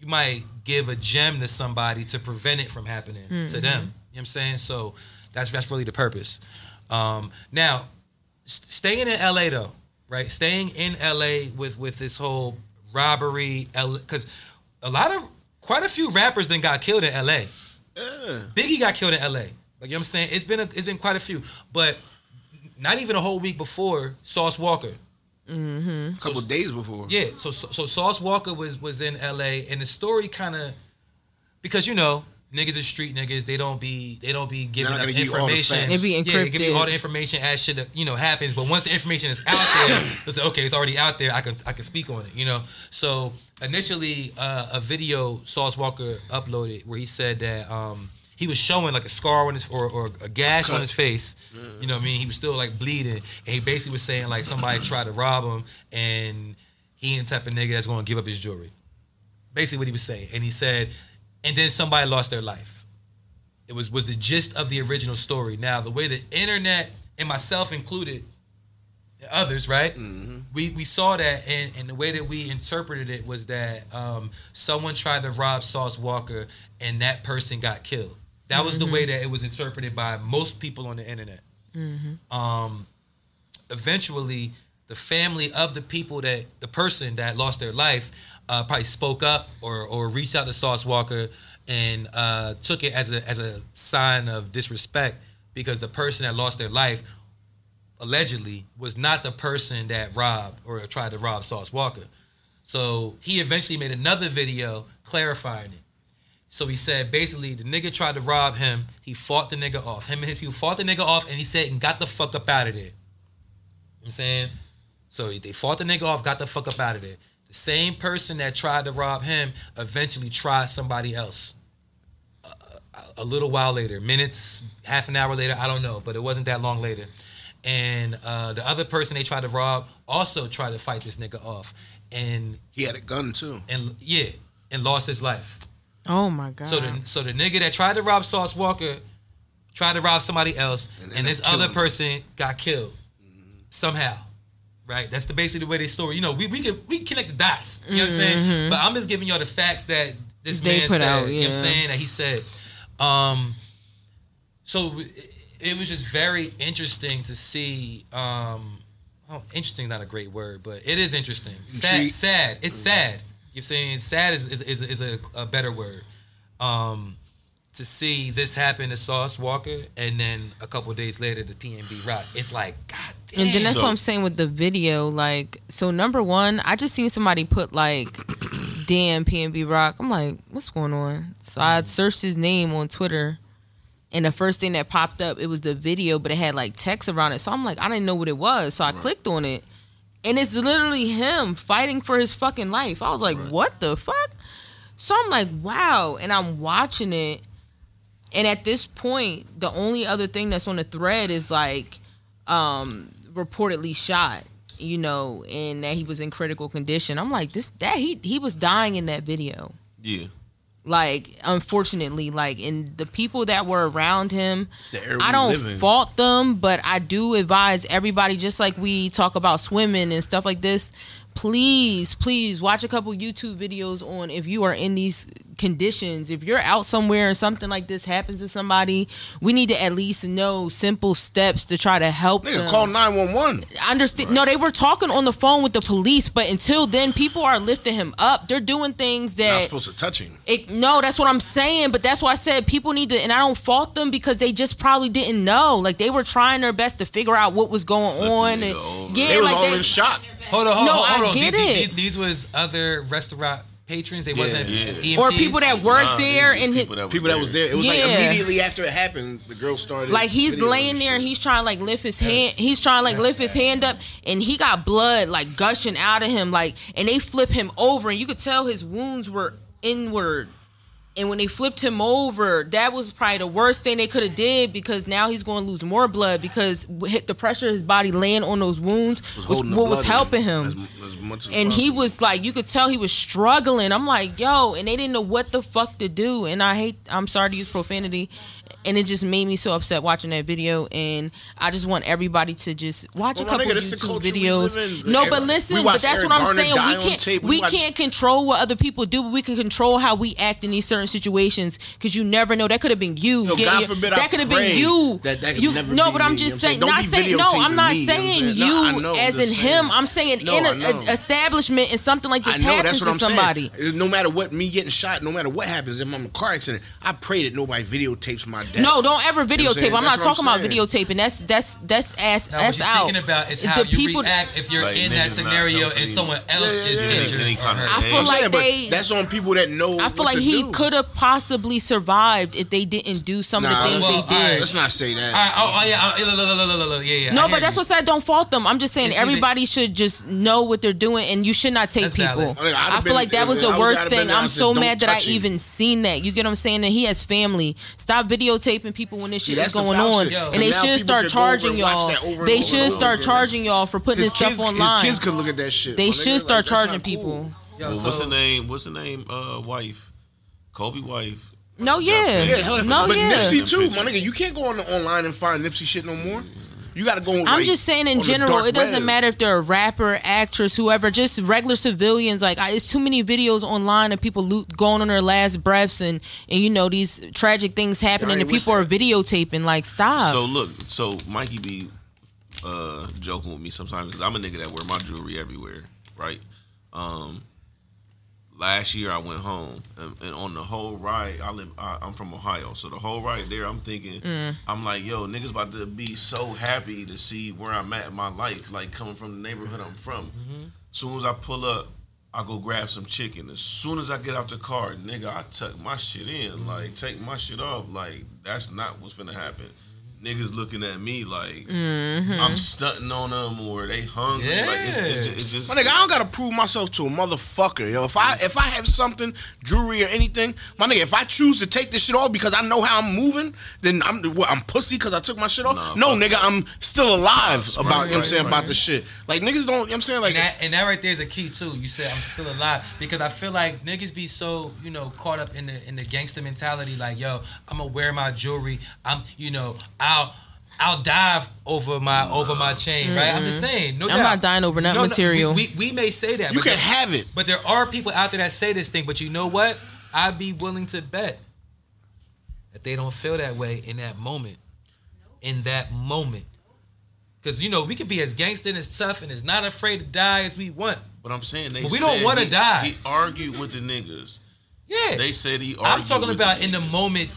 Speaker 1: you might give a gem to somebody to prevent it from happening to them. You know what I'm saying? So that's that's really the purpose. Um, now, s- staying in LA though, right? Staying in LA with with this whole robbery, because a lot of quite a few rappers then got killed in LA. Biggie got killed in LA. Like you know what I'm saying? It's been a, it's been quite a few, but not even a whole week before Sauce Walker.
Speaker 3: A couple days before.
Speaker 1: Yeah, so so, so Sauce Walker was was in L.A. and the story kind of because you know niggas is street niggas. They don't be they don't be giving
Speaker 3: not
Speaker 1: up
Speaker 3: gonna give you all the
Speaker 1: information.
Speaker 3: facts.
Speaker 4: They be
Speaker 1: Yeah, they give you
Speaker 4: encrypted.
Speaker 1: all the information as shit you know happens. But once the information is out there, it's like, okay, it's already out there. I can I can speak on it. You know. So initially, uh, a video Sauce Walker uploaded where he said that. Um, he was showing like a scar on his or, or a gash on
Speaker 3: Cut.
Speaker 1: his face. You know what I mean? He was still like bleeding. And he basically was saying like somebody tried to rob him and he ain't the type of nigga that's gonna give up his jewelry. Basically what he was saying. And he said, and then somebody lost their life. It was was the gist of the original story. Now the way the internet and myself included and others, right? We we saw that, and, and the way that we interpreted it was that um, someone tried to rob Sauce Walker, and that person got killed. That was the way that it was interpreted by most people on the internet. Um, eventually, the family of the people that the person that lost their life uh, probably spoke up or or reached out to Sauce Walker and uh, took it as a as a sign of disrespect because the person that lost their life allegedly was not the person that robbed or tried to rob Sauce Walker. So he eventually made another video clarifying it. So he said basically the nigga tried to rob him. He fought the nigga off. Him and his people fought the nigga off and he said and got the fuck up out of there. You know what I'm saying So they fought the nigga off, got the fuck up out of there. The same person that tried to rob him eventually tried somebody else. A, a, a little while later, minutes, half an hour later, I don't know, but it wasn't that long later. And uh, the other person they tried to rob also tried to fight this nigga off, and
Speaker 3: He had a gun too.
Speaker 1: and yeah, and lost his life.
Speaker 4: Oh my god.
Speaker 1: So the so the nigga that tried to rob Sauce Walker tried to rob somebody else, and,
Speaker 3: ended up
Speaker 1: this other
Speaker 3: killing him.
Speaker 1: person got killed somehow. Right? That's the basically the way they story. You know, we we can we can connect the dots. You know what I'm saying? But I'm just giving y'all the facts that this
Speaker 4: Mm-hmm. They
Speaker 1: man
Speaker 4: put
Speaker 1: said.
Speaker 4: out,
Speaker 1: You know what I'm
Speaker 4: yeah.
Speaker 1: saying? That he said. Um so w- it was just very interesting to see um oh, interesting not a great word but it is interesting sad
Speaker 3: Intrigued.
Speaker 1: sad it's sad you're saying sad is is, is, is a, a better word um to see this happen to Sauce Walker and then a couple days later the PNB rock it's like god damn
Speaker 4: And then that's
Speaker 2: So-
Speaker 4: what I'm saying with the video. Like, so number one, I just seen somebody put like, "Damn PNB Rock." I'm like, "What's going on?" So I searched his name on Twitter, and the first thing that popped up it was the video, but it had like text around it. So I'm like, I didn't know what it was, so I clicked on it, and it's literally him fighting for his fucking life. I was like, "What the fuck?" So I'm like, "Wow!" And I'm watching it, and at this point, the only other thing that's on the thread is like um reportedly shot you know and that he was in critical condition i'm like this that he he was dying in that video
Speaker 2: Yeah.
Speaker 4: like unfortunately like and the people that were around him
Speaker 3: It's the era
Speaker 4: i
Speaker 3: we
Speaker 4: don't
Speaker 3: live in.
Speaker 4: fault them but i do advise everybody just like we talk about swimming and stuff like this please please watch a couple youtube videos on if you are in these conditions if you're out somewhere and something like this happens to somebody we need to at least know simple steps to try to help
Speaker 3: Nigga,
Speaker 4: them
Speaker 3: call nine one one.
Speaker 4: I understand. No, they were talking on the phone with the police, but until then, people are lifting him up. They're doing things
Speaker 3: Not
Speaker 4: that.
Speaker 3: supposed to touch him.
Speaker 4: It, no, that's what I'm saying, but that's why I said people need to, and I don't fault them because they just probably didn't know. Like they were trying their best to figure out what was going
Speaker 2: Flipping
Speaker 4: on,
Speaker 2: it
Speaker 4: and
Speaker 2: over.
Speaker 4: yeah,
Speaker 3: They was
Speaker 4: like
Speaker 3: all
Speaker 4: they,
Speaker 3: in shock.
Speaker 1: hold on hold
Speaker 4: No,
Speaker 1: on hold
Speaker 4: I
Speaker 1: on
Speaker 4: get
Speaker 1: these, these-
Speaker 4: it.
Speaker 1: These, these was other restaurant patrons they wasn't E
Speaker 2: Yeah.
Speaker 1: EMTs.
Speaker 4: or people that work
Speaker 2: Nah,
Speaker 4: there,
Speaker 2: these
Speaker 4: and hi-
Speaker 2: people that was
Speaker 3: People that was there. It was
Speaker 4: Yeah.
Speaker 3: like immediately after it happened, the girl started.
Speaker 4: like he's
Speaker 3: videoing
Speaker 4: laying there
Speaker 3: shit.
Speaker 4: and he's trying to like lift his hand
Speaker 3: That's-
Speaker 4: he's trying to like
Speaker 3: that's
Speaker 4: lift his
Speaker 3: sad.
Speaker 4: hand up and he got blood like gushing out of him like and they flip him over and you could tell his wounds were inward and when they flipped him over that was probably the worst thing they could have did because now he's going to lose more blood because w- hit the pressure of his body laying on those wounds was,
Speaker 3: holding the
Speaker 4: what was
Speaker 3: blood in
Speaker 4: helping him
Speaker 3: as mu- as much as
Speaker 4: and he
Speaker 3: possible.
Speaker 4: was like you could tell he was struggling i'm like yo and they didn't know what the fuck to do and i hate i'm sorry to use profanity and it just made me so upset watching that video and i just want everybody to just watch
Speaker 3: Well,
Speaker 4: a
Speaker 3: my
Speaker 4: couple
Speaker 3: nigga, this the
Speaker 4: youtube
Speaker 3: culture we
Speaker 4: videos
Speaker 3: live in.
Speaker 4: no
Speaker 3: Eric-
Speaker 4: but
Speaker 3: we
Speaker 4: listen but
Speaker 3: watched
Speaker 4: that's
Speaker 3: Eric
Speaker 4: what i'm
Speaker 3: Garner
Speaker 4: saying
Speaker 3: die
Speaker 4: we
Speaker 3: on
Speaker 4: can't
Speaker 3: tape.
Speaker 4: we,
Speaker 3: We watched-
Speaker 4: can't control what other people do but we can control how we act in these certain situations because you never know that could have been you
Speaker 3: Yo,
Speaker 4: getting
Speaker 3: God
Speaker 4: your-
Speaker 3: forbid, I
Speaker 4: that could have been
Speaker 3: pray
Speaker 4: you
Speaker 3: that that could
Speaker 4: you
Speaker 3: never
Speaker 4: no
Speaker 3: be
Speaker 4: but i'm
Speaker 3: me,
Speaker 4: just
Speaker 3: you
Speaker 4: saying
Speaker 3: know what
Speaker 4: not
Speaker 3: I'm saying?
Speaker 4: saying
Speaker 3: Don't
Speaker 4: no
Speaker 3: be
Speaker 4: i'm not
Speaker 3: videotaping me, you know
Speaker 4: saying
Speaker 3: what I'm saying?
Speaker 4: you
Speaker 3: No, I know,
Speaker 4: as
Speaker 3: I'm
Speaker 4: in
Speaker 3: just
Speaker 4: him
Speaker 3: saying.
Speaker 4: i'm saying
Speaker 3: No,
Speaker 4: in
Speaker 3: I know.
Speaker 4: an establishment and something like
Speaker 3: I
Speaker 4: this
Speaker 3: know
Speaker 4: happens
Speaker 3: that's
Speaker 4: to
Speaker 3: what I'm
Speaker 4: somebody
Speaker 3: saying. No matter what, me getting shot, no matter what happens, if I'm in a car accident, I pray that nobody videotapes my death.
Speaker 4: No, don't ever
Speaker 3: know what I'm
Speaker 4: videotape.
Speaker 3: saying?
Speaker 4: I'm not
Speaker 3: That's what
Speaker 4: talking
Speaker 3: I'm
Speaker 4: about
Speaker 3: saying.
Speaker 4: videotaping. That's that's that's ass
Speaker 1: Now, what
Speaker 4: that's
Speaker 1: you're
Speaker 4: out.
Speaker 1: thinking about is
Speaker 4: It's
Speaker 1: how
Speaker 4: the
Speaker 1: you
Speaker 4: people-
Speaker 1: react if you're
Speaker 2: Like,
Speaker 1: in
Speaker 2: niggas
Speaker 1: that
Speaker 2: not
Speaker 1: scenario
Speaker 2: helping
Speaker 1: and someone else
Speaker 3: Yeah,
Speaker 1: is
Speaker 3: yeah, yeah.
Speaker 1: injured.
Speaker 2: Any
Speaker 1: or
Speaker 2: kind of
Speaker 1: hurt.
Speaker 4: I
Speaker 2: thing.
Speaker 4: feel
Speaker 3: I'm
Speaker 4: like
Speaker 3: saying, but
Speaker 4: they-
Speaker 3: That's on people that know.
Speaker 4: I feel like he could have possibly survived if they didn't do some of
Speaker 3: Nah,
Speaker 4: the things
Speaker 1: well,
Speaker 4: they did.
Speaker 1: alright.
Speaker 3: Let's not say
Speaker 1: All
Speaker 3: that.
Speaker 1: right, oh, oh yeah, oh, look, look, look, look, look, yeah, yeah. I
Speaker 4: No,
Speaker 1: hear
Speaker 4: but that's
Speaker 1: you.
Speaker 4: what's said. Don't fault them. I'm just saying
Speaker 1: It's either-
Speaker 4: everybody should just know what they're doing, and you should not take
Speaker 1: That's
Speaker 4: people.
Speaker 1: valid.
Speaker 3: I mean, I'd have
Speaker 4: I feel
Speaker 3: been-
Speaker 4: like that was
Speaker 3: I
Speaker 4: the
Speaker 3: would- I'd
Speaker 4: worst
Speaker 3: have been
Speaker 4: thing.
Speaker 3: there, I
Speaker 4: I'm
Speaker 3: said,
Speaker 4: so
Speaker 3: "Don't
Speaker 4: mad that I
Speaker 3: touch him."
Speaker 4: even seen that. You get what I'm saying? And he has family. Stop videotaping people when this shit
Speaker 3: that's
Speaker 4: is
Speaker 3: the
Speaker 4: going
Speaker 3: foul
Speaker 4: on,
Speaker 3: shit. Yo.
Speaker 4: and they
Speaker 3: And now
Speaker 4: should
Speaker 3: people
Speaker 4: start
Speaker 3: could go over and
Speaker 4: charging
Speaker 3: watch
Speaker 4: y'all.
Speaker 3: that over and
Speaker 4: They
Speaker 3: over
Speaker 4: should
Speaker 3: and
Speaker 4: start
Speaker 3: over.
Speaker 4: charging y'all for putting this
Speaker 3: His
Speaker 4: stuff
Speaker 3: kids,
Speaker 4: online.
Speaker 3: his kids could look at that shit.
Speaker 4: They
Speaker 3: my
Speaker 4: should
Speaker 3: nigga.
Speaker 4: start
Speaker 3: Like, that's not
Speaker 4: charging
Speaker 3: cool.
Speaker 4: people.
Speaker 1: Yo,
Speaker 2: Well,
Speaker 1: so-
Speaker 2: what's the name? What's the name? Uh, wife, Kobe wife.
Speaker 4: No, yeah,
Speaker 2: Yeah,
Speaker 3: hell,
Speaker 4: no,
Speaker 3: but
Speaker 4: yeah.
Speaker 3: Nipsey too, my nigga. You can't go on the online and find Nipsey shit no more. You got to go.
Speaker 4: I'm
Speaker 3: like,
Speaker 4: just saying
Speaker 3: on
Speaker 4: in
Speaker 3: the
Speaker 4: general,
Speaker 3: dark
Speaker 4: it doesn't
Speaker 3: web.
Speaker 4: matter if they're a rapper, actress, whoever, just regular civilians. Like, I, it's too many videos online of people lo- going on their last breaths and and you know these tragic things happening
Speaker 3: ain't
Speaker 4: and
Speaker 3: with
Speaker 4: people are videotaping. Like, stop.
Speaker 2: So look, so Mikey be uh, joking with me sometimes because I'm a nigga that wear my jewelry everywhere, right? Um, last year I went home and, and on the whole ride, I live, I, I'm from Ohio, so the whole ride there, I'm thinking, I'm like, yo, niggas about to be so happy to see where I'm at in my life, like coming from the neighborhood I'm from. Soon as I pull up, I go grab some chicken. As soon as I get out the car,
Speaker 1: Mm-hmm.
Speaker 2: nigga, I tuck my shit in, like take my shit off. Like that's not what's gonna happen.
Speaker 1: Mm-hmm.
Speaker 2: niggas looking at me like I'm stunting on them or they hungry. Like it's, it's just, it's just
Speaker 3: My nigga, I don't gotta prove myself to a motherfucker, yo. If I if I have something, jewelry or anything, my nigga, if I choose to take this shit off because I know how I'm moving, then I'm what, I'm pussy because I took my shit off.
Speaker 2: Nah,
Speaker 3: no,
Speaker 2: fuck
Speaker 3: nigga, I'm still alive
Speaker 2: That's
Speaker 3: about you
Speaker 2: right,
Speaker 3: know what I'm
Speaker 2: right,
Speaker 3: saying about
Speaker 2: right.
Speaker 3: the shit. Like niggas don't, you know what I'm saying like
Speaker 1: And that, and that right there is a key too. You said I'm still alive because I feel like niggas be so you know caught up in the in the gangster mentality. Like yo, I'm gonna wear my jewelry. I'm you know I'll I'll dive over my over my chain. Right? I'm just saying. No,
Speaker 4: Mm-hmm. I'm
Speaker 1: doubt.
Speaker 4: not dying over that
Speaker 1: No, no,
Speaker 4: material.
Speaker 1: we, we we may say that.
Speaker 3: you
Speaker 1: but
Speaker 3: can
Speaker 1: there-
Speaker 3: have it.
Speaker 1: But there are people out there that say this thing. But you know what? I'd be willing to bet that they don't feel that way in that moment. In that moment. Because, you know, we can be as gangster and as tough and as not afraid to die as we want.
Speaker 2: But I'm saying they.
Speaker 1: But we don't
Speaker 2: said
Speaker 1: wanna
Speaker 2: he-
Speaker 1: die.
Speaker 2: He argued with the niggas.
Speaker 1: Yeah.
Speaker 2: They said he. Argued
Speaker 1: I'm talking
Speaker 2: with
Speaker 1: about
Speaker 2: the
Speaker 1: in the
Speaker 2: niggas.
Speaker 1: moment.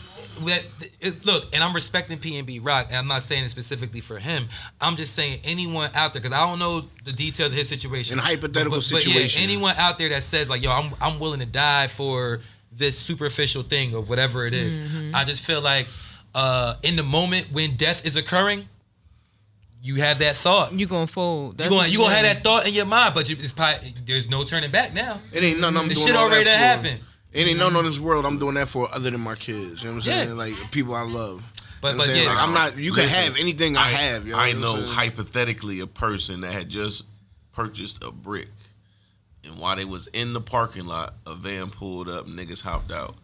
Speaker 1: That it, look, and I'm respecting PNB Rock, and I'm not saying it specifically for him. I'm just saying anyone out there because I don't know the details of his situation.
Speaker 3: In a hypothetical situation.
Speaker 1: yeah, anyone out there that says like, "Yo, I'm I'm willing to die for this superficial thing or whatever it is," I just feel like uh, in the moment when death is occurring, you have that thought. You
Speaker 4: You gonna fold? That's
Speaker 1: gonna
Speaker 4: what
Speaker 1: you gonna have
Speaker 4: saying.
Speaker 1: that thought in your mind, but you, it's probably, there's no turning back now.
Speaker 3: It ain't nothing I'm
Speaker 1: The
Speaker 3: doing.
Speaker 1: shit
Speaker 3: all
Speaker 1: already done
Speaker 3: that for.
Speaker 1: happened.
Speaker 3: It ain't nothing on this world I'm doing that for other than my kids. You know what I'm saying?
Speaker 1: Yeah.
Speaker 3: Like people I love.
Speaker 1: But- but
Speaker 3: you know what I'm saying?
Speaker 1: yeah.
Speaker 3: like, I'm not. You can
Speaker 2: Listen,
Speaker 3: have anything I, have. You know
Speaker 2: I
Speaker 3: what I'm
Speaker 2: know
Speaker 3: saying?
Speaker 2: hypothetically a person that had just purchased a brick, and while they was in the parking lot, a van pulled up, niggas hopped out.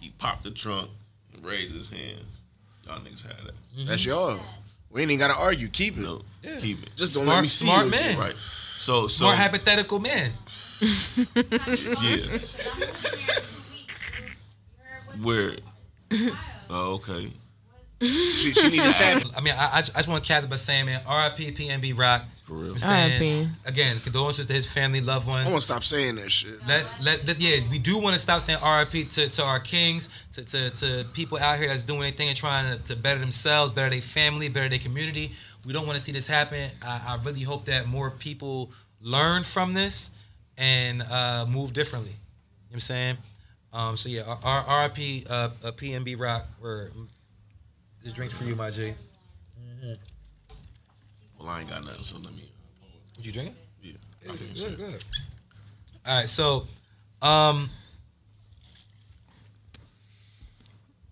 Speaker 2: He popped the trunk and raised his hands. Y'all niggas had that.
Speaker 3: That's y'all. We ain't even gotta argue. Keep it.
Speaker 2: No, keep it.
Speaker 3: Just don't
Speaker 1: Smart,
Speaker 3: let me see
Speaker 1: smart
Speaker 3: you.
Speaker 1: man,
Speaker 2: right. So, so
Speaker 1: smart hypothetical man.
Speaker 2: yeah.
Speaker 5: I'm moving there in two weeks. You heard what-
Speaker 2: Where? Oh, okay.
Speaker 3: She, she need to tap.
Speaker 1: I mean, I, I just, I just want to cap it by saying, man, RIP PNB Rock.
Speaker 2: For real.
Speaker 1: I'm saying,
Speaker 4: R.I.P..
Speaker 1: Again, condolences to his family, loved
Speaker 3: I
Speaker 1: ones.
Speaker 3: want to stop saying that shit.
Speaker 1: Let's let that, yeah, we do want to stop saying RIP to, to our kings, to, to to people out here that's doing anything and trying to, to better themselves, better their family, better their community. We don't want to see this happen. I, I really hope that more people learn from this and uh, move differently. You know what I'm saying? Um, so yeah, our our RIP uh, uh, PNB Rock. Or this drink's for you, my G.
Speaker 2: Well, I ain't got nothing, so let me.
Speaker 1: Would you drink it?
Speaker 2: Yeah. I think so.
Speaker 1: All right, so um,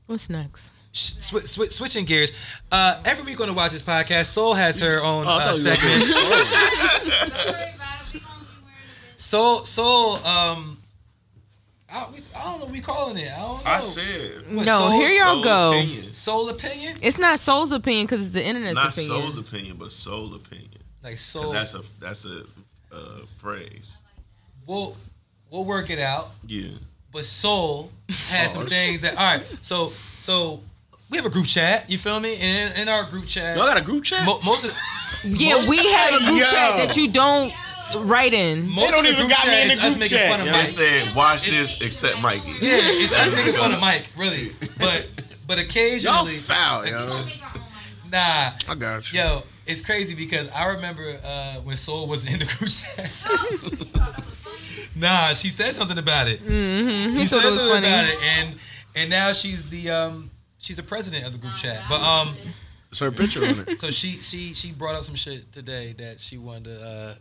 Speaker 4: What's next?
Speaker 1: sh- swi- swi- switching gears. Uh, every week on the Watch This podcast, Soul has her own
Speaker 3: Oh,
Speaker 1: uh, segment.
Speaker 5: Don't worry about it. We gonna be wearing it.
Speaker 1: Soul, Soul. Um, I, we, I don't know. What we calling it? I don't know.
Speaker 2: I said.
Speaker 1: What,
Speaker 4: no,
Speaker 1: soul-
Speaker 4: Oh. here y'all
Speaker 2: soul
Speaker 4: go.
Speaker 2: opinion.
Speaker 1: Soul opinion,
Speaker 4: It's not Soul's opinion because it's the internet's
Speaker 2: Not
Speaker 4: opinion.
Speaker 2: soul's opinion, but soul opinion.
Speaker 1: like
Speaker 2: Cause
Speaker 1: soul.
Speaker 2: that's a that's a uh, phrase.
Speaker 1: We'll we'll work it out.
Speaker 2: Yeah.
Speaker 1: But soul has
Speaker 3: Oh,
Speaker 1: some
Speaker 2: Pause.
Speaker 1: things that. All right, so so we have a group chat. You feel me? And in, in our group chat,
Speaker 3: Y'all got a group chat?
Speaker 1: mo- most of
Speaker 4: yeah, we have a group
Speaker 3: Yo.
Speaker 4: chat that you don't
Speaker 5: Oh,
Speaker 4: write in.
Speaker 1: most
Speaker 3: don't
Speaker 1: of the
Speaker 3: even
Speaker 1: group
Speaker 3: got me
Speaker 1: chat
Speaker 3: in the
Speaker 1: is us
Speaker 3: group
Speaker 1: making
Speaker 3: chat,
Speaker 1: fun of
Speaker 3: yo.
Speaker 2: They
Speaker 1: Mike.
Speaker 2: said watch this except Mikey.
Speaker 1: Yeah, it's us
Speaker 2: That's
Speaker 1: making fun
Speaker 2: what
Speaker 1: of Mike, really. But but
Speaker 3: Y'all
Speaker 1: occasionally,
Speaker 3: foul, yo.
Speaker 5: Don't make our own money.
Speaker 1: nah,
Speaker 3: I got you.
Speaker 1: yo, it's crazy because I remember uh, when Soul was in the group chat. nah, she said something about it. She
Speaker 4: Mm-hmm. He
Speaker 1: said
Speaker 4: thought it was
Speaker 1: something
Speaker 4: funny.
Speaker 1: about it, and and now she's the um she's the president of the group chat. But um,
Speaker 3: It's her picture on it.
Speaker 1: so she she she brought up some shit today that she wanted to uh,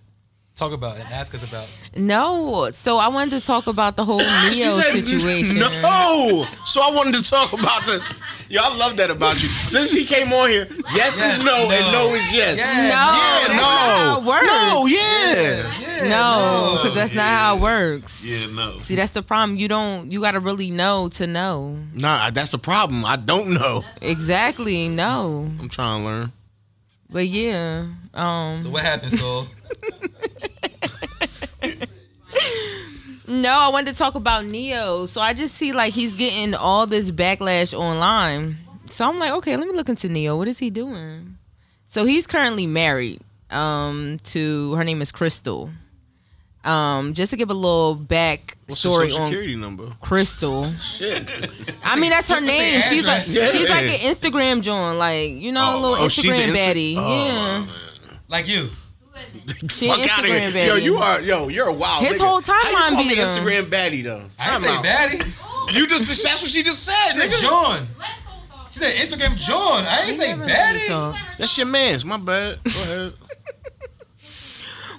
Speaker 1: talk about and ask us about.
Speaker 4: No, so I wanted to talk about the whole Neo situation.
Speaker 3: No. So I wanted to talk about the. Yo, I love that about you. Since she came on here, yes,
Speaker 1: Yes,
Speaker 3: is no, and
Speaker 1: no.
Speaker 3: no is yes.
Speaker 1: Yeah.
Speaker 4: No,
Speaker 3: Yeah,
Speaker 4: that's
Speaker 3: no.
Speaker 4: not how it works.
Speaker 3: No, yeah.
Speaker 1: Yeah,
Speaker 4: No, because that's
Speaker 2: yeah.
Speaker 4: not how it works.
Speaker 2: Yeah, no.
Speaker 4: See, that's the problem. You don't. You got to really know to know.
Speaker 3: Nah, that's the problem. I don't know.
Speaker 4: Exactly. No.
Speaker 3: I'm trying to learn.
Speaker 4: But yeah. Um.
Speaker 1: So what happened, Soul?
Speaker 4: No, I wanted to talk about Neo. So I just see like he's getting all this backlash online. So I'm like, okay, let me look into Neo. What is he doing? So he's currently married um to her name is Crystal. Um just to give a little back story on
Speaker 3: number?
Speaker 4: Crystal. I mean, that's her name. She's like
Speaker 1: address. Yeah.
Speaker 4: she's like an Instagram John, like you know, a
Speaker 2: Oh,
Speaker 4: little
Speaker 3: oh, she's
Speaker 4: Instagram
Speaker 3: an Insta-
Speaker 4: baddie. yeah,
Speaker 1: Like you.
Speaker 4: she an
Speaker 3: Fuck out of
Speaker 4: Instagram
Speaker 3: here.
Speaker 4: baddie.
Speaker 3: Yo, you are yo, you're a wild.
Speaker 4: His
Speaker 3: nigga.
Speaker 4: whole
Speaker 3: How you
Speaker 4: timeline
Speaker 3: call me
Speaker 4: beat him.
Speaker 3: Instagram baddie though.
Speaker 1: I didn't
Speaker 3: Time
Speaker 1: say
Speaker 3: out.
Speaker 1: daddy.
Speaker 3: You just that's what she just said,
Speaker 1: I said
Speaker 3: nigga.
Speaker 1: John.
Speaker 5: Let's all talk.
Speaker 1: She She said Instagram John. I ain't say Betty.
Speaker 4: So-
Speaker 3: That's your man's. My bad. Go ahead.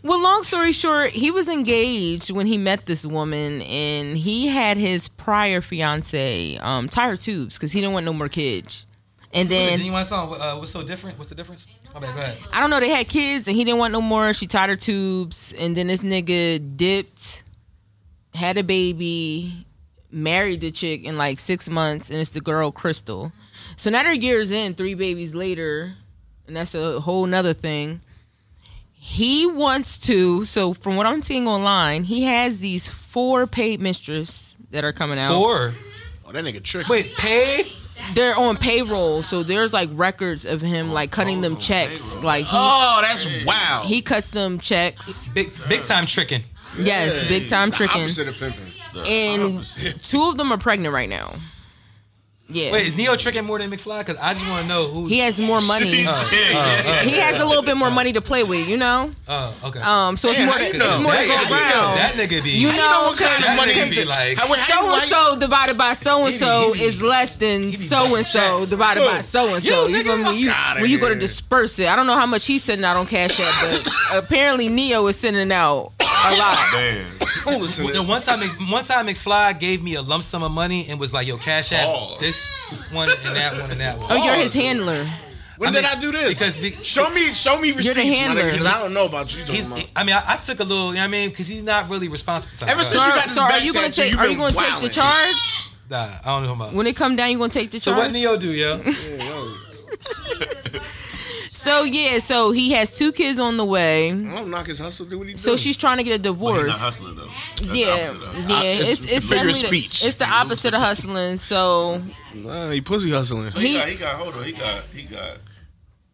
Speaker 4: Well, long story short, he was engaged when he met this woman, and he had his prior fiance um, tie her tubes because he didn't want no more kids. And
Speaker 1: The
Speaker 4: then
Speaker 1: genuine song. Uh, what's so different? What's the difference? My bad. Go ahead.
Speaker 4: I don't know, they had kids, and he didn't want no more. She tied her tubes, and then this nigga dipped, had a baby, married the chick in like six months, and it's the girl Crystal. So now they're years in, three babies later, and that's a whole nother thing. He wants to, so from what I'm seeing online, he has these four paid mistress that are coming out.
Speaker 1: Four.
Speaker 3: Oh, that nigga trick.
Speaker 1: Wait, paid.
Speaker 4: They're on payroll, so there's like records of him like cutting them
Speaker 2: on
Speaker 4: checks.
Speaker 2: payroll.
Speaker 4: Like he,
Speaker 3: Oh, that's wow.
Speaker 4: he cuts them checks.
Speaker 1: Big big time tricking.
Speaker 4: Yes, big time tricking.
Speaker 3: Opposite of pimping.
Speaker 4: And two of them are pregnant right now. Yeah.
Speaker 1: Wait, is Neo tricking more than McFly? Because I just want to know who.
Speaker 4: he has more money. He has a little bit more money to play with, you know?
Speaker 1: Oh, okay.
Speaker 4: Um, so it's
Speaker 3: Yeah,
Speaker 4: more
Speaker 3: how
Speaker 4: to,
Speaker 3: you
Speaker 4: it's
Speaker 3: know?
Speaker 4: more to
Speaker 3: Hey, how
Speaker 4: go
Speaker 3: you know?
Speaker 4: around.
Speaker 1: that nigga be.
Speaker 4: You know,
Speaker 1: that
Speaker 3: money
Speaker 1: nigga
Speaker 3: he
Speaker 1: be like.
Speaker 3: How- how you
Speaker 4: So and
Speaker 3: like-
Speaker 4: so divided by so and so
Speaker 1: He be- he be-
Speaker 4: is less than
Speaker 1: be
Speaker 4: so and so
Speaker 1: buying
Speaker 4: divided by
Speaker 3: Yo,
Speaker 4: so and
Speaker 1: yo,
Speaker 4: so. You
Speaker 1: nigga,
Speaker 4: gonna- when you
Speaker 3: outta
Speaker 4: when you go to
Speaker 3: here.
Speaker 4: disperse it, I don't know how much he's sending out on Cash App, but apparently Neo is sending out a lot.
Speaker 2: Man,
Speaker 3: Don't listen to
Speaker 1: The one time, one time McFly gave me a lump sum of money and was like, "Yo, cash app
Speaker 2: Pause.
Speaker 1: this one and that one and that one."
Speaker 4: Oh, you're his handler.
Speaker 3: When
Speaker 1: I
Speaker 3: did
Speaker 1: mean,
Speaker 3: I do this?
Speaker 1: because be-
Speaker 3: show me, show me receipts, my
Speaker 4: handler.
Speaker 3: nigga, 'cause I don't know about you. Talking
Speaker 1: He's,
Speaker 3: about.
Speaker 1: I mean, I, I took a little, you know what I mean? Because he's not really responsible. Sorry,
Speaker 3: Ever
Speaker 1: go
Speaker 3: since
Speaker 1: ahead.
Speaker 3: you got this
Speaker 4: So are
Speaker 3: back
Speaker 4: you gonna
Speaker 3: tattoo, you
Speaker 4: take are you
Speaker 3: been
Speaker 4: gonna take the
Speaker 3: wildin'.
Speaker 4: charge?
Speaker 1: Nah, I don't know about.
Speaker 4: When it come down, you gonna take the
Speaker 1: So
Speaker 4: charge.
Speaker 1: what Neo do, yo?
Speaker 4: So yeah, so he has two kids on the way.
Speaker 3: I don't knock his hustle. Do what he
Speaker 4: So
Speaker 3: do.
Speaker 4: she's trying to get a
Speaker 2: he's not
Speaker 4: divorce.
Speaker 2: hustling though. That's the
Speaker 4: yeah,
Speaker 2: opposite of
Speaker 4: yeah,
Speaker 2: hustling.
Speaker 4: it's it's,
Speaker 3: it's figure of
Speaker 4: definitely
Speaker 3: speech.
Speaker 4: The, it's the opposite of hustling. So
Speaker 3: Nah, he pussy hustling.
Speaker 2: He,
Speaker 4: He-
Speaker 2: got, he got, hold on, he got, he got,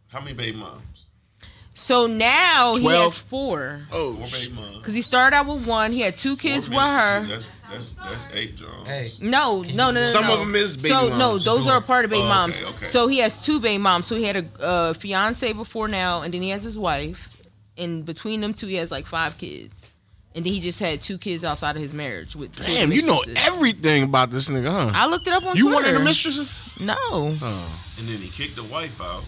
Speaker 2: how many baby moms?
Speaker 4: so now he
Speaker 3: Twelve.
Speaker 4: has four
Speaker 3: Oh,
Speaker 2: Four baby moms.
Speaker 4: because he started out with one. He had two kids
Speaker 2: Four
Speaker 4: with her.
Speaker 2: mistresses. That's, that's, that's eight, John.
Speaker 1: hey,
Speaker 4: No, no, no, no.
Speaker 3: Some
Speaker 4: no.
Speaker 3: of 'em is baby
Speaker 4: so no,
Speaker 3: moms.
Speaker 4: those are a part of baby
Speaker 2: Oh, okay,
Speaker 4: moms.
Speaker 2: okay.
Speaker 4: So he has two baby moms. So he had a uh, fiance before now, and then he has his wife. And between them two, he has like five kids. And then he just had two kids outside of his marriage with. two of the
Speaker 3: damn, you know
Speaker 4: mistresses.
Speaker 3: everything about this nigga, huh?
Speaker 4: I looked it up on
Speaker 3: You
Speaker 4: Twitter.
Speaker 3: wanted a mistress?
Speaker 4: No.
Speaker 2: And then he kicked the wife out.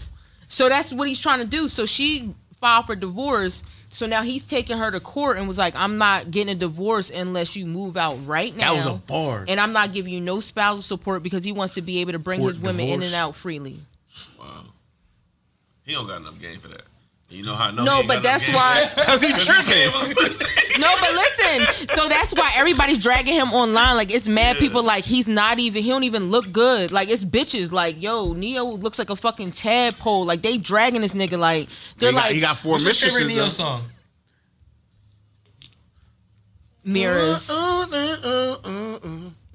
Speaker 4: So that's what he's trying to do. So she filed for divorce. So now he's taking her to court and was like, "I'm not getting a divorce unless you move out right now."
Speaker 3: That was a bar.
Speaker 4: And I'm not giving you no spousal support because he wants to be able to bring
Speaker 3: Court
Speaker 4: his women in
Speaker 3: divorce.
Speaker 4: and out freely.
Speaker 2: Wow. He don't got enough game for that. And you know how I know he
Speaker 4: No,
Speaker 2: ain't
Speaker 4: but
Speaker 2: got enough
Speaker 4: that's
Speaker 2: game
Speaker 4: why.
Speaker 3: Cause he tripping.
Speaker 2: for that?
Speaker 4: No, but listen. So that's why everybody's dragging him online. Like it's mad
Speaker 2: Yeah.
Speaker 4: people. Like he's not even. He don't even look good. Like it's bitches. Like yo, Neo looks like a fucking tadpole. Like they dragging this nigga. Like they're
Speaker 3: He got,
Speaker 4: like
Speaker 3: he got four
Speaker 1: what's your favorite
Speaker 3: mistresses.
Speaker 1: Neo
Speaker 3: though.
Speaker 1: song?
Speaker 3: Uh,
Speaker 4: mirrors.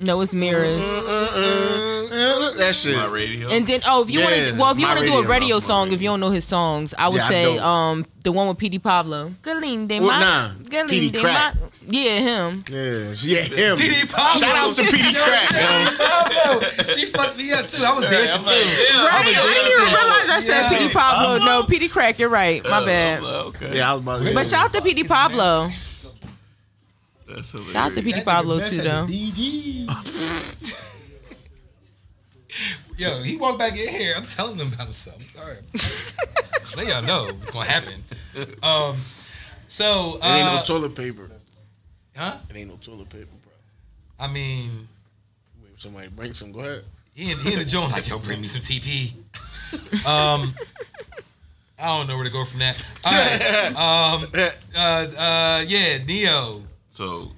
Speaker 4: No, it's mirrors.
Speaker 3: uh, That shit.
Speaker 2: My radio.
Speaker 4: And then oh, if you want
Speaker 3: Yeah,
Speaker 4: to well, if you
Speaker 3: my
Speaker 4: want to do a
Speaker 3: radio,
Speaker 4: radio
Speaker 3: my
Speaker 4: song, if you don't know his songs, I would
Speaker 3: Yeah, I
Speaker 4: say
Speaker 3: don't.
Speaker 4: um the one with P.D. Pablo. Galinde
Speaker 3: Well,
Speaker 4: ma-
Speaker 3: nah,
Speaker 4: Galinde
Speaker 3: P.D.
Speaker 4: ma-
Speaker 3: Crack.
Speaker 4: Yeah, him.
Speaker 3: Yes, yeah, him.
Speaker 1: P.D. Pablo.
Speaker 3: Shout outs to PD Crack, yo.
Speaker 1: Pablo. She fucked me up too. I was
Speaker 2: Hey, I'm
Speaker 1: dancing
Speaker 2: like,
Speaker 1: too.
Speaker 2: yeah,
Speaker 4: Right, I didn't even realize I said
Speaker 1: Yeah.
Speaker 4: P.D. Pablo.
Speaker 3: Uh-huh.
Speaker 4: No, P.D. Crack. You're right. My
Speaker 2: I'm
Speaker 4: bad.
Speaker 2: like, Okay.
Speaker 3: Uh, Yeah, I was about to.
Speaker 4: But shout out to P.D. Pablo.
Speaker 2: That's hilarious.
Speaker 4: Shout out to P.D.
Speaker 1: That nigga
Speaker 4: Pablo
Speaker 1: mad
Speaker 4: too,
Speaker 1: at
Speaker 4: though.
Speaker 1: Yo, he walked back in here. I'm telling them about himself. I'm sorry. Let y'all know what's gonna happen. Um, so
Speaker 3: It ain't no
Speaker 1: uh,
Speaker 3: toilet paper.
Speaker 1: huh?
Speaker 3: It ain't no toilet paper, bro.
Speaker 1: I mean,
Speaker 3: Wait, somebody bring some. Go ahead.
Speaker 1: he and he and the Joan like, yo, bring me some TP. Um, I don't know where to go from that. All right. Um, uh, uh, yeah, Neo.
Speaker 2: So,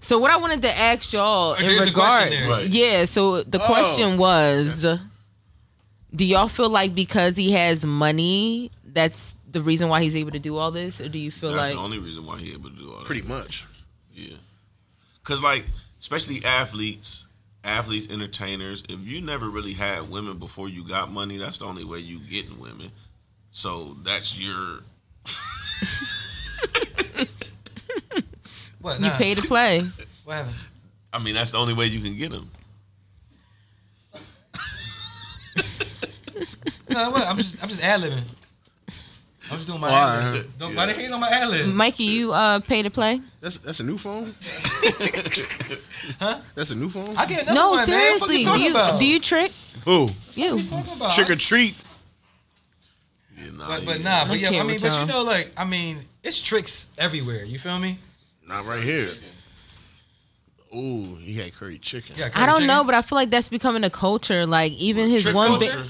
Speaker 4: So what I wanted to ask y'all in
Speaker 1: There's a question
Speaker 4: regard,
Speaker 1: there.
Speaker 2: Right.
Speaker 4: yeah. So
Speaker 3: Oh.
Speaker 4: the question was, do y'all feel like because he has money, that's the reason why he's able to do all this, or do you feel
Speaker 2: that's
Speaker 4: like
Speaker 2: the only reason why he able to do all that.
Speaker 3: Pretty much.
Speaker 2: Yeah. Cause like, especially athletes, athletes, entertainers, if you never really had women before you got money, that's the only way you getting women. So that's your
Speaker 1: What?
Speaker 4: you
Speaker 1: Nah,
Speaker 4: pay to play?
Speaker 1: What happened?
Speaker 2: I mean, that's the only way you can get them.
Speaker 1: No, what? I'm just I'm just ad libbing. I'm just doing my
Speaker 3: Why?
Speaker 1: ad lib. Don't why they hating on my ad lib?
Speaker 4: Mikey, you uh pay to play?
Speaker 3: That's that's a new phone. huh? That's a new phone.
Speaker 1: I get another
Speaker 4: No,
Speaker 1: one, man.
Speaker 4: seriously.
Speaker 1: Fuck
Speaker 4: do you
Speaker 1: talking
Speaker 4: do you trick?
Speaker 3: Who?
Speaker 4: You.
Speaker 1: about? What you talking about?
Speaker 6: Trick or treat.
Speaker 2: Yeah, nah,
Speaker 1: But,
Speaker 2: you-
Speaker 1: but nah, but
Speaker 4: I'm
Speaker 1: yeah, I
Speaker 4: kidding
Speaker 1: mean,
Speaker 4: with
Speaker 1: but you
Speaker 4: y'all.
Speaker 1: know, like, I mean, it's tricks everywhere. You feel me?
Speaker 3: Not right here. Ooh, he had curry chicken.
Speaker 1: Yeah,
Speaker 4: I don't know, but I feel like that's becoming a culture. Like even his
Speaker 1: Trick
Speaker 4: one bit
Speaker 1: culture?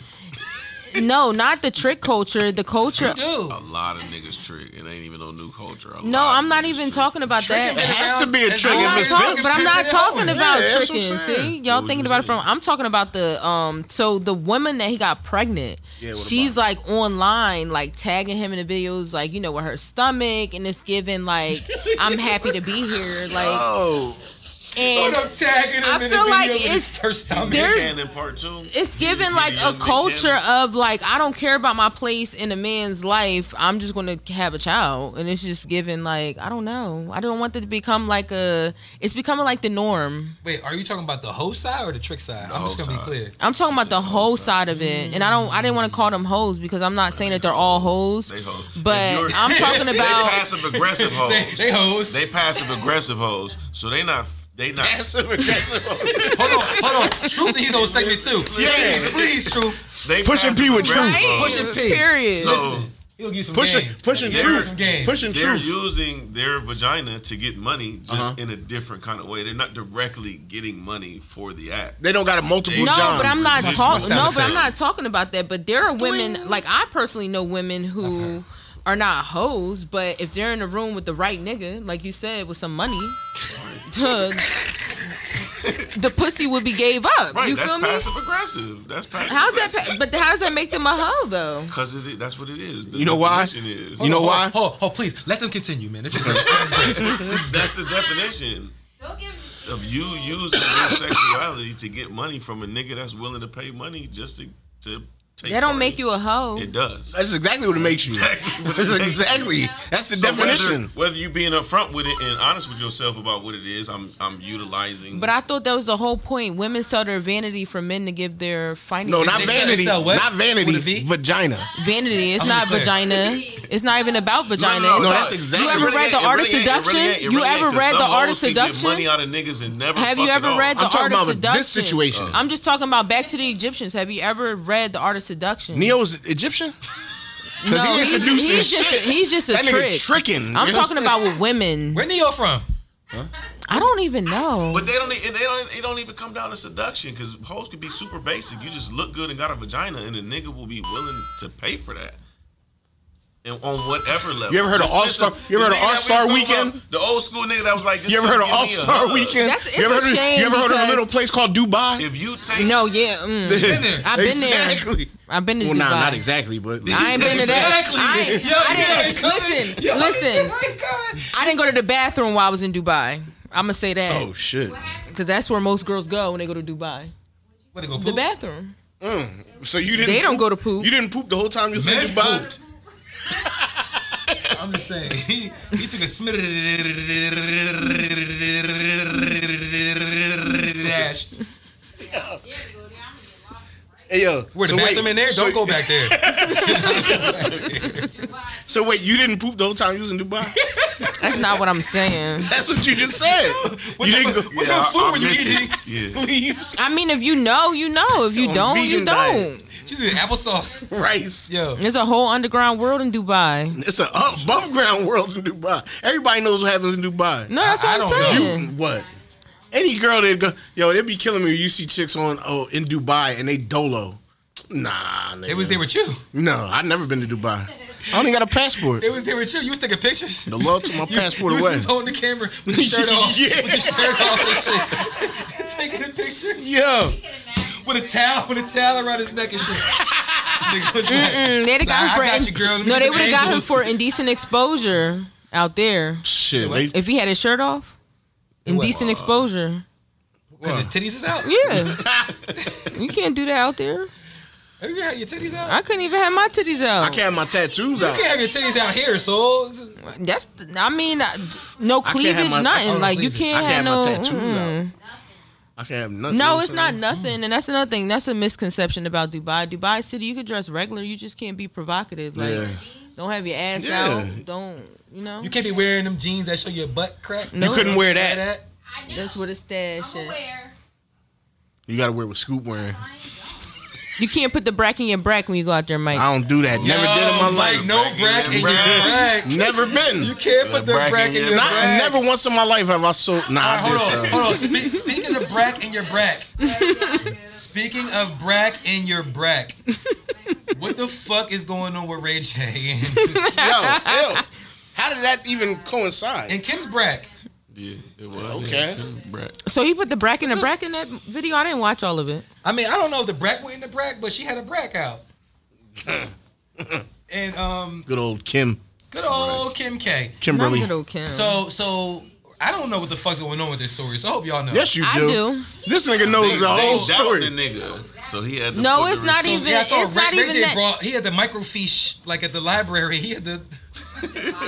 Speaker 4: No, not the trick culture, the culture
Speaker 2: a
Speaker 1: dude.
Speaker 2: lot of niggas trick. It ain't even no new culture. A
Speaker 4: No,
Speaker 2: lot of
Speaker 4: I'm not
Speaker 2: niggas
Speaker 4: even
Speaker 2: trick.
Speaker 4: talking about that.
Speaker 1: Tricking
Speaker 3: has to be a
Speaker 1: is-
Speaker 3: trick
Speaker 4: I'm
Speaker 3: if
Speaker 4: not
Speaker 3: it's
Speaker 4: talking, but I'm not talking
Speaker 3: Yeah,
Speaker 4: about
Speaker 3: that's what I'm
Speaker 4: tricking. See,
Speaker 3: saying.
Speaker 4: y'all
Speaker 2: What was
Speaker 4: thinking
Speaker 2: you
Speaker 4: about it from.
Speaker 2: saying?
Speaker 4: I'm talking about the um. So the woman that he got pregnant,
Speaker 3: Yeah, what
Speaker 4: she's like online, like tagging him in the videos, like you know, with her stomach, and it's giving like I'm happy to be here, like
Speaker 3: Oh,
Speaker 4: and. I feel like it's-
Speaker 1: her stomach.
Speaker 4: there's-
Speaker 2: And in part two,
Speaker 4: It's giving
Speaker 2: Yeah,
Speaker 4: like
Speaker 2: yeah,
Speaker 4: a
Speaker 2: yeah.
Speaker 4: culture of like I don't care about my place in a man's life. I'm just gonna have a child, and it's just giving like I don't know. I don't want it to become like a. It's becoming like the norm.
Speaker 1: Wait, are you talking about the hoe side or the trick side? I'm just
Speaker 2: hoe
Speaker 1: gonna be
Speaker 2: side.
Speaker 1: clear.
Speaker 4: I'm talking about the whole side of it, and I don't. I didn't want to call them hoes because I'm not saying that they're all hoes,
Speaker 2: they hoes. If
Speaker 4: but
Speaker 2: you're-
Speaker 4: I'm talking
Speaker 2: they
Speaker 4: about
Speaker 2: passive aggressive
Speaker 1: They,
Speaker 2: hoes.
Speaker 1: they hoes.
Speaker 2: they passive aggressive hoes. So they not. They not.
Speaker 1: hold on, hold on. Truth, he's on segment two.
Speaker 2: Yeah.
Speaker 1: please, please, truth.
Speaker 2: They
Speaker 3: Pushing P with
Speaker 2: passive-aggressive
Speaker 3: truth.
Speaker 2: hoes.
Speaker 1: Pushing P.
Speaker 4: period.
Speaker 2: So-
Speaker 1: Listen, he'll give you some
Speaker 3: pushing,
Speaker 1: game.
Speaker 3: pushing
Speaker 1: He'll give you some
Speaker 3: truth,
Speaker 1: game.
Speaker 3: pushing
Speaker 2: They're
Speaker 3: truth.
Speaker 2: using their vagina to get money, just
Speaker 3: Uh-huh.
Speaker 2: in a different kind of way. They're not directly getting money for the act.
Speaker 3: They don't got a multiple
Speaker 4: No,
Speaker 3: jobs.
Speaker 4: but I'm not
Speaker 1: Just
Speaker 4: talking.
Speaker 1: sound
Speaker 4: No, but I'm
Speaker 1: effects.
Speaker 4: not talking about that. But there are women like I personally know women who are not hoes, but if they're in the room with the right nigga, like you said, with some money, the pussy would be gave up.
Speaker 2: Right,
Speaker 4: you
Speaker 2: that's
Speaker 4: feel me?
Speaker 2: passive aggressive. That's passive.
Speaker 4: How's that? Pa- but how's that make them a hoe though?
Speaker 2: Because it, is- that's what it is. The
Speaker 3: You know why?
Speaker 2: definition Is.
Speaker 3: You know
Speaker 1: Hold on,
Speaker 3: why?
Speaker 1: Hold, on, hold, on, please let them continue, man. This is great. This is great.
Speaker 2: that's the definition
Speaker 5: Don't give me
Speaker 2: of you using your sexuality to get money from a nigga that's willing to pay money just to to take.
Speaker 4: That don't
Speaker 2: part
Speaker 4: make
Speaker 2: in
Speaker 4: you a hoe.
Speaker 2: It It does.
Speaker 3: That's exactly what it makes you.
Speaker 2: Exactly what it
Speaker 3: That's
Speaker 2: makes you.
Speaker 3: exactly. That's the
Speaker 2: So
Speaker 3: definition.
Speaker 2: Whether, whether you being upfront with it and honest with yourself about what it is, I'm I'm utilizing.
Speaker 4: But I thought that was the whole point. Women sell their vanity for men to give their finances.
Speaker 3: No, not
Speaker 1: They said
Speaker 3: vanity.
Speaker 1: it's a what?
Speaker 3: Not
Speaker 1: With a V?
Speaker 3: vanity. Vagina.
Speaker 4: vanity. It's
Speaker 1: I'm
Speaker 4: not
Speaker 1: clear.
Speaker 4: vagina. It's not even about vagina.
Speaker 2: No, no,
Speaker 4: It's
Speaker 3: No,
Speaker 4: about-
Speaker 3: that's exactly-
Speaker 4: You
Speaker 3: It
Speaker 4: ever
Speaker 3: really
Speaker 4: read
Speaker 2: ain't-
Speaker 4: the
Speaker 2: it
Speaker 4: Art of
Speaker 2: really ain't- it
Speaker 4: Seduction?
Speaker 2: really ain't- it
Speaker 4: you
Speaker 2: really ain't,
Speaker 4: ever
Speaker 2: 'cause
Speaker 4: read the
Speaker 2: some
Speaker 4: Art of
Speaker 2: hoes can Get money
Speaker 4: Seduction?
Speaker 2: out of niggas and never.
Speaker 4: Have you
Speaker 2: fuck it
Speaker 4: ever
Speaker 2: off.
Speaker 4: read the
Speaker 3: I'm
Speaker 4: Art
Speaker 3: talking
Speaker 4: of
Speaker 3: about
Speaker 4: Seduction?
Speaker 3: this situation.
Speaker 4: I'm just talking about back to the Egyptians. Have you ever read the Art of Seduction?
Speaker 3: Neo is Egyptian.
Speaker 4: no,
Speaker 3: he ain't
Speaker 4: he's,
Speaker 3: seducing
Speaker 4: he's just a,
Speaker 3: shit.
Speaker 4: he's just a
Speaker 3: That nigga
Speaker 4: trick.
Speaker 3: tricking.
Speaker 4: I'm talking about with women.
Speaker 1: Where Neo from?
Speaker 4: I don't even know.
Speaker 2: But they don't. e- They don't. It don't even come down to seduction because hoes could be super basic. You just look good and got a vagina, and a nigga will be willing to pay for that. And on whatever level.
Speaker 3: You ever heard of
Speaker 2: Just listen-
Speaker 3: All-Star- you ever
Speaker 2: the
Speaker 3: heard of
Speaker 2: nigga that we
Speaker 3: All-Star
Speaker 2: was talking
Speaker 3: Weekend?
Speaker 2: about, The old school nigga that was like. Just
Speaker 3: You ever heard of
Speaker 2: give me a
Speaker 3: All Star
Speaker 2: hug.
Speaker 3: Weekend?
Speaker 4: That's- it's
Speaker 3: you ever
Speaker 4: a
Speaker 3: heard of,
Speaker 4: shame
Speaker 3: You ever heard of a
Speaker 4: because-
Speaker 3: little place called Dubai?
Speaker 2: If you take
Speaker 4: No, yeah, mm.
Speaker 1: Been there.
Speaker 4: I've been there.
Speaker 3: exactly.
Speaker 4: I've been to
Speaker 3: Well,
Speaker 4: Dubai.
Speaker 3: nah, not exactly, but
Speaker 4: I ain't been to that.
Speaker 1: Exactly.
Speaker 4: I, ain't-
Speaker 1: Yo,
Speaker 4: I
Speaker 1: you
Speaker 4: didn't
Speaker 1: ain't coming.
Speaker 4: listen.
Speaker 1: Yo,
Speaker 4: listen,
Speaker 1: you ain't coming.
Speaker 4: I didn't go to the bathroom while I was in Dubai. I'm gonna say that
Speaker 3: Oh shit.
Speaker 4: because that's where most girls go when they go to Dubai.
Speaker 1: Where to go
Speaker 4: The
Speaker 1: poop?
Speaker 4: bathroom.
Speaker 3: Mm. So you didn't.
Speaker 4: They don't go to poop.
Speaker 3: You didn't poop the whole time you was in
Speaker 1: Man
Speaker 3: Dubai.
Speaker 1: I'm just saying. He, he took a smith dash.
Speaker 5: Yeah, to go down and get lost. Right?
Speaker 3: Hey yo.
Speaker 1: Where the
Speaker 3: so wait,
Speaker 1: bathroom in there?
Speaker 3: so-
Speaker 1: Don't go back there.
Speaker 5: Why?
Speaker 3: So wait, you didn't poop the whole time you was in Dubai?
Speaker 4: That's not what I'm saying.
Speaker 3: That's what you just said.
Speaker 1: What
Speaker 3: you
Speaker 1: type
Speaker 3: didn't
Speaker 1: of-
Speaker 3: go
Speaker 1: what kind of food were you eating?
Speaker 2: Yeah.
Speaker 3: leaves,
Speaker 4: I mean, if you know, you know. If you
Speaker 3: On
Speaker 4: don't, you
Speaker 3: vegan diet.
Speaker 4: don't.
Speaker 1: She's eating applesauce.
Speaker 3: rice.
Speaker 1: Yo,
Speaker 4: There's a whole underground world in Dubai.
Speaker 3: It's an above ground world in Dubai. Everybody knows what happens in Dubai.
Speaker 4: No, that's
Speaker 1: I- I
Speaker 4: what
Speaker 1: don't
Speaker 4: I'm
Speaker 1: know.
Speaker 4: saying.
Speaker 3: You what? Any girl that go, yo, they be killing me. when You see chicks on oh in Dubai and they dolo. Nah, nigga.
Speaker 1: it was there with you.
Speaker 3: No, I never been to Dubai. I only got a passport.
Speaker 1: It was there with you. You was taking pictures.
Speaker 3: The law took my
Speaker 1: You-
Speaker 3: passport
Speaker 1: you was
Speaker 3: away.
Speaker 1: just holding the camera with your shirt off.
Speaker 3: Yeah.
Speaker 1: With your shirt off and shit. Taking a picture
Speaker 3: Yo,
Speaker 5: You can imagine.
Speaker 1: with a towel, with a towel around his neck and shit. Nigga was like,
Speaker 4: Mm, They'd have got
Speaker 1: Nah,
Speaker 4: him
Speaker 1: I
Speaker 4: for
Speaker 1: got
Speaker 4: in-
Speaker 1: you, girl. Let me
Speaker 4: no,
Speaker 1: get
Speaker 4: they
Speaker 1: the
Speaker 4: would have got him
Speaker 1: angles.
Speaker 4: for indecent exposure out there
Speaker 3: shit. They,
Speaker 4: if he had his shirt off. Indecent exposure.
Speaker 1: Cause his titties is out.
Speaker 4: Yeah, you can't do that out there.
Speaker 1: Have you had your titties out?
Speaker 4: I couldn't even have my titties out.
Speaker 3: I can't have my tattoos
Speaker 1: You
Speaker 3: out.
Speaker 1: can't have your titties out here, so
Speaker 4: That's I mean, I- no
Speaker 3: I can't have
Speaker 4: cleavage,
Speaker 3: my-
Speaker 1: oh,
Speaker 4: nothing. Like
Speaker 1: cleavage.
Speaker 4: you
Speaker 3: I
Speaker 4: can't,
Speaker 3: can't have my
Speaker 4: have
Speaker 3: tattoos
Speaker 4: no. mm-mm.
Speaker 3: out. I can't have nothing.
Speaker 4: No, it's not
Speaker 3: Mm.
Speaker 4: nothing, and that's another thing. That's a misconception about Dubai. Dubai city, you could dress regular, you just can't be provocative. Like
Speaker 3: Yeah.
Speaker 4: Don't have your ass
Speaker 3: Yeah.
Speaker 4: out. Don't you know?
Speaker 1: You can't be wearing them jeans that show your butt crack.
Speaker 4: No.
Speaker 3: You couldn't wear that.
Speaker 5: I know.
Speaker 4: That's what a stash
Speaker 5: I'm
Speaker 4: is.
Speaker 5: aware.
Speaker 3: You gotta wear what Scoop wearing.
Speaker 5: I ain't dumb.
Speaker 4: You can't put the brack in your brack when you go out there, Mike.
Speaker 3: I don't do that. Never did in my
Speaker 1: Mike,
Speaker 3: life.
Speaker 1: Oh, no brack in your
Speaker 2: Brack.
Speaker 1: brack.
Speaker 3: Never been.
Speaker 1: You can't put the
Speaker 2: Brack
Speaker 1: brack
Speaker 2: in
Speaker 1: in
Speaker 2: your
Speaker 1: your
Speaker 3: Not
Speaker 1: brack.
Speaker 3: never once in my life have I sold. Nah,
Speaker 1: All right,
Speaker 3: I did
Speaker 1: hold on,
Speaker 3: sell.
Speaker 1: hold on. Spe- speaking of brack in your brack, speaking of brack in your brack, what the fuck is going on with Ray J and,
Speaker 3: Yo, ew. How did that even coincide?
Speaker 1: and Kim's brack?
Speaker 2: Yeah, it was.
Speaker 3: Okay.
Speaker 2: yeah. Brack.
Speaker 4: So he put the brack in the brack in that video. I didn't watch all of it.
Speaker 1: I mean, I don't know if the brack went in the brack, but she had a brack out. and um,
Speaker 3: Good old Kim
Speaker 1: good old Kim K.
Speaker 3: Kimberly.
Speaker 4: My little Kim.
Speaker 1: So, so I don't know what the fuck's going on with this story. So I hope y'all know.
Speaker 3: Yes, you do.
Speaker 4: I do.
Speaker 3: This nigga knows the whole
Speaker 2: They doubted
Speaker 3: story.
Speaker 2: the nigga, so he had. To
Speaker 4: No,
Speaker 2: put the
Speaker 4: it's not
Speaker 2: receipt-
Speaker 4: even-
Speaker 1: I saw
Speaker 4: it's not
Speaker 1: Ray
Speaker 4: even
Speaker 1: J
Speaker 4: that-
Speaker 1: Brought, he had the microfiche like at the library. He had the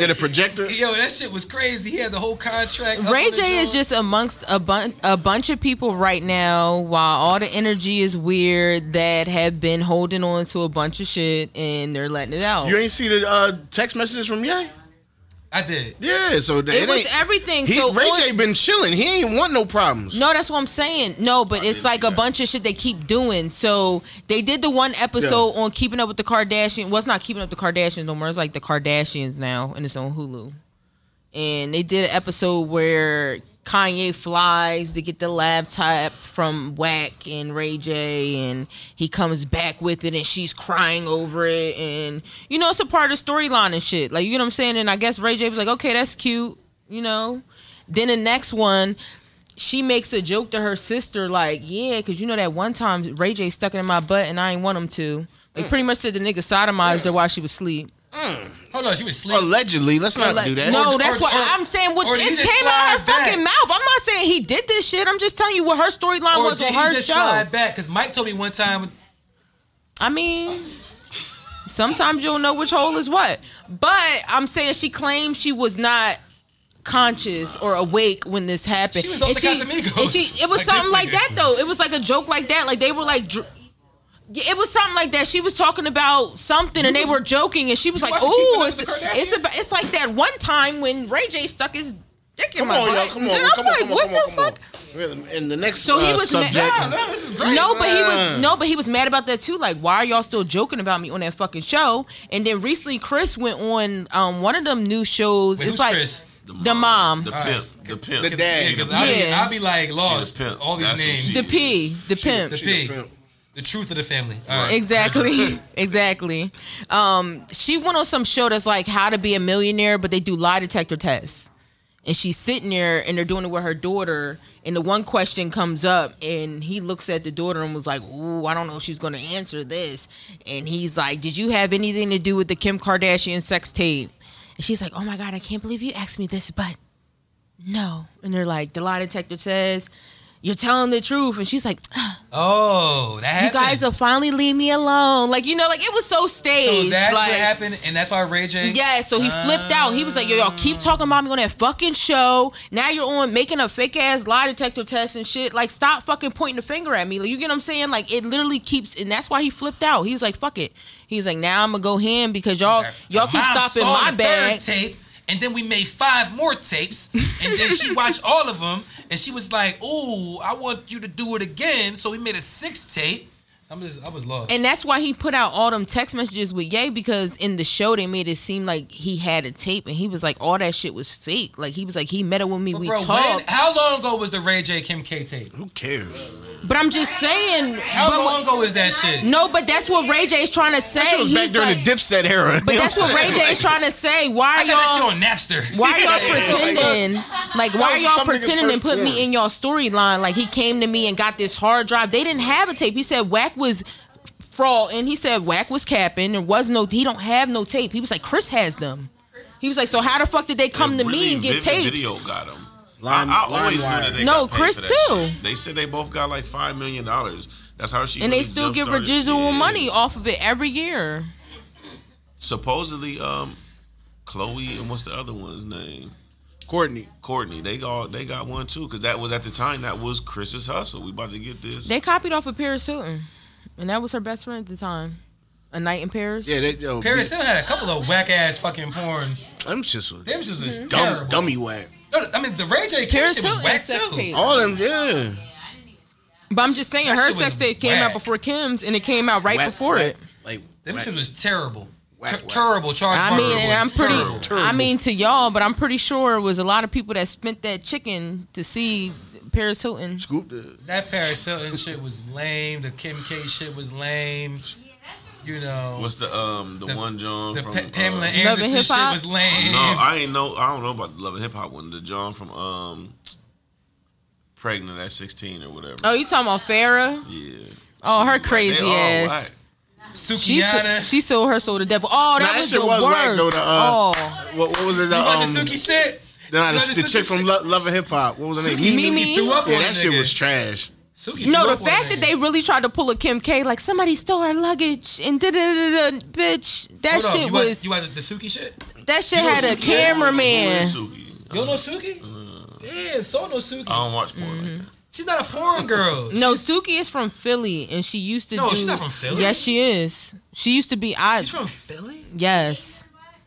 Speaker 3: Yeah, the projector.
Speaker 1: yo, that shit was crazy. He had the whole contract. up
Speaker 4: Ray
Speaker 1: on the
Speaker 4: J is
Speaker 1: joint.
Speaker 4: just amongst a bunch a bunch of people right now. While all the energy is weird, that have been holding on to a bunch of shit and they're letting it out.
Speaker 3: You ain't see the uh, text messages from Ye?
Speaker 1: I did.
Speaker 3: Yeah, so that,
Speaker 4: it
Speaker 3: it,
Speaker 4: was
Speaker 3: ain't.
Speaker 4: everything.
Speaker 3: He,
Speaker 4: so
Speaker 3: Ray
Speaker 4: on-
Speaker 3: J been chilling. He ain't want no problems.
Speaker 4: No, that's what I'm saying. No, but it's
Speaker 2: didn't
Speaker 4: like
Speaker 2: see
Speaker 4: a
Speaker 2: that.
Speaker 4: bunch of shit they keep doing. So they did the one episode on Keeping Up with the Kardashians. Well, it's not Keeping Up the Kardashians no more. It's like the Kardashians now, and it's on Hulu. And they did an episode where Kanye flies to get the laptop from Whack and Ray J, and he comes back with it, and she's crying over it, and you know it's a part of the storyline and shit. Like you know what I'm saying. And I guess Ray J was like, okay, that's cute, you know. Then the next one, she makes a joke to her sister, like, yeah, because you know that one time Ray J stuck it in my butt and I ain't want him to.
Speaker 1: Mm.
Speaker 4: Like, pretty much said the nigga sodomized her while she was asleep.
Speaker 1: Hold on, she was sleeping.
Speaker 3: Allegedly, let's not
Speaker 4: Like,
Speaker 3: do that.
Speaker 4: No,
Speaker 1: Or-
Speaker 4: that's
Speaker 1: or-
Speaker 4: what
Speaker 1: or-
Speaker 4: I'm saying. What
Speaker 1: or he
Speaker 4: this
Speaker 1: just
Speaker 4: came out of her
Speaker 1: slide back.
Speaker 4: fucking mouth. I'm not saying he did this shit. I'm just telling you what her storyline
Speaker 1: Or
Speaker 4: was
Speaker 1: did
Speaker 4: on
Speaker 1: he
Speaker 4: her
Speaker 1: just
Speaker 4: show.
Speaker 1: slide back? Because Mike told me one time.
Speaker 4: I mean, sometimes you don't know which hole is what. But I'm saying she claims she was not conscious or awake when this happened.
Speaker 1: She was on the Casamigos.
Speaker 4: and she- it was
Speaker 1: Like
Speaker 4: something
Speaker 1: this
Speaker 4: like
Speaker 1: nigga.
Speaker 4: that though. It was like a joke like that. Like they were like. dr- yeah, It was something like that. She was talking about something, and they were joking, and she was like,
Speaker 1: watching Keeping Up
Speaker 4: "Oh,
Speaker 1: with
Speaker 4: it's
Speaker 1: the Kardashians?"
Speaker 4: it's about, it's like that one time when Ray J stuck his dick in
Speaker 3: Come
Speaker 4: my
Speaker 3: on,
Speaker 4: butt."
Speaker 3: y'all. Come
Speaker 4: and
Speaker 3: on.
Speaker 4: I'm
Speaker 3: Come on,
Speaker 4: like,
Speaker 3: come on,
Speaker 4: "What
Speaker 3: come
Speaker 4: the
Speaker 3: on,
Speaker 4: fuck?"
Speaker 3: fuck? And the next
Speaker 4: So he
Speaker 3: uh,
Speaker 4: was ma-
Speaker 3: subject.
Speaker 1: No, no, this is great.
Speaker 4: No, but he
Speaker 3: Man.
Speaker 4: was no, but he was mad about that too. Like, why are y'all still joking about me on that fucking show? And then recently, Chris went on um, one of them new shows.
Speaker 1: Wait,
Speaker 4: it's
Speaker 1: who's
Speaker 4: like
Speaker 1: Chris?
Speaker 4: The mom.
Speaker 2: the
Speaker 1: All right.
Speaker 2: pimp, the pimp,
Speaker 3: The dad.
Speaker 2: She the-
Speaker 1: I'll, be,
Speaker 4: Yeah.
Speaker 1: I'll be like lost.
Speaker 2: pimp.
Speaker 1: All these
Speaker 2: That's who
Speaker 1: names.
Speaker 2: she
Speaker 4: the
Speaker 2: is.
Speaker 1: The,
Speaker 4: P, the pimp.
Speaker 1: P.
Speaker 3: pimp.
Speaker 1: The truth of the family. All right.
Speaker 4: Exactly, exactly. Um, she went on some show that's like how to be a millionaire, but they do lie detector tests. And she's sitting there, and they're doing it with her daughter. And the one question comes up, and he looks at the daughter and was like, "Ooh, I don't know if she's going to answer this." And he's like, "Did you have anything to do with the Kim Kardashian sex tape?" And she's like, "Oh my god, I can't believe you asked me this, but no." And they're like, "The lie detector says." You're telling the truth, and she's like,
Speaker 1: Oh, that
Speaker 4: you
Speaker 1: happened.
Speaker 4: guys will finally leave me alone. Like you know, like it was so staged.
Speaker 1: So that's
Speaker 4: like,
Speaker 1: what happened, and that's why Ray J.
Speaker 4: Yeah, so he flipped out. He was like, "Yo, y'all keep talking about me on that fucking show. Now you're on making a fake ass lie detector test and shit. Like, stop fucking pointing the finger at me. Like, you get what I'm saying? Like, it literally keeps, and that's why he flipped out. He was like, "Fuck it." He's like, "Now I'm gonna go ham because y'all y'all keep
Speaker 1: Mom
Speaker 4: stopping
Speaker 1: saw
Speaker 4: my
Speaker 1: the
Speaker 4: bag."
Speaker 1: Third tape, and then we made five more tapes, and then she watched all of them, and she was like, "Ooh, I want you to do it again." So we made a six tape. I'm just, I was lost.
Speaker 4: And that's why he put out all them text messages with Ye because in the show they made it seem like he had a tape and he was like all that shit was fake. Like he was like he met up with me,
Speaker 1: But
Speaker 4: we
Speaker 1: bro,
Speaker 4: talked.
Speaker 1: when, how long ago was the Ray J Kim K tape?
Speaker 3: Who cares?
Speaker 4: But I'm just saying.
Speaker 1: How
Speaker 4: but
Speaker 1: long
Speaker 4: what-
Speaker 1: ago is that shit?
Speaker 4: no, but that's what Ray J is trying to say.
Speaker 3: That shit was back
Speaker 4: He's
Speaker 3: during
Speaker 4: like,
Speaker 3: the Dipset era.
Speaker 4: but that's what Ray J is trying to say. Why
Speaker 1: I got
Speaker 4: are
Speaker 1: that
Speaker 4: y'all?
Speaker 1: shit on Napster.
Speaker 4: Why are y'all
Speaker 1: Yeah.
Speaker 4: pretending? Like, why are
Speaker 3: was
Speaker 4: y'all
Speaker 3: some nigga's
Speaker 4: pretending to
Speaker 3: first
Speaker 4: put
Speaker 3: porn.
Speaker 4: me in y'all storyline? Like, he came to me and got this hard drive. They didn't have a tape. He said Whack was fraud, and he said Whack was capping. There was no. He don't have no tape. He was like, Chris has them. He was like, so how the fuck did they come to me
Speaker 2: Really,
Speaker 4: and get
Speaker 2: Vivid
Speaker 4: tapes?
Speaker 2: Video got him.
Speaker 3: Lime-
Speaker 2: I, I always knew
Speaker 3: LimeWire.
Speaker 2: that they
Speaker 4: No,
Speaker 2: got paid
Speaker 4: Chris
Speaker 2: for that
Speaker 4: too.
Speaker 2: shit. They said they both got like five million dollars. That's how she.
Speaker 4: And
Speaker 2: really
Speaker 4: they still get
Speaker 2: jump-started.
Speaker 4: residual
Speaker 2: Yeah.
Speaker 4: money off of it every year.
Speaker 2: Supposedly, um, Chloe and what's the other one's name?
Speaker 3: Courtney.
Speaker 2: Courtney. They got they got one too because that was at the time that was Chris's hustle. We about to get this.
Speaker 4: They copied off of Paris Hilton, and that was her best friend at the time. A Night in Paris.
Speaker 7: Yeah, they, yo,
Speaker 1: Paris Hilton had a couple of whack ass fucking porns.
Speaker 7: them shits was
Speaker 1: Them shit was
Speaker 7: dumb,
Speaker 1: terrible.
Speaker 7: dummy whack.
Speaker 1: No, I mean the Ray J Kim
Speaker 4: Mm-hmm. Paris
Speaker 1: shit was
Speaker 4: Hilton
Speaker 1: whack
Speaker 4: sex
Speaker 1: too.
Speaker 4: tape.
Speaker 7: All them, yeah.
Speaker 4: But I'm just saying,
Speaker 1: That
Speaker 4: her
Speaker 1: shit was
Speaker 4: sex tape came
Speaker 1: whack.
Speaker 4: out before Kim's, and it came out right
Speaker 7: Whack,
Speaker 4: before
Speaker 7: whack,
Speaker 4: it.
Speaker 7: Like,
Speaker 1: Them
Speaker 7: whack.
Speaker 1: shit was terrible.
Speaker 7: Whack,
Speaker 1: Ter-
Speaker 7: whack.
Speaker 1: Terrible. Charles
Speaker 4: I mean,
Speaker 1: Barker
Speaker 4: and
Speaker 1: was
Speaker 4: I'm pretty.
Speaker 1: terrible.
Speaker 4: I mean, to y'all, but I'm pretty sure it was a lot of people that spent that chicken to see Paris Hilton.
Speaker 7: scoop the
Speaker 1: That Paris Hilton shit was lame. The Kim K shit was lame. You know,
Speaker 2: What's the um the,
Speaker 1: The-
Speaker 2: one John
Speaker 1: the
Speaker 2: from
Speaker 1: Pa- Pamela
Speaker 2: uh,
Speaker 4: and
Speaker 1: Anderson shit
Speaker 4: Hip Hop?
Speaker 1: was lame.
Speaker 2: No, I ain't know. I don't know about the Love and Hip Hop one. The John from um, pregnant at sixteen or whatever.
Speaker 4: Oh, you talking about Farah?
Speaker 2: Yeah.
Speaker 4: Oh, her
Speaker 2: Like, they
Speaker 4: crazy
Speaker 2: all
Speaker 4: ass.
Speaker 2: whack.
Speaker 4: She so,
Speaker 1: Sukiana.
Speaker 4: she sold her soul to devil. Oh, that
Speaker 7: that
Speaker 4: was
Speaker 7: shit
Speaker 4: the
Speaker 7: was whack,
Speaker 4: worst.
Speaker 7: though, the, uh,
Speaker 4: oh,
Speaker 7: what, what was it? The,
Speaker 1: you
Speaker 7: um,
Speaker 1: watch the Suki shit?
Speaker 7: nah,
Speaker 1: you
Speaker 7: the,
Speaker 1: watch
Speaker 7: the
Speaker 1: the
Speaker 7: chick
Speaker 1: Suki
Speaker 7: from
Speaker 1: shit?
Speaker 7: Lo- Love and Hip Hop. What was her name?
Speaker 1: Suki
Speaker 4: Mimi?
Speaker 1: threw up
Speaker 7: Yeah,
Speaker 1: on
Speaker 7: that
Speaker 1: a
Speaker 7: shit
Speaker 1: nigga.
Speaker 7: was trash.
Speaker 1: Suki threw
Speaker 4: no,
Speaker 1: up
Speaker 4: the
Speaker 1: on a
Speaker 4: fact that
Speaker 1: nigga.
Speaker 4: they really tried to pull a Kim K, like somebody stole our luggage and da da da bitch. That
Speaker 1: Hold on,
Speaker 4: shit
Speaker 1: you watch-
Speaker 4: was
Speaker 1: you watch the Suki shit?
Speaker 4: that shit
Speaker 1: you know
Speaker 4: had a
Speaker 1: who she is?
Speaker 4: cameraman.
Speaker 2: Who is Suki?
Speaker 1: You don't know Suki?
Speaker 2: Uh,
Speaker 1: Damn, so no Suki.
Speaker 2: I don't watch porn
Speaker 4: Mm-hmm.
Speaker 2: like that.
Speaker 1: she's not a porn girl.
Speaker 4: No, Suki is from Philly, and she used to.
Speaker 1: No,
Speaker 4: do,
Speaker 1: she's not from Philly.
Speaker 4: Yes, she is. She used to be. I
Speaker 1: she's from Philly.
Speaker 4: yes.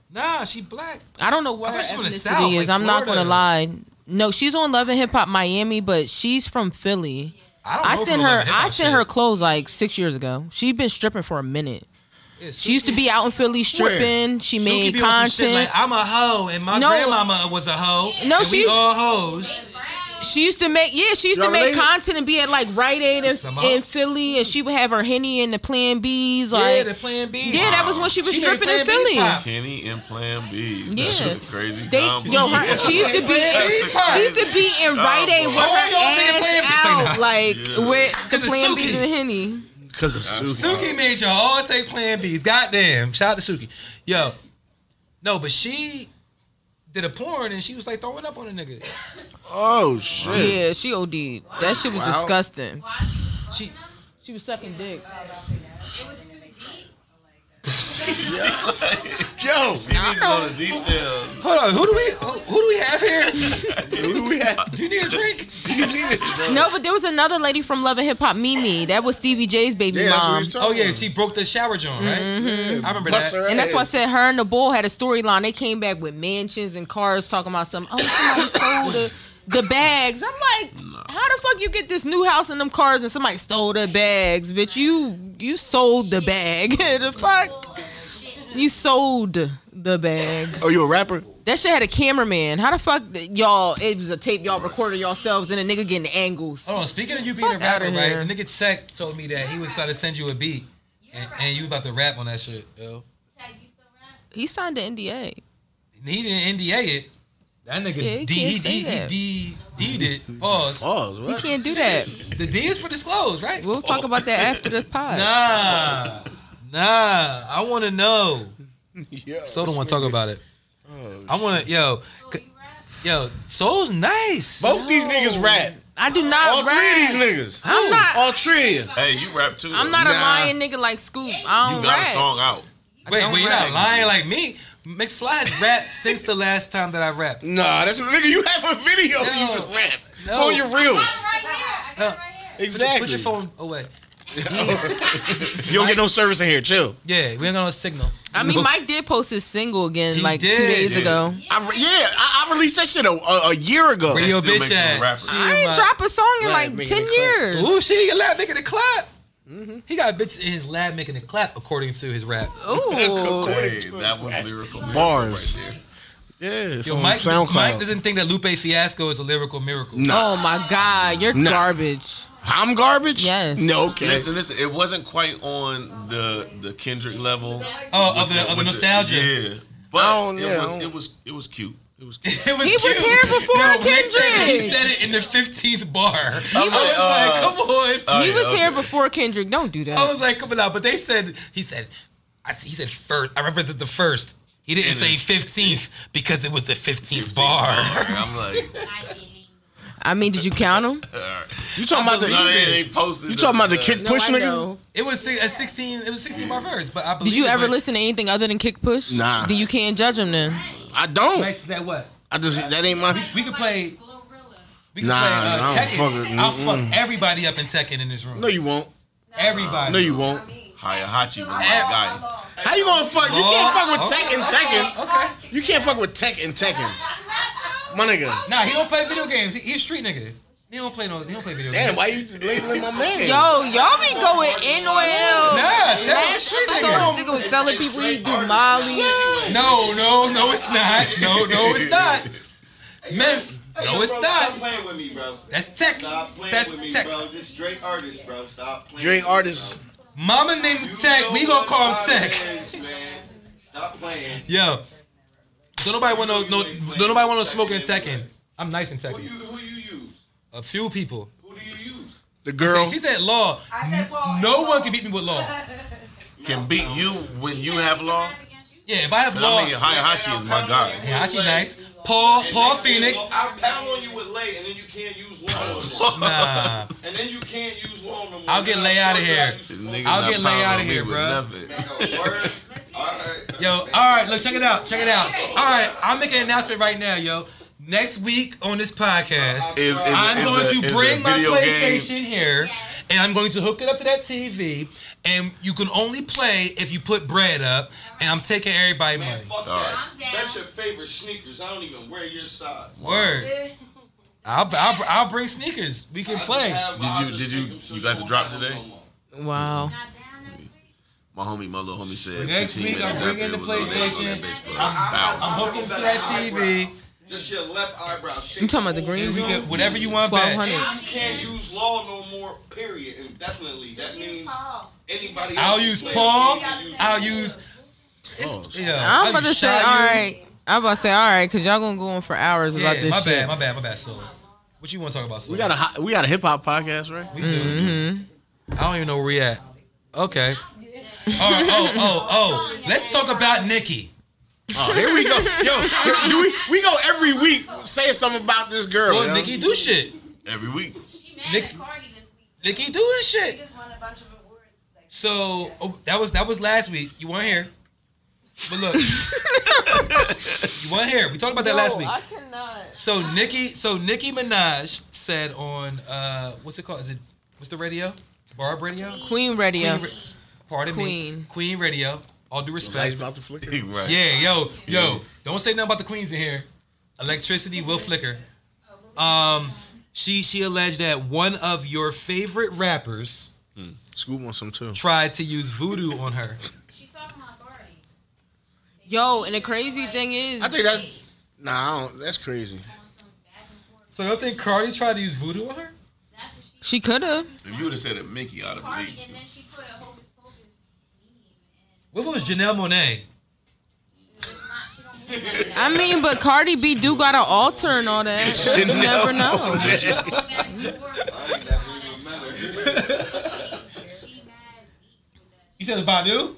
Speaker 1: Nah, she black.
Speaker 4: I don't know
Speaker 1: I
Speaker 4: what her
Speaker 1: thought she's from the
Speaker 4: ethnicity
Speaker 1: South,
Speaker 4: is.
Speaker 1: like
Speaker 4: I'm not
Speaker 1: Florida.
Speaker 4: gonna lie. No, she's on Love and Hip Hop Miami, but she's from Philly.
Speaker 1: I don't.
Speaker 4: I
Speaker 1: know from
Speaker 4: sent her.
Speaker 1: Atlanta,
Speaker 4: I sent her
Speaker 1: shit.
Speaker 4: clothes like six years ago. She's been stripping for a minute.
Speaker 1: Yeah,
Speaker 4: She used to
Speaker 1: Suki-
Speaker 4: be out in Philly stripping. She
Speaker 1: Suki
Speaker 4: made
Speaker 1: be on some shit
Speaker 4: content.
Speaker 1: like, I'm a hoe, and my
Speaker 4: No.
Speaker 1: grandmama was a hoe.
Speaker 4: No,
Speaker 1: and we
Speaker 4: she's-
Speaker 1: all hoes.
Speaker 4: she used to make yeah. She used to
Speaker 7: Y'all
Speaker 4: make
Speaker 7: related?
Speaker 4: content and be at like Rite Aid in,
Speaker 1: Come on.
Speaker 4: in Philly, and she would have her henny and the Plan Bs.
Speaker 1: yeah,
Speaker 4: Like
Speaker 1: the Plan B.
Speaker 4: yeah, that was when she was
Speaker 1: She made
Speaker 4: stripping in
Speaker 1: Plan Bs
Speaker 4: Philly.
Speaker 1: pop.
Speaker 2: Kenny and Plan B.
Speaker 4: Yeah.
Speaker 2: crazy.
Speaker 4: They
Speaker 2: combo.
Speaker 4: yo, her, she used to be
Speaker 1: That's a-
Speaker 4: she used to be in Rite Aid with her
Speaker 1: Oh, y'all taking Plan
Speaker 4: ass
Speaker 1: Bs right
Speaker 4: out,
Speaker 1: now.
Speaker 4: like
Speaker 2: Yeah.
Speaker 4: with the
Speaker 1: it's
Speaker 4: Plan
Speaker 1: Suki.
Speaker 4: Bs and Henny.
Speaker 7: Because of Suki.
Speaker 1: Suki made y'all all take Plan B's. Goddamn. Shout out to Suki. Yo. No, but she did a porn and she was like throwing up on a nigga.
Speaker 7: Oh, shit.
Speaker 4: Yeah, she OD'd. That shit was
Speaker 7: Wow.
Speaker 4: disgusting.
Speaker 1: She
Speaker 4: She was sucking dick.
Speaker 7: Yo,
Speaker 2: I don't know the details.
Speaker 1: hold on. Who do we who, who do we have here?
Speaker 7: who do we have?
Speaker 1: Do you need a drink?
Speaker 4: No, but there was another lady from Love and Hip Hop, Mimi. That was Stevie J's baby
Speaker 7: Yeah, that's what
Speaker 4: mom.
Speaker 7: he was
Speaker 1: Oh
Speaker 7: talking
Speaker 1: yeah, she broke the shower joint, right? I remember
Speaker 7: Bust
Speaker 1: that.
Speaker 7: her
Speaker 4: And that's why I
Speaker 7: ass.
Speaker 4: said her and the bull had a storyline. They came back with mansions and cars, talking about some. Oh, somebody stole the, the bags. I'm like, how the fuck you get this new house and them cars and somebody stole the bags? Bitch, you you sold the bag. the fuck, you sold the bag.
Speaker 7: Oh, you a rapper?
Speaker 4: That shit had a cameraman. How the fuck that y'all? It was a tape y'all recorded yourselves and a nigga getting angles.
Speaker 1: Hold on, speaking of you being a
Speaker 4: Fuck outta
Speaker 1: rapper,
Speaker 4: here.
Speaker 1: right? The nigga Tech told me that he was about to send you a beat. And, and you about to rap on that shit, yo.
Speaker 4: He signed the NDA.
Speaker 1: And he didn't NDA it. That nigga
Speaker 4: Yeah, he
Speaker 1: D
Speaker 4: can't
Speaker 1: he
Speaker 4: say
Speaker 1: D he
Speaker 4: that.
Speaker 1: D D'd it. Pause.
Speaker 7: Oh,
Speaker 4: He
Speaker 7: what?
Speaker 4: can't do that.
Speaker 1: The D is for disclose, right?
Speaker 4: We'll talk about that after the pod.
Speaker 1: Nah, nah. I want to know.
Speaker 7: Yo,
Speaker 1: Soul don't want to talk about it. I want to, yo,
Speaker 5: Oh,
Speaker 1: c- yo. Soul's nice.
Speaker 7: Both these niggas rap.
Speaker 4: I do not.
Speaker 7: All
Speaker 4: rap.
Speaker 7: three of these niggas.
Speaker 4: I'm not.
Speaker 7: All three of them.
Speaker 2: Hey, you rap too.
Speaker 4: I'm not a
Speaker 7: Nah.
Speaker 4: lying nigga like Scoop. I
Speaker 2: You
Speaker 4: don't
Speaker 2: got a
Speaker 4: rap.
Speaker 2: song out.
Speaker 1: Wait,
Speaker 4: don't
Speaker 1: wait. You're
Speaker 4: rap.
Speaker 1: not lying like me. McFly's rapped since the last time that I rapped.
Speaker 7: Nah, that's nigga. You have a video.
Speaker 1: No.
Speaker 7: You just rap
Speaker 1: No.
Speaker 3: Oh,
Speaker 7: on your reels.
Speaker 1: Put,
Speaker 7: Exactly.
Speaker 1: your phone away.
Speaker 7: You don't get no service in here. Chill.
Speaker 1: Yeah, we ain't got no signal.
Speaker 4: I mean, Mike did post his single again
Speaker 1: He
Speaker 4: like two
Speaker 1: did.
Speaker 4: days
Speaker 1: Yeah.
Speaker 4: ago.
Speaker 7: I re- yeah, I, I released that shit a, a, a year ago.
Speaker 1: Where your
Speaker 2: still
Speaker 1: bitch
Speaker 2: makes you a
Speaker 1: at?
Speaker 2: rapper.
Speaker 1: She
Speaker 4: I
Speaker 1: in
Speaker 4: ain't
Speaker 1: my-
Speaker 4: drop a song in
Speaker 7: Glad
Speaker 4: like
Speaker 7: making
Speaker 4: ten
Speaker 7: the cut.
Speaker 4: years.
Speaker 1: Ooh, she in your lab making a clap. Mm-hmm. He got bitches in his lab making a clap, according to his rap.
Speaker 4: Ooh.
Speaker 2: Hey, that was lyrical. lyrical
Speaker 7: Bars.
Speaker 2: Right there.
Speaker 7: Yeah, it's
Speaker 1: Yo,
Speaker 7: on
Speaker 1: Mike,
Speaker 7: SoundCloud.
Speaker 1: Mike doesn't think that Lupe Fiasco is a lyrical miracle.
Speaker 4: Oh my God, you're
Speaker 7: Nah.
Speaker 4: garbage.
Speaker 7: I'm garbage.
Speaker 4: Yes.
Speaker 7: No. Okay.
Speaker 2: Listen, listen. It wasn't quite on the the Kendrick level.
Speaker 1: Oh, of
Speaker 2: with
Speaker 1: the, of the
Speaker 2: with
Speaker 1: nostalgia.
Speaker 2: yeah. But
Speaker 7: I don't-
Speaker 2: it
Speaker 7: yeah, I
Speaker 2: was
Speaker 7: don't-
Speaker 2: it was it was cute. It was cute.
Speaker 1: It was
Speaker 4: He was
Speaker 1: cute.
Speaker 4: here before
Speaker 1: no, Nick said it- He
Speaker 4: Kendrick.
Speaker 1: said it in the fifteenth bar. I was
Speaker 4: was-
Speaker 1: like, come on.
Speaker 4: he
Speaker 2: yeah,
Speaker 4: was here
Speaker 2: okay.
Speaker 4: before Kendrick. Don't do that.
Speaker 1: I was like, come on. Now. But they said he said I s- he said first. I represent the first. He didn't
Speaker 2: It
Speaker 1: say
Speaker 2: is-
Speaker 1: fifteenth because it was the fifteenth bar.
Speaker 2: I'm like,
Speaker 4: I mean, did you count him?
Speaker 7: You talking about the?
Speaker 2: no, they, they posted.
Speaker 7: You talking about the kick
Speaker 4: No,
Speaker 7: push
Speaker 4: I
Speaker 7: nigga?
Speaker 4: know.
Speaker 1: It was si- a sixteen. It was sixteen bar verse. But I believe.
Speaker 4: Did you
Speaker 1: it
Speaker 4: ever
Speaker 1: went-
Speaker 4: listen to anything other than Kick Push?
Speaker 7: Nah.
Speaker 4: Then you can't judge him then.
Speaker 7: I don't.
Speaker 1: Nice is that what?
Speaker 7: I just that ain't my.
Speaker 1: We could play. We could
Speaker 7: Nah,
Speaker 1: play uh,
Speaker 7: I don't
Speaker 1: Tekken.
Speaker 7: fuck with-
Speaker 1: I'll fuck everybody up in Tekken in this room.
Speaker 7: No, you won't.
Speaker 1: everybody.
Speaker 7: No, you won't.
Speaker 2: Hayahachi was Oh my guy.
Speaker 7: How you gonna fuck? You can't
Speaker 1: Oh.
Speaker 7: fuck with Tekken, Tekken.
Speaker 1: Okay.
Speaker 7: You can't fuck with Tekken, Tekken. My nigga.
Speaker 1: Nah, he don't play video games. He, he a street nigga. He don't play no. He don't play video
Speaker 7: Damn,
Speaker 1: games.
Speaker 7: why you labeling my man?
Speaker 4: Yo, y'all be going in on
Speaker 1: Nah,
Speaker 4: him.
Speaker 1: tell
Speaker 4: Last
Speaker 1: street
Speaker 4: episode, this nigga was telling people he do Molly.
Speaker 1: nigga. No, no, no, it's not. No, no, it's not. Myth. No, it's
Speaker 8: Stop
Speaker 1: not.
Speaker 8: playing with me, bro.
Speaker 1: That's tech.
Speaker 8: Stop playing with me,
Speaker 1: That's tech.
Speaker 8: bro. This Drake artist, bro. Stop playing.
Speaker 7: Drake
Speaker 8: with me,
Speaker 7: artist.
Speaker 1: Mama named
Speaker 8: bro. You
Speaker 1: Tech.
Speaker 8: know
Speaker 1: We gonna
Speaker 8: what
Speaker 1: call him
Speaker 8: time
Speaker 1: Tech.
Speaker 8: it is, man. Stop playing.
Speaker 1: Yo. Don't nobody want no. No. Don't nobody want no smoke in Tekken. I'm nice in
Speaker 8: Who you
Speaker 1: Tekken.
Speaker 8: who you use?
Speaker 1: A few people.
Speaker 8: Who do you use?
Speaker 7: The girl.
Speaker 1: She said law.
Speaker 9: I said Paul.
Speaker 1: No one can beat me with law.
Speaker 2: Can beat you when you have law.
Speaker 1: Yeah, if I have
Speaker 2: I
Speaker 1: law.
Speaker 2: mean, Hayahachi is my guy.
Speaker 1: Yeah, actually nice. Paul, Paul Phoenix.
Speaker 8: I pound on you with lay, and then you can't use law. on me.
Speaker 1: Nah.
Speaker 8: and then you can't use law. on me.
Speaker 1: I'll get
Speaker 8: Then
Speaker 1: Lay
Speaker 8: I'll
Speaker 1: outta
Speaker 8: show you
Speaker 1: here.
Speaker 8: how you
Speaker 2: This
Speaker 8: supposed
Speaker 2: nigga
Speaker 8: to
Speaker 1: I'll
Speaker 2: not
Speaker 1: get Lay
Speaker 2: pounding
Speaker 1: outta
Speaker 2: me
Speaker 1: here,
Speaker 2: with
Speaker 1: bruh.
Speaker 2: nothing.
Speaker 8: make a word. All right.
Speaker 1: Yo, all right, look, check it out, check it out. All right, I'm making an announcement right now, yo. Next week on this podcast,
Speaker 2: Is- is-
Speaker 1: I'm
Speaker 2: is
Speaker 1: going
Speaker 2: a-
Speaker 1: to
Speaker 2: is a
Speaker 1: bring my
Speaker 2: video game-
Speaker 1: PlayStation here, and I'm going to hook it up to that TV, and you can only play if you put bread up, and I'm taking everybody
Speaker 8: Man,
Speaker 1: money.
Speaker 8: fuck
Speaker 2: All
Speaker 8: that.
Speaker 5: I'm down.
Speaker 8: That's your favorite sneakers. I don't even wear your size.
Speaker 1: Word. I'll, I'll I'll bring sneakers. We can play.
Speaker 2: Did you- did you- you got the drop today?
Speaker 4: Wow.
Speaker 5: Not down next week.
Speaker 2: My homie, my little homie said.
Speaker 1: Next
Speaker 2: 15
Speaker 1: week, I'm
Speaker 2: minutes
Speaker 1: bringing the
Speaker 2: after it was on, they was on
Speaker 1: PlayStation.
Speaker 2: that bitch for
Speaker 8: I-
Speaker 2: hours.
Speaker 1: I'm hooking up to that TV,
Speaker 8: Just your left eyebrow. Shape.
Speaker 4: You talking about the
Speaker 1: and
Speaker 4: green
Speaker 1: we
Speaker 4: room?
Speaker 1: can whatever you want bet.
Speaker 4: 1200.
Speaker 8: You can't use law no more. Period. Indefinitely. That means
Speaker 9: Paul.
Speaker 8: anybody.
Speaker 1: I'll
Speaker 8: else
Speaker 1: use
Speaker 8: can play.
Speaker 1: Paul.
Speaker 8: You can use-
Speaker 1: I'll use. It's, yeah,
Speaker 4: I'm
Speaker 1: I'll
Speaker 4: about to
Speaker 1: use
Speaker 4: say, all
Speaker 1: Shayu.
Speaker 4: right. I'm about to say, all right, because y'all gonna go on for hours
Speaker 1: Yeah,
Speaker 4: about this
Speaker 1: my
Speaker 4: shit.
Speaker 1: bad, my bad, my bad. So, what you want to talk about? So,
Speaker 7: We got a hi- we got a hip hop podcast, right?
Speaker 1: We do. I don't even know where we at. Okay. All right. Oh, oh, oh. Let's talk about Nikki.
Speaker 7: Oh, here we go. Yo, do we we go every week saying something about this girl?
Speaker 1: Well,
Speaker 7: yo.
Speaker 1: Nikki do shit.
Speaker 2: Every week.
Speaker 5: She mad
Speaker 1: Nick-
Speaker 5: at Cardi this week.
Speaker 1: Nikki doing
Speaker 9: He
Speaker 1: shit.
Speaker 9: just won a bunch of awards. Like,
Speaker 1: So oh, that was that was last week. You weren't here. But look, you weren't here. We talked about that last week.
Speaker 4: cannot.
Speaker 1: So Nikki, so Nicki Minaj said on uh, what's it called? Is it what's the radio? Barb Radio.
Speaker 4: Queen Radio.
Speaker 1: Queen Ra- Pardon me.
Speaker 4: Queen.
Speaker 1: Queen Radio. All due
Speaker 7: Lights
Speaker 1: respect.
Speaker 7: about to flicker.
Speaker 2: Right.
Speaker 1: Yeah, yo, yo, don't say nothing about the queens in here. Electricity will flicker. Um, she she alleged that one of your favorite rappers
Speaker 7: Scoop wants some too.
Speaker 1: tried to use voodoo on her.
Speaker 5: She talking about Cardi.
Speaker 4: Yo, and the crazy thing is,
Speaker 7: I think that's nah. I don't, that's crazy.
Speaker 5: On some back and forth.
Speaker 1: So you think Cardi tried to use voodoo on her?
Speaker 5: That's what she.
Speaker 4: she could have.
Speaker 2: If you would have said it, Mickey, I'd have
Speaker 5: Cardi,
Speaker 2: believed
Speaker 5: and
Speaker 2: you.
Speaker 5: then she put a hocus pocus meme, and
Speaker 1: What if it was Janelle Monet?
Speaker 5: it's not. She don't move like that.
Speaker 4: I mean, but Cardi B do got an altar and all that. You never know.
Speaker 5: Back and forth.
Speaker 8: I ain't never even met her.
Speaker 5: She mad deep with that.
Speaker 1: You said Badu?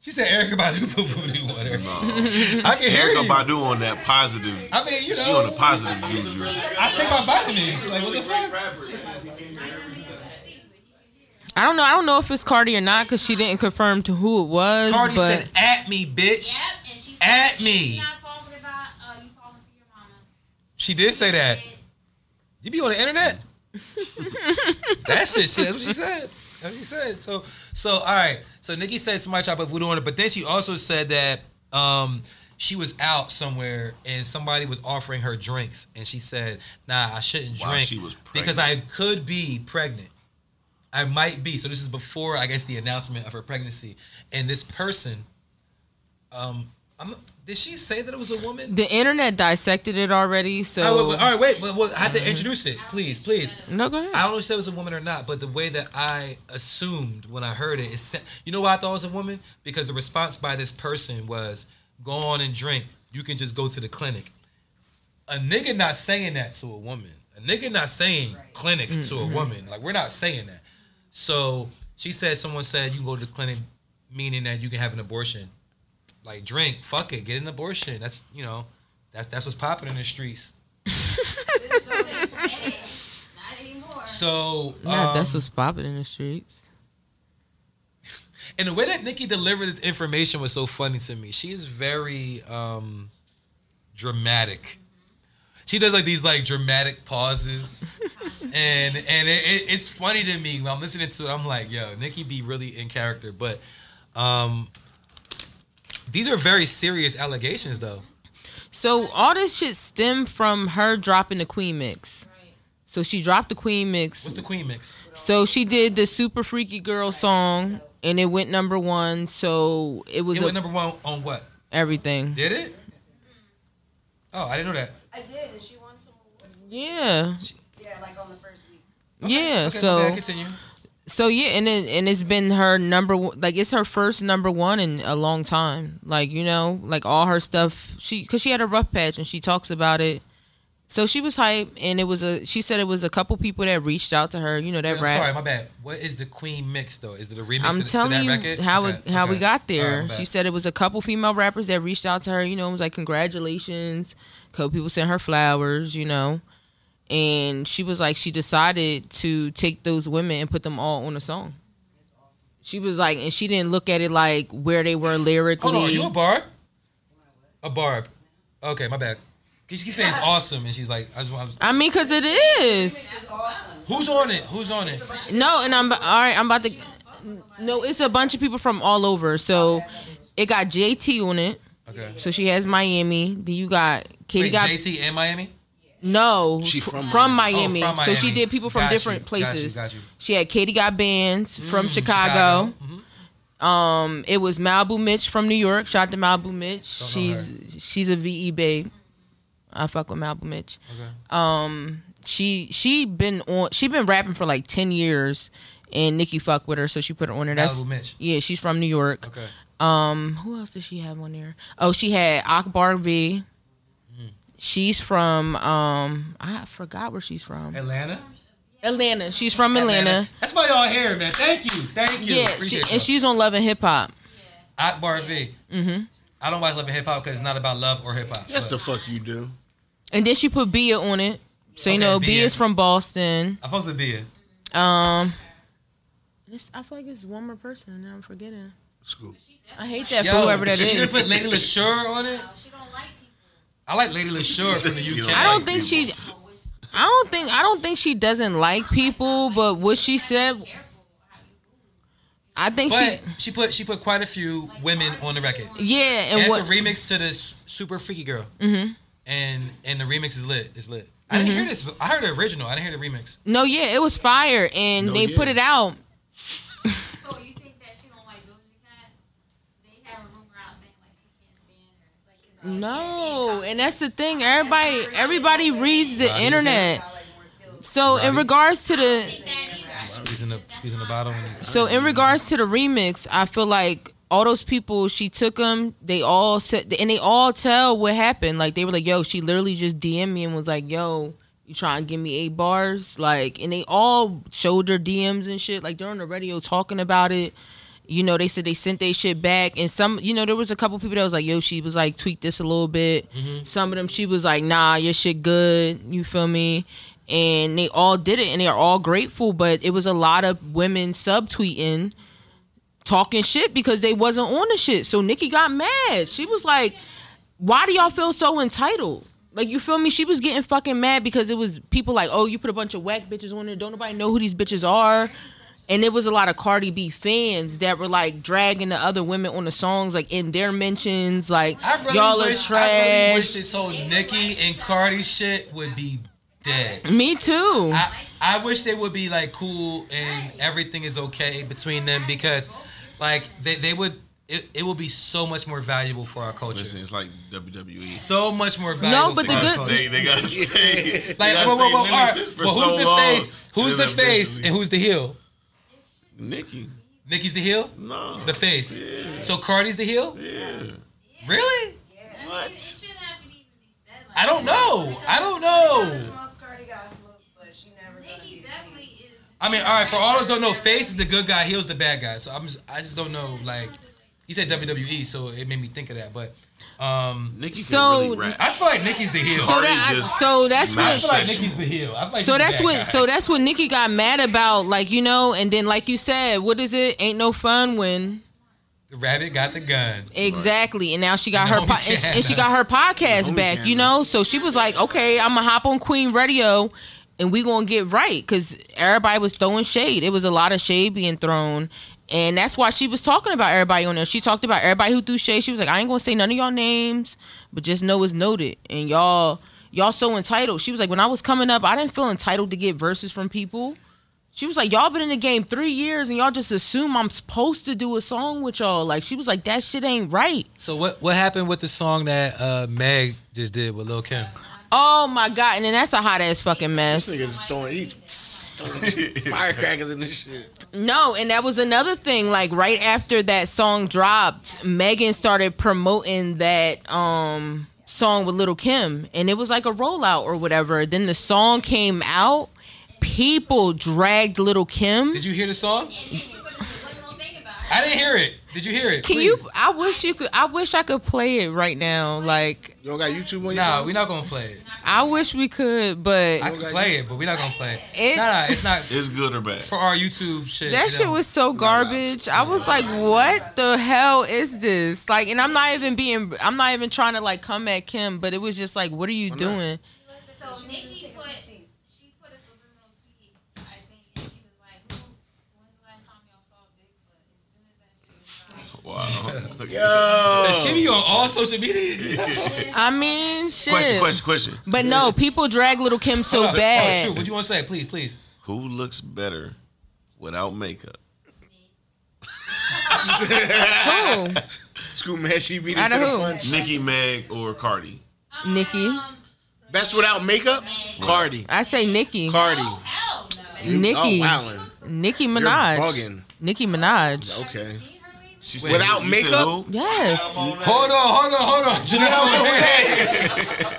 Speaker 1: She said Erica Badu put voodoo on her. I can hear
Speaker 2: Erica
Speaker 1: you.
Speaker 2: Badu on that positive.
Speaker 1: I mean, you
Speaker 2: She on
Speaker 1: know,
Speaker 2: the positive juju.
Speaker 1: I take my vitamins. Like, what the
Speaker 8: Really
Speaker 1: fuck?
Speaker 8: great rapper.
Speaker 4: I don't know. I don't know if it's Cardi or not because she didn't confirm to who it was.
Speaker 1: Cardi
Speaker 4: but
Speaker 1: said, "At me, bitch."
Speaker 5: Yep, and she said,
Speaker 1: At me.
Speaker 5: She's not talking about uh, you talking to your mama.
Speaker 1: She did say that. You be on the internet. that shit. She, that's what she said. That's what she said. So, so all right. So Nikki said somebody tried to put voodoo on her, but then she also said that um, she was out somewhere and somebody was offering her drinks, and she said, "Nah, I shouldn't
Speaker 2: While
Speaker 1: drink
Speaker 2: she was
Speaker 1: because I could be pregnant. I might be." So this is before, I guess, the announcement of her pregnancy, and this person, um, I'm, did she say that it was a woman?
Speaker 4: the internet dissected it already.
Speaker 1: All right,
Speaker 4: So
Speaker 1: wait, wait, all right, wait, but wait, I have to introduce it, please, please.
Speaker 4: no, go ahead.
Speaker 1: I don't know if it was a woman or not, but the way that I assumed when I heard it is, sa- you know why I thought it was a woman? Because the response by this person was, "Go on and drink. You can just go to the clinic." A nigga not saying that to a woman. A nigga not saying clinic to a woman. Like we're not saying that. So she said, someone said you can go to the clinic, meaning that you can have an abortion. Like drink, fuck it, get an abortion. That's you know, that's that's what's popping in the streets.
Speaker 5: Not anymore.
Speaker 1: So
Speaker 4: yeah,
Speaker 1: um,
Speaker 4: that's what's popping in the streets.
Speaker 1: and the way that Nikki delivered this information was so funny to me. She is very um, dramatic. she does like these like dramatic pauses, and and it, it, it's funny to me when I'm listening to it. I'm like, yo, Nikki be really in character, but um, these are very serious allegations though.
Speaker 4: So all this shit stemmed from her dropping the Queen mix. So she dropped the Queen mix.
Speaker 1: What's the Queen mix?
Speaker 4: So she did the Super Freaky Girl song, and it went number one. So it was
Speaker 1: It
Speaker 4: a-
Speaker 1: went number one on what?
Speaker 4: everything.
Speaker 1: Did it? Oh, I didn't know that.
Speaker 9: I did, and she won some awards.
Speaker 4: Yeah,
Speaker 9: Yeah, like on the first week.
Speaker 4: yeah.
Speaker 1: Okay,
Speaker 4: so
Speaker 1: okay, continue.
Speaker 4: so yeah, and it, and it's been her number one- like it's her first number one in a long time. Like you know, like all her stuff. She because she had a rough patch, and she talks about it. So she was hype, and it was a. She said it was a couple people that reached out to her. You know that
Speaker 1: I'm
Speaker 4: rap.
Speaker 1: sorry, my bad. What is the Queen mix though? Is it a remix?
Speaker 4: I'm
Speaker 1: to, the-
Speaker 4: telling
Speaker 1: to
Speaker 4: you
Speaker 1: that record?
Speaker 4: how
Speaker 1: Okay,
Speaker 4: it, how we
Speaker 1: okay.
Speaker 4: got
Speaker 1: All
Speaker 4: there.
Speaker 1: right, my
Speaker 4: she
Speaker 1: bad.
Speaker 4: said it was a couple female rappers that reached out to her. You know, it was like congratulations. couple people sent her flowers. You know, and she was like, she decided to take those women and put them all on a song. She was like, and she didn't look at it like where they were lyrically.
Speaker 1: Hold on, are you a barb? A barb. Okay, my bad. 'Cause She keeps saying it's awesome, and she's like, I just want.
Speaker 4: I mean, cause it is.
Speaker 9: It's awesome.
Speaker 1: Who's on it? Who's on it?
Speaker 4: No, and I'm all right. I'm about to. No, it's a bunch of people from all over. So it got JT on it.
Speaker 1: Okay.
Speaker 4: So she has Miami. Then you got Katie
Speaker 1: Wait,
Speaker 4: got
Speaker 1: JT and Miami.
Speaker 4: no
Speaker 3: She
Speaker 4: fr-
Speaker 3: from
Speaker 4: from
Speaker 1: Oh,
Speaker 4: Miami.
Speaker 1: from
Speaker 4: So she
Speaker 1: Miami.
Speaker 4: did people from
Speaker 1: Got you,
Speaker 4: different
Speaker 1: got you,
Speaker 4: places.
Speaker 1: got you.
Speaker 4: She had Katie got bands from
Speaker 1: Mm,
Speaker 4: Chicago.
Speaker 1: Mhm.
Speaker 4: Um, it was Malibu Mitch from New York. Shout out to Malibu Mitch.
Speaker 1: Don't know
Speaker 4: she's she's a VE babe. I fuck with Malibu Mitch.
Speaker 1: Okay.
Speaker 4: Um, she she been on she been rapping for like ten years, and Nikki fuck with her, so she put her on there. That's
Speaker 1: Malibu Mitch.
Speaker 4: yeah, she's from New York.
Speaker 1: Okay.
Speaker 4: Um, who else did she have on there? Oh, she had Akbar V. She's from um, I forgot where she's from.
Speaker 1: Atlanta.
Speaker 4: Atlanta. She's from Atlanta.
Speaker 1: That's why y'all here, man. Thank you. Thank you.
Speaker 4: Yeah, she,
Speaker 1: Appreciate
Speaker 4: and
Speaker 1: you.
Speaker 4: she's on Love and Hip Hop.
Speaker 1: Akbar V. Mm-hmm. I don't watch Love and Hip Hop because it's not about love or hip hop.
Speaker 7: Yes, the fuck you do.
Speaker 4: And then she put Bia on it. So you
Speaker 1: Okay,
Speaker 4: know,
Speaker 1: Bia.
Speaker 4: Bia's from Boston.
Speaker 1: I'm supposed to be it.
Speaker 4: Um, this, I feel like it's one more person, and I'm forgetting.
Speaker 7: Scoop.
Speaker 4: I hate that for
Speaker 1: Yo,
Speaker 4: whoever that
Speaker 1: she didn't
Speaker 4: is.
Speaker 1: put Lady LaSure on it.
Speaker 5: She don't like people.
Speaker 1: I like Lady LaSure from the
Speaker 2: She
Speaker 1: UK.
Speaker 2: don't
Speaker 4: I don't think she. I don't think I don't think she doesn't like people, but what she said, I think she.
Speaker 1: But she put she put quite a few women on the record.
Speaker 4: Yeah, and
Speaker 1: That's
Speaker 4: what Mm-hmm.
Speaker 1: a remix to the S- Super Freaky Girl. And and the remix is lit. It's lit. I didn't hear this. I heard the original. I didn't hear the remix.
Speaker 4: No, yeah, it was fire, and
Speaker 7: No,
Speaker 4: they
Speaker 7: yeah.
Speaker 4: put it out.
Speaker 5: So you think that she don't like Doja Cat? They have a rumor out saying like she can't stand her. Like, you know,
Speaker 4: No, and that's the thing. Everybody, everybody reads the internet.
Speaker 9: I like more skills.
Speaker 4: So in regards to
Speaker 5: I
Speaker 4: the,
Speaker 5: don't like that either. I
Speaker 1: Squeeze in the squeeze in the bottom.
Speaker 4: so in regards to the remix, I feel like all those people she took them. They all said, and they all tell what happened. Like they were like, "Yo, she literally just DM me and was like, yo." You trying to give me eight bars, like, and they all showed their DMs and shit, like during the radio talking about it. you know, they said they sent their shit back, and some, you know, there was a couple people that was like, "Yo, she was like tweak this a little bit." Some of them, she was like, "Nah, your shit good." You feel me? And they all did it, and they are all grateful. But it was a lot of women subtweeting, talking shit because they wasn't on the shit. So Nikki got mad. She was like, "Why do y'all feel so entitled?" Like you feel me? She was getting fucking mad because it was people like, "Oh, you put a bunch of whack bitches on there. Don't nobody know who these bitches are." and it was a lot of Cardi B fans that were like dragging the other women on the songs, like in their mentions, like
Speaker 1: I really
Speaker 4: y'all
Speaker 1: wish,
Speaker 4: are
Speaker 1: I really wish
Speaker 4: trash.
Speaker 1: this whole Nicki and Cardi shit would be dead.
Speaker 4: Me too.
Speaker 1: I, I wish they would be like cool and everything is okay between them because like they, they would it, it would be so much more valuable for our culture.
Speaker 2: Listen, it's like WWE.
Speaker 1: So much more valuable.
Speaker 4: but
Speaker 1: for
Speaker 4: the
Speaker 1: our
Speaker 4: good-
Speaker 1: culture.
Speaker 2: They, they gotta stay. they
Speaker 1: Like,
Speaker 2: gotta
Speaker 1: whoa, whoa,
Speaker 2: stay
Speaker 1: whoa, all right.
Speaker 2: nemesis for
Speaker 1: Well, who's
Speaker 2: so
Speaker 1: the
Speaker 2: long.
Speaker 1: face? Who's
Speaker 2: They're
Speaker 1: the face
Speaker 2: mentally-
Speaker 1: and who's the heel?
Speaker 2: Nikki?
Speaker 1: Nikki's the heel?
Speaker 2: No.
Speaker 1: The face. So Cardi's the heel?
Speaker 2: yeah.
Speaker 1: Really?
Speaker 5: It
Speaker 2: What?
Speaker 5: shouldn't have to even be said like
Speaker 1: I don't know. I don't know.
Speaker 9: Smoke, Cardi got smoke, but she never
Speaker 5: that.
Speaker 9: gonna be.
Speaker 5: Nikki definitely is.
Speaker 1: I mean, all right. For all those don't know, face is the good guy, heel's the bad guy. So I'm just, I just don't know. Like you said WWE, so it made me think of that. But um,
Speaker 2: Nikki
Speaker 4: So-
Speaker 2: so, can really rap.
Speaker 1: I feel like Nikki's the heel.
Speaker 4: so
Speaker 1: I
Speaker 2: Cardi
Speaker 4: that I,
Speaker 2: just
Speaker 4: so that's
Speaker 2: mashed
Speaker 1: feel
Speaker 4: what.
Speaker 2: up.
Speaker 1: like Nikki's the heel. I feel like
Speaker 4: So
Speaker 1: she's the
Speaker 4: that's
Speaker 1: bad
Speaker 4: what.
Speaker 1: guy.
Speaker 4: So that's what Nikki got mad about, like you know. And then, like you said, what is it? Ain't no fun when
Speaker 1: The rabbit got the gun.
Speaker 4: Exactly, and now she got
Speaker 1: And the
Speaker 4: her po-
Speaker 1: homies
Speaker 4: and, she, and she
Speaker 1: got-
Speaker 4: got her podcast back. You know, so she was like, "Okay, I'm gonna hop on Queen Radio, and we gonna get right." Because everybody was throwing shade. It was a lot of shade being thrown, and that's why she was talking about everybody on there. She talked about everybody who threw shade. She was like, "I ain't gonna say none of y'all names, but just know it's noted." And y'all, y'all so entitled. She was like, "When I was coming up, I didn't feel entitled to get verses from people." She was like, y'all been in the game three years and y'all just assume I'm supposed to do a song with y'all. Like, she was like, that shit ain't right.
Speaker 1: So what what happened with the song that uh, Meg just did with Lil Kim?
Speaker 4: Oh my god! And then that's a hot ass fucking mess.
Speaker 7: Niggas throwing each firecrackers in this shit.
Speaker 4: No, and that was another thing. Like right after that song dropped, Megan started promoting that um song with Little Kim, and it was like a rollout or whatever. Then the song came out, people dragged Little Kim.
Speaker 1: Did you hear the song?
Speaker 5: One more thing about her.
Speaker 1: I didn't hear it. Did you hear it?
Speaker 4: Can you? I wish you could. I wish I could play it right now. Like
Speaker 7: You don't got YouTube on your
Speaker 1: Nah,
Speaker 7: phone?
Speaker 1: we're not gonna play it.
Speaker 4: I wish we could, but
Speaker 1: I can play it, but we're not gonna play it.
Speaker 4: it's.
Speaker 1: Nah, nah, it's not
Speaker 2: It's good or bad.
Speaker 1: for our YouTube shit.
Speaker 4: That
Speaker 1: you
Speaker 4: shit
Speaker 1: know?
Speaker 4: was so garbage. I was like, what the hell is this? Like, and I'm not even being, I'm not even trying to like come at Kim, but it was just like, what are you doing?
Speaker 5: So Nikki put she put a subliminal tweet, I think, and she was like, "Who? When's the last time y'all saw Bigfoot?" As soon as that shit was dropped,
Speaker 2: Wow.
Speaker 1: That shit be on all social media.
Speaker 4: I mean, shit.
Speaker 2: question, question, question.
Speaker 4: But no, people drag little Kim so
Speaker 1: Hold up. Oh,
Speaker 4: bad.
Speaker 1: shoot, what you want to say? Please, please.
Speaker 2: Who looks better without makeup?
Speaker 4: Who?
Speaker 7: Scoop man, she beat it
Speaker 4: Out
Speaker 7: to
Speaker 4: of
Speaker 7: the
Speaker 4: who?
Speaker 7: punch.
Speaker 2: Nicki, Meg, or Cardi?
Speaker 4: Nikki.
Speaker 5: Um,
Speaker 7: Best without makeup? Cardi.
Speaker 4: I say Nikki.
Speaker 7: Cardi.
Speaker 5: hell no.
Speaker 7: You-
Speaker 4: Nikki.
Speaker 7: Oh, wowin'.
Speaker 4: Nicki
Speaker 7: You're
Speaker 4: Minaj.
Speaker 7: bugging.
Speaker 4: Nicki Minaj.
Speaker 7: Okay.
Speaker 5: See her lately?
Speaker 2: She said,
Speaker 7: Without
Speaker 2: you said
Speaker 7: makeup?
Speaker 2: who?
Speaker 4: Yes.
Speaker 1: Hold on, hold on, hold on. Janelle Monae.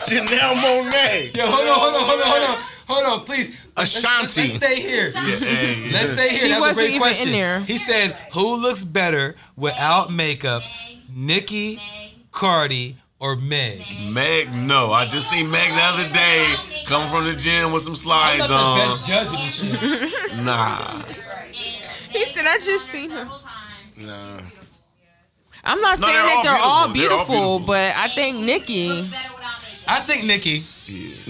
Speaker 7: Janelle Monet.
Speaker 1: Yo, hold on, hold on, hold on, hold on. Hold on, please. Let's- Let's,
Speaker 7: Ashanti.
Speaker 1: let's stay here.
Speaker 2: Yeah, hey,
Speaker 1: Let's stay here.
Speaker 4: She
Speaker 1: That's a
Speaker 4: wasn't
Speaker 1: great
Speaker 4: even in
Speaker 1: question.
Speaker 4: there.
Speaker 1: He said, "Who looks better without makeup, Nikki, Cardi, or Meg?"
Speaker 2: Meg, no. I just seen Meg the other day come from the gym with some
Speaker 1: I'm not
Speaker 2: slides
Speaker 1: the
Speaker 2: on.
Speaker 1: best judge of this shit.
Speaker 2: Nah.
Speaker 4: He said, I just seen her.
Speaker 5: Several times.
Speaker 7: Nah.
Speaker 4: I'm not
Speaker 2: No,
Speaker 4: saying
Speaker 2: they're
Speaker 4: that they're
Speaker 2: all
Speaker 4: all
Speaker 2: beautiful. They're
Speaker 4: beautiful,
Speaker 2: all
Speaker 4: but I think Nikki.
Speaker 5: Better without makeup.
Speaker 1: I think Nikki.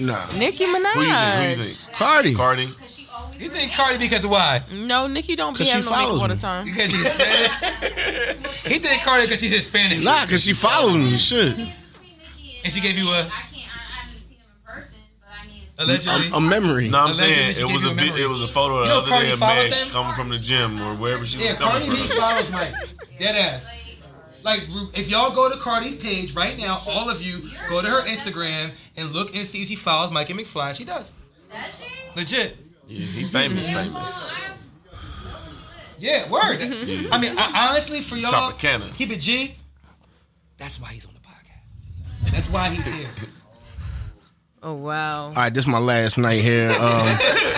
Speaker 7: Nah.
Speaker 4: Nicki
Speaker 2: Who you think? Who you
Speaker 4: Minaj.
Speaker 2: think?
Speaker 7: Cardi.
Speaker 2: Cardi?
Speaker 5: Cause she always.
Speaker 1: You think Cardi because why?
Speaker 4: No, Nicki don't be
Speaker 7: 'Cause she
Speaker 4: having no makeup
Speaker 7: follows
Speaker 4: all the
Speaker 7: me.
Speaker 4: time.
Speaker 1: Because she's Hispanic. he think Cardi because she's Hispanic.
Speaker 7: Nah, cause she follows me. Shit.
Speaker 1: And she gave you a-
Speaker 5: I can't. I, I haven't seen him in person, but I mean.
Speaker 1: Allegedly.
Speaker 7: A, a memory.
Speaker 2: No, I'm
Speaker 1: Allegedly,
Speaker 2: saying
Speaker 1: she
Speaker 2: it
Speaker 1: gave
Speaker 2: was
Speaker 1: you
Speaker 2: a
Speaker 1: a
Speaker 2: bit,
Speaker 1: memory.
Speaker 2: it was a photo the
Speaker 1: know
Speaker 2: other day
Speaker 1: Cardi
Speaker 2: of
Speaker 1: follows
Speaker 2: Meg
Speaker 1: him?
Speaker 2: coming from the gym or wherever she was
Speaker 1: yeah, Cardi
Speaker 2: coming
Speaker 1: Lee
Speaker 2: from.
Speaker 1: follows Mike. Dead ass. Like, Ru- if y'all go to Cardi's page right now, all of you go to her Instagram and look and see if she follows Mike and McFly. She does.
Speaker 5: Does she?
Speaker 1: Legit.
Speaker 2: Yeah, he famous, famous.
Speaker 1: Yeah, word. I mean, I, honestly, for y'all,
Speaker 2: Tropicana.
Speaker 1: keep it G. That's why he's on the podcast. That's why he's here.
Speaker 4: Oh wow.
Speaker 7: All right, this is my last night here. Um,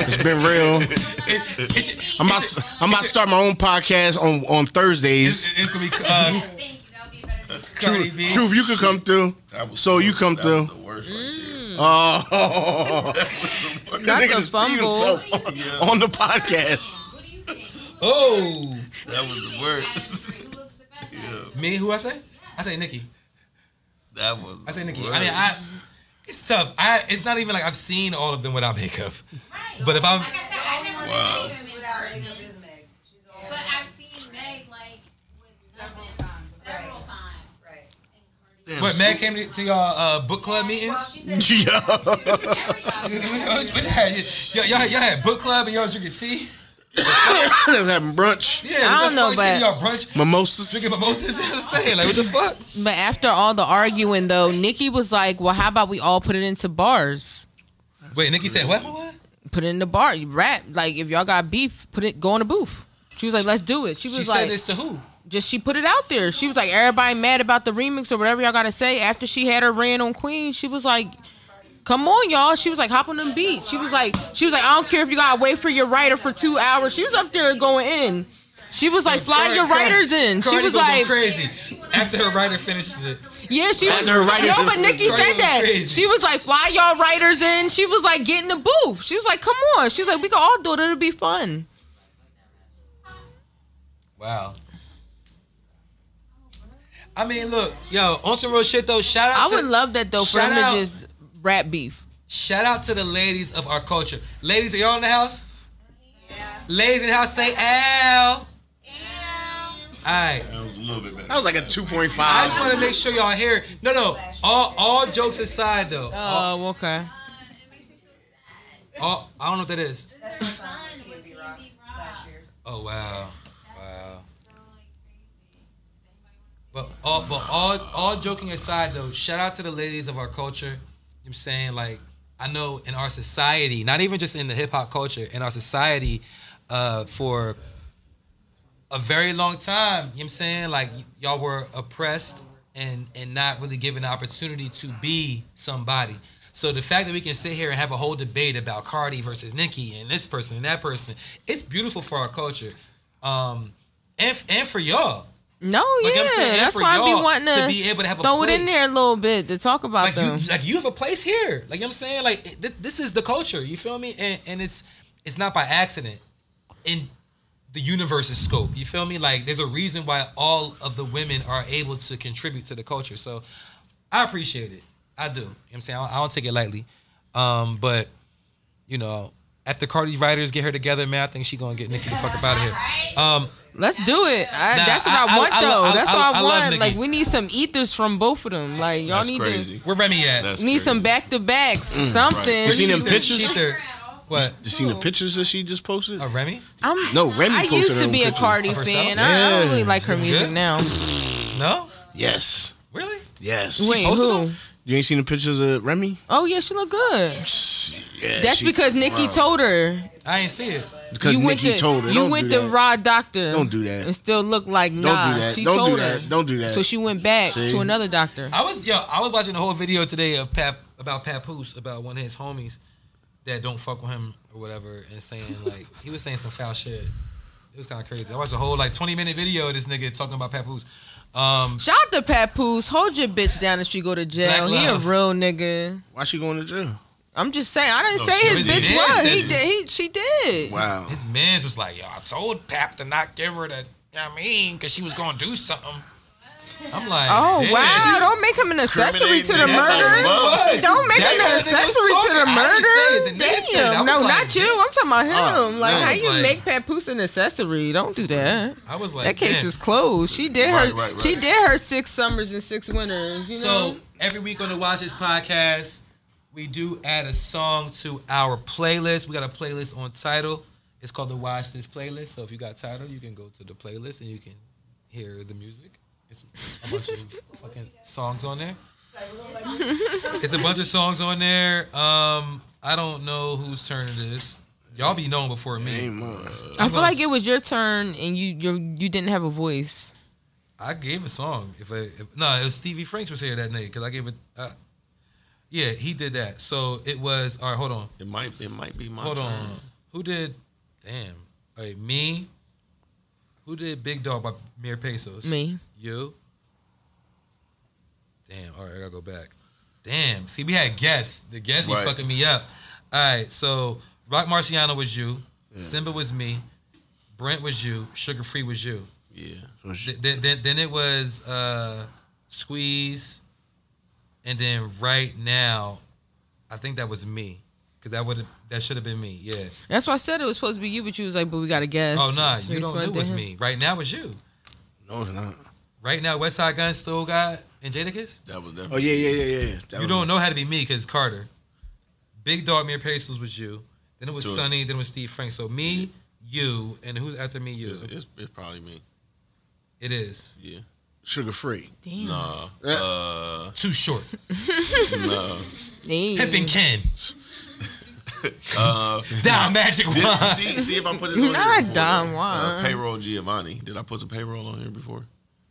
Speaker 7: it's been real.
Speaker 1: It- it's,
Speaker 7: I'm about, I'm about to start my own podcast on, on Thursdays.
Speaker 1: it's, it's gonna be uh,
Speaker 5: Yes, thank you. That would be a better. Day.
Speaker 1: Cardi B.
Speaker 7: Truth, you could come through.
Speaker 2: That was
Speaker 7: So you come
Speaker 2: that
Speaker 7: through.
Speaker 2: was the worst right
Speaker 7: Oh,
Speaker 2: there.
Speaker 4: Not
Speaker 7: nigga
Speaker 4: the
Speaker 7: just peed
Speaker 4: fumble.
Speaker 7: himself on, on the podcast.
Speaker 5: What do you think?
Speaker 1: Oh,
Speaker 2: That was the worst.
Speaker 5: Who looks the best? out of
Speaker 1: me? Who I say? I say Nikki.
Speaker 2: That was.
Speaker 1: I say
Speaker 2: the
Speaker 1: Nikki.
Speaker 2: Worst.
Speaker 1: I mean, I. It's tough. I. It's not even like I've seen all of them without makeup.
Speaker 5: Right.
Speaker 1: But if I'm-
Speaker 5: like I said, I never
Speaker 2: Wow.
Speaker 5: seen him in
Speaker 9: Without
Speaker 5: person,
Speaker 9: makeup is Meg. She's all
Speaker 5: but I've seen Meg like with nothing several
Speaker 9: Right.
Speaker 5: times.
Speaker 9: right.
Speaker 2: Damn,
Speaker 1: What?
Speaker 2: Scoop-
Speaker 1: Meg came to, to your uh, book club meetings.
Speaker 9: She said
Speaker 7: Yo.
Speaker 5: Every time.
Speaker 1: What you- what you had? Y'all, y'all, y'all had book club and y'all was drinking tea.
Speaker 7: I was having brunch,
Speaker 1: Yeah,
Speaker 4: I
Speaker 1: what the
Speaker 4: don't know,
Speaker 1: fuck? You
Speaker 4: but-
Speaker 1: y'all brunch.
Speaker 7: mimosas.
Speaker 1: Drinking mimosas, you know what I'm saying? Like, what the fuck?
Speaker 4: But after all the arguing though, Nikki was like, "Well, how about we all put it into bars?
Speaker 1: Wait, Nikki said, what? What?
Speaker 4: Put it in the bar. You rap. Like if y'all got beef, put it go in the booth." She was like, "Let's do it." She was
Speaker 1: She
Speaker 4: like,
Speaker 1: said this to who?
Speaker 4: "Just she put it out there." She was like, "Everybody mad about the remix or whatever y'all gotta say." After she had her rant on Queen, she was like. Come on, y'all. She was like, hop on them beat. She was like, she was like, I don't care if you gotta wait for your writer for two hours. She was up there going in. She was like, fly
Speaker 1: Cardi-
Speaker 4: your
Speaker 1: Cardi-
Speaker 4: writers in. She
Speaker 1: Cardi
Speaker 4: was
Speaker 1: gonna go
Speaker 4: like,
Speaker 1: crazy after her writer finishes it.
Speaker 4: Yeah, she was.
Speaker 7: Had her writers
Speaker 4: no,
Speaker 7: in
Speaker 4: but
Speaker 7: the
Speaker 4: Nikki
Speaker 1: booth.
Speaker 4: said that.
Speaker 1: Crazy.
Speaker 4: She was like, fly y'all writers in. She was like, get in the booth. She was like, come on. She was like, we can all do it. It'll be fun.
Speaker 1: Wow. I mean, look, yo, on some real shit though. Shout
Speaker 4: I
Speaker 1: out.
Speaker 4: would
Speaker 1: to,
Speaker 4: love that though for
Speaker 1: Shout
Speaker 4: him to
Speaker 1: out.
Speaker 4: just rap beef.
Speaker 1: Shout out to the ladies of our culture. Ladies, are y'all in the house? Ladies in the house, say ow. All right.
Speaker 2: That was a little bit better.
Speaker 7: That was like a 2.5.
Speaker 1: I just want to make sure y'all here. No, no. All all jokes aside though. All,
Speaker 4: Oh, okay.
Speaker 5: It makes me so sad.
Speaker 1: all- I don't know what that is.
Speaker 9: That's
Speaker 5: Her
Speaker 9: my
Speaker 5: son
Speaker 9: son
Speaker 5: was
Speaker 9: with
Speaker 5: P&B
Speaker 9: B Rock
Speaker 5: Rock.
Speaker 9: last year.
Speaker 1: Oh wow, wow.
Speaker 5: So like crazy.
Speaker 1: But all but all all joking aside though, shout out to the ladies of our culture. You know what I'm saying like I know in our society, not even just in the hip hop culture, in our society, uh, for a very long time, you know what I'm saying? Like y- y'all were oppressed and and not really given the opportunity to be somebody. So the fact that we can sit here and have a whole debate about Cardi versus Nicki and this person and that person, it's beautiful for our culture. Um and, f- and for y'all.
Speaker 4: No,
Speaker 1: Like
Speaker 4: yeah,
Speaker 1: I'm saying,
Speaker 4: that's
Speaker 1: for
Speaker 4: why I be
Speaker 1: y'all
Speaker 4: wanting to,
Speaker 1: to be able to have a
Speaker 4: throw it in
Speaker 1: place.
Speaker 4: there a little bit to talk about
Speaker 1: like
Speaker 4: them.
Speaker 1: you like you have a place here. Like you know what I'm saying, like it- th- this is the culture. You feel me? And and it's it's not by accident in the universe's scope. You feel me? Like there's a reason why all of the women are able to contribute to the culture. So I appreciate it. I do. You know what I'm saying I don't, I don't take it lightly. Um, but you know, after Cardi writers get her together, man, I think she gonna get Nicki the fuck up out of here. Um,
Speaker 4: Let's do it. I,
Speaker 1: Nah,
Speaker 4: that's what I,
Speaker 1: I- I-
Speaker 4: want
Speaker 1: I
Speaker 4: though.
Speaker 1: lo- I-
Speaker 4: that's what
Speaker 1: I-
Speaker 4: I,
Speaker 1: I love
Speaker 4: want.
Speaker 1: Nicki.
Speaker 4: like we need some ethers from both of them. Like y'all
Speaker 2: That's
Speaker 4: need
Speaker 2: crazy.
Speaker 1: where Remy at?
Speaker 2: That's
Speaker 4: to need
Speaker 2: crazy.
Speaker 4: some back to backs, something.
Speaker 7: You seen them
Speaker 1: Mm, She the-
Speaker 7: pictures?
Speaker 1: she the- What?
Speaker 7: You seen the pictures that she just posted?
Speaker 1: Oh, Remy?
Speaker 4: I'm,
Speaker 7: No, Remy
Speaker 4: I
Speaker 7: posted
Speaker 4: used to
Speaker 7: them
Speaker 4: be a
Speaker 7: pictures.
Speaker 4: Cardi
Speaker 1: Of herself?
Speaker 4: fan. I, I don't really
Speaker 7: Yeah.
Speaker 4: like her music
Speaker 1: good?
Speaker 4: now.
Speaker 1: No,
Speaker 7: Yes.
Speaker 1: really?
Speaker 7: Yes.
Speaker 4: Wait,
Speaker 1: posted
Speaker 4: who?
Speaker 1: them?
Speaker 7: You ain't seen the pictures of Remy?
Speaker 4: Oh yeah, she look good.
Speaker 7: Yeah,
Speaker 4: That's
Speaker 7: she-
Speaker 4: because Nikki told her.
Speaker 1: I ain't see it.
Speaker 7: because
Speaker 4: you went
Speaker 7: Nikki
Speaker 4: to
Speaker 7: told her.
Speaker 4: you
Speaker 7: Don't
Speaker 4: went
Speaker 7: do
Speaker 4: to
Speaker 7: that.
Speaker 4: raw doctor.
Speaker 7: Don't do that.
Speaker 4: And still look like
Speaker 7: Don't
Speaker 4: nah.
Speaker 7: do that.
Speaker 4: She
Speaker 7: Don't
Speaker 4: told
Speaker 7: do
Speaker 4: her.
Speaker 7: that. Don't do that.
Speaker 4: So she went back
Speaker 7: See?
Speaker 4: to another doctor.
Speaker 1: I was yo, I was watching the whole video today of Pap about Papoose about one of his homies that don't fuck with him or whatever, and saying like he was saying some foul shit. It was kind of crazy. I watched a whole like twenty minute video of this nigga talking about Papoose. Um,
Speaker 4: Shout out to Papoose. Hold your bitch down if she go to jail.
Speaker 1: Black
Speaker 4: He a
Speaker 1: love.
Speaker 4: real nigga.
Speaker 7: Why she going to jail?
Speaker 4: I'm just saying. I didn't
Speaker 2: No,
Speaker 4: say
Speaker 2: she
Speaker 4: his
Speaker 1: was-
Speaker 4: bitch
Speaker 1: He
Speaker 4: was.
Speaker 1: did.
Speaker 4: He did. He she did.
Speaker 7: Wow.
Speaker 1: his man's was like, yo, I told Pap to not give her that. You know what I mean, because she was gonna do something. I'm like,
Speaker 4: Oh
Speaker 1: damn.
Speaker 4: wow! Don't make him an accessory to the
Speaker 2: That's how it
Speaker 4: murder.
Speaker 1: was.
Speaker 4: Don't make
Speaker 1: That's
Speaker 4: him
Speaker 1: how
Speaker 4: an
Speaker 1: the nigga was
Speaker 4: accessory to the
Speaker 1: talking. I
Speaker 4: murder.
Speaker 1: didn't say it. The nigga said it. I was
Speaker 4: Damn, no,
Speaker 1: like, uh,
Speaker 4: not you. I'm talking about him. like,
Speaker 7: man.
Speaker 4: how
Speaker 1: I was
Speaker 4: you
Speaker 1: like-
Speaker 4: make Papoose an accessory? Don't do that.
Speaker 1: I was like,
Speaker 4: that case
Speaker 1: damn.
Speaker 4: is closed. She did
Speaker 2: Right,
Speaker 4: her.
Speaker 2: right, right.
Speaker 4: She did her six summers and six winters. You
Speaker 1: So
Speaker 4: know.
Speaker 1: every week on the Watch This podcast, we do add a song to our playlist. We got a playlist on title. It's called the Watch This playlist. So if you got title, you can go to the playlist and you can hear the music. It's a bunch of fucking songs on there. It's a bunch of songs on there. Um, I don't know whose turn it is. Y'all be known before me.
Speaker 7: Ain't more.
Speaker 4: I
Speaker 1: uh,
Speaker 4: feel like it was your turn and you you you didn't have a voice.
Speaker 1: I gave a song. If, I, if no, it was Stevie Franks was here that night because I gave it. Uh, yeah, he did that. So it was all right. Hold on.
Speaker 2: It might it might be my
Speaker 1: Hold
Speaker 2: turn.
Speaker 1: on. Who did? Damn. All right, me. Who did Big Dog by Mere Pesos?
Speaker 4: Me.
Speaker 1: You. Damn. All right, I gotta go back. Damn. See, we had guests. The guests
Speaker 2: Right.
Speaker 1: be fucking me up. All right. So Rock Marciano was you. Simba was me. Brent was you. Sugar Free was you.
Speaker 2: Yeah.
Speaker 7: So she-
Speaker 1: Th- Then, then, then it was uh, Squeeze, and then right now, I think that was me, because that would have that should have been me. Yeah.
Speaker 4: That's why I said it was supposed to be you, but you was like, but we got a guess.
Speaker 1: Oh no,
Speaker 4: So
Speaker 1: you
Speaker 4: that's
Speaker 1: don't
Speaker 4: why I
Speaker 1: know it
Speaker 4: did
Speaker 1: was
Speaker 4: him.
Speaker 1: me. Right now it's you.
Speaker 7: no, it's not.
Speaker 1: Right now, West Side Gun still got and Jadakiss.
Speaker 2: That was
Speaker 7: Oh
Speaker 2: definitely
Speaker 7: yeah, yeah, yeah, yeah. That
Speaker 1: You
Speaker 7: was-
Speaker 1: don't know how to be me because Carter, Big Dog, Mere Pesos was you. Then it was
Speaker 2: Sure.
Speaker 1: Sonny. Then it was Steve Frank. So me, you, and who's after me? You.
Speaker 2: It's, it's, it's probably me.
Speaker 1: It is
Speaker 2: Yeah.
Speaker 7: sugar free.
Speaker 4: Damn.
Speaker 2: Nah.
Speaker 7: Yeah.
Speaker 2: Uh
Speaker 1: too short.
Speaker 2: no.
Speaker 4: Damn.
Speaker 1: Pip and Ken. Down magic
Speaker 2: Did-
Speaker 1: wand.
Speaker 2: see, see if I put this on
Speaker 4: Not
Speaker 2: here before.
Speaker 4: Don
Speaker 2: Uh,
Speaker 4: Juan.
Speaker 2: payroll Giovanni. Did I put some payroll on here before?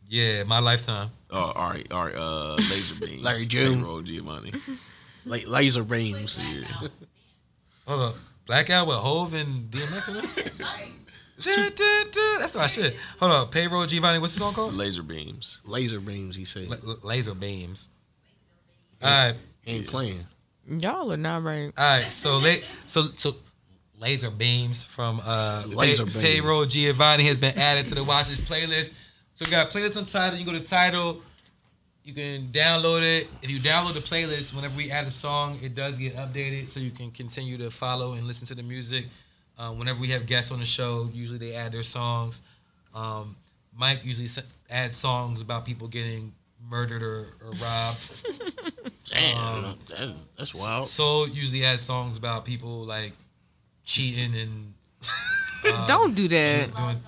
Speaker 1: Yeah, my lifetime.
Speaker 2: Oh, all right, all right. Uh, laser beams.
Speaker 7: Larry June.
Speaker 2: Payroll Giovanni.
Speaker 7: Like laser beams.
Speaker 2: Yeah.
Speaker 1: Hold up. Blackout with Hove and DMX in it? Duh, duh, duh. That's my shit. Hold up. Payroll Giovanni, what's the song called?
Speaker 2: Laser beams.
Speaker 7: Laser beams, he said.
Speaker 1: La- la- laser beams. All right,
Speaker 7: Ain't playing.
Speaker 4: Y'all are not right.
Speaker 1: all right. So, la- so, so, laser beams from uh,
Speaker 7: Laser
Speaker 1: Laser
Speaker 7: beams.
Speaker 1: Payroll Giovanni has been added to the Watchers playlist. So we got playlist on title. You go to title, You can download it. If you download the playlist, whenever we add a song, it does get updated, so you can continue to follow and listen to the music. Uh, whenever we have guests on the show, usually they add their songs. Um, Mike usually s- adds songs about people getting murdered or, or robbed. Um,
Speaker 3: Damn, that, that's wild.
Speaker 1: Soul usually adds songs about people like cheating and Uh,
Speaker 4: Don't do that.
Speaker 1: doing.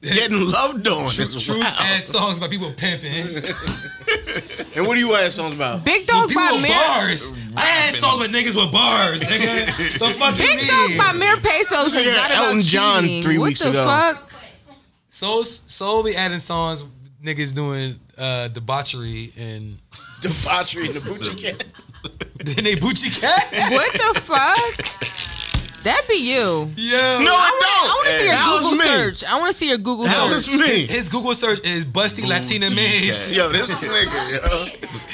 Speaker 3: Getting loved on.
Speaker 1: Truth adds songs about people pimping.
Speaker 3: And what do you ask songs about?
Speaker 4: Big Dog
Speaker 1: people
Speaker 4: by
Speaker 1: with
Speaker 4: Mayor.
Speaker 1: bars. I had songs with niggas with bars, nigga. the fuck you
Speaker 4: Big Dog
Speaker 1: mean?
Speaker 4: by Mayor Pesos is
Speaker 3: Yeah,
Speaker 4: not about
Speaker 3: Elton John
Speaker 4: cheating.
Speaker 3: three
Speaker 4: what
Speaker 3: weeks
Speaker 4: the
Speaker 3: ago.
Speaker 4: fuck?
Speaker 1: Soul, Soul be adding songs, niggas doing uh, debauchery and
Speaker 3: Debauchery and the booty cat.
Speaker 1: then they boochie cat.
Speaker 4: What the fuck? That be you.
Speaker 1: Yo,
Speaker 3: No, I don't.
Speaker 4: I want to see your
Speaker 3: That was
Speaker 4: Google
Speaker 3: me.
Speaker 4: search. I want to see your Google
Speaker 3: That
Speaker 4: search.
Speaker 3: was me.
Speaker 1: his Google search is busty Latina maids.
Speaker 3: Yo, this nigga,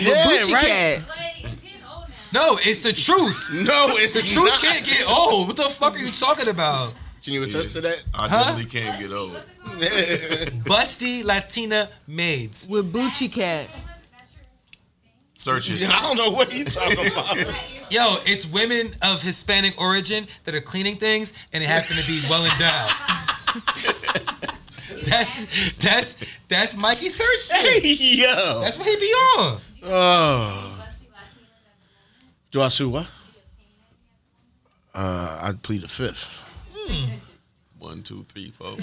Speaker 3: yo. Yeah,
Speaker 4: Gucci cat.
Speaker 5: But it's getting old now.
Speaker 1: No, it's the truth.
Speaker 3: No, it's
Speaker 1: The truth
Speaker 3: not.
Speaker 1: can't get old. What the fuck are you talking about?
Speaker 3: Can you attest to that?
Speaker 2: I
Speaker 1: Huh?
Speaker 2: definitely can't get over.
Speaker 5: What's it called?
Speaker 1: Busty Latina maids.
Speaker 4: With Bucci cat.
Speaker 5: That's your thing.
Speaker 2: Searches.
Speaker 3: I don't know what you talking about.
Speaker 1: Yo, it's women of Hispanic origin that are cleaning things and it happen to be well endowed. that's that's that's Mikey Search shit.
Speaker 3: yo.
Speaker 1: That's what he be on.
Speaker 3: Oh.
Speaker 5: Busty Latinas at the moment.
Speaker 3: Do I sue what?
Speaker 5: Do you obtain that?
Speaker 3: Uh, I'd plead the fifth.
Speaker 2: One, two, three, four.
Speaker 4: She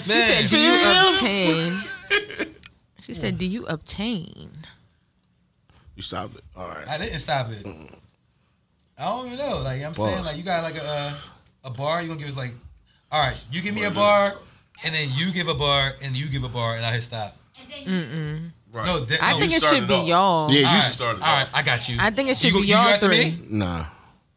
Speaker 1: Man.
Speaker 4: said, "Do you obtain?" She said, "Do you obtain?"
Speaker 3: You stopped it. All right.
Speaker 1: I didn't stop it. I don't even know. Like I'm saying,
Speaker 3: Pause.
Speaker 1: like you got like a uh, a bar. You gonna give us like, all right, you give me a bar, and then you give a bar, and you give a bar, and I hit stop.
Speaker 5: And then you
Speaker 2: Right.
Speaker 1: No, that,
Speaker 4: I
Speaker 1: no,
Speaker 4: think
Speaker 2: you
Speaker 4: it
Speaker 2: started
Speaker 4: should be
Speaker 2: off.
Speaker 4: y'all.
Speaker 3: Yeah,
Speaker 1: all
Speaker 3: you
Speaker 1: right,
Speaker 2: should start it
Speaker 1: All right, I got you.
Speaker 4: I think it should
Speaker 1: You go-
Speaker 4: be
Speaker 1: you go
Speaker 4: y'all
Speaker 1: after
Speaker 4: three.
Speaker 1: me?
Speaker 3: Nah.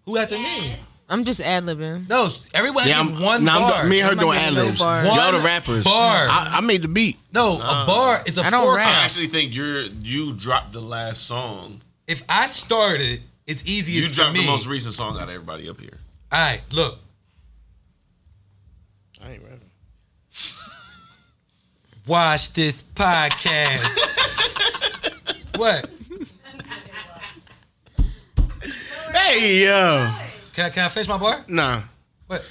Speaker 1: Who after me?
Speaker 4: I'm just ad libbing.
Speaker 1: No, everyone yeah,
Speaker 3: Yeah, I'm
Speaker 1: one
Speaker 3: nah, I'm
Speaker 1: bar.
Speaker 3: do- me and her
Speaker 4: Somebody
Speaker 3: doing ad
Speaker 4: no
Speaker 3: libs.
Speaker 4: bar.
Speaker 3: Y'all
Speaker 1: One
Speaker 3: the rappers.
Speaker 1: bar.
Speaker 3: I, I made the beat.
Speaker 1: no, a bar is a
Speaker 4: I don't
Speaker 1: four
Speaker 4: rap.
Speaker 2: I
Speaker 1: count.
Speaker 2: actually think you're you dropped the last song.
Speaker 1: If I started, it's easiest
Speaker 2: you
Speaker 1: for
Speaker 2: dropped
Speaker 1: me.
Speaker 2: the most recent song out of everybody up here.
Speaker 1: all right, look,
Speaker 3: I ain't rapping.
Speaker 1: watch this podcast. what?
Speaker 3: Hey, yo.
Speaker 1: Can I, can I finish my bar?
Speaker 3: Nah.
Speaker 1: What?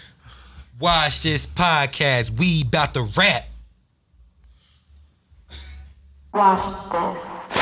Speaker 1: Watch this podcast. We about to rap.
Speaker 10: Watch this.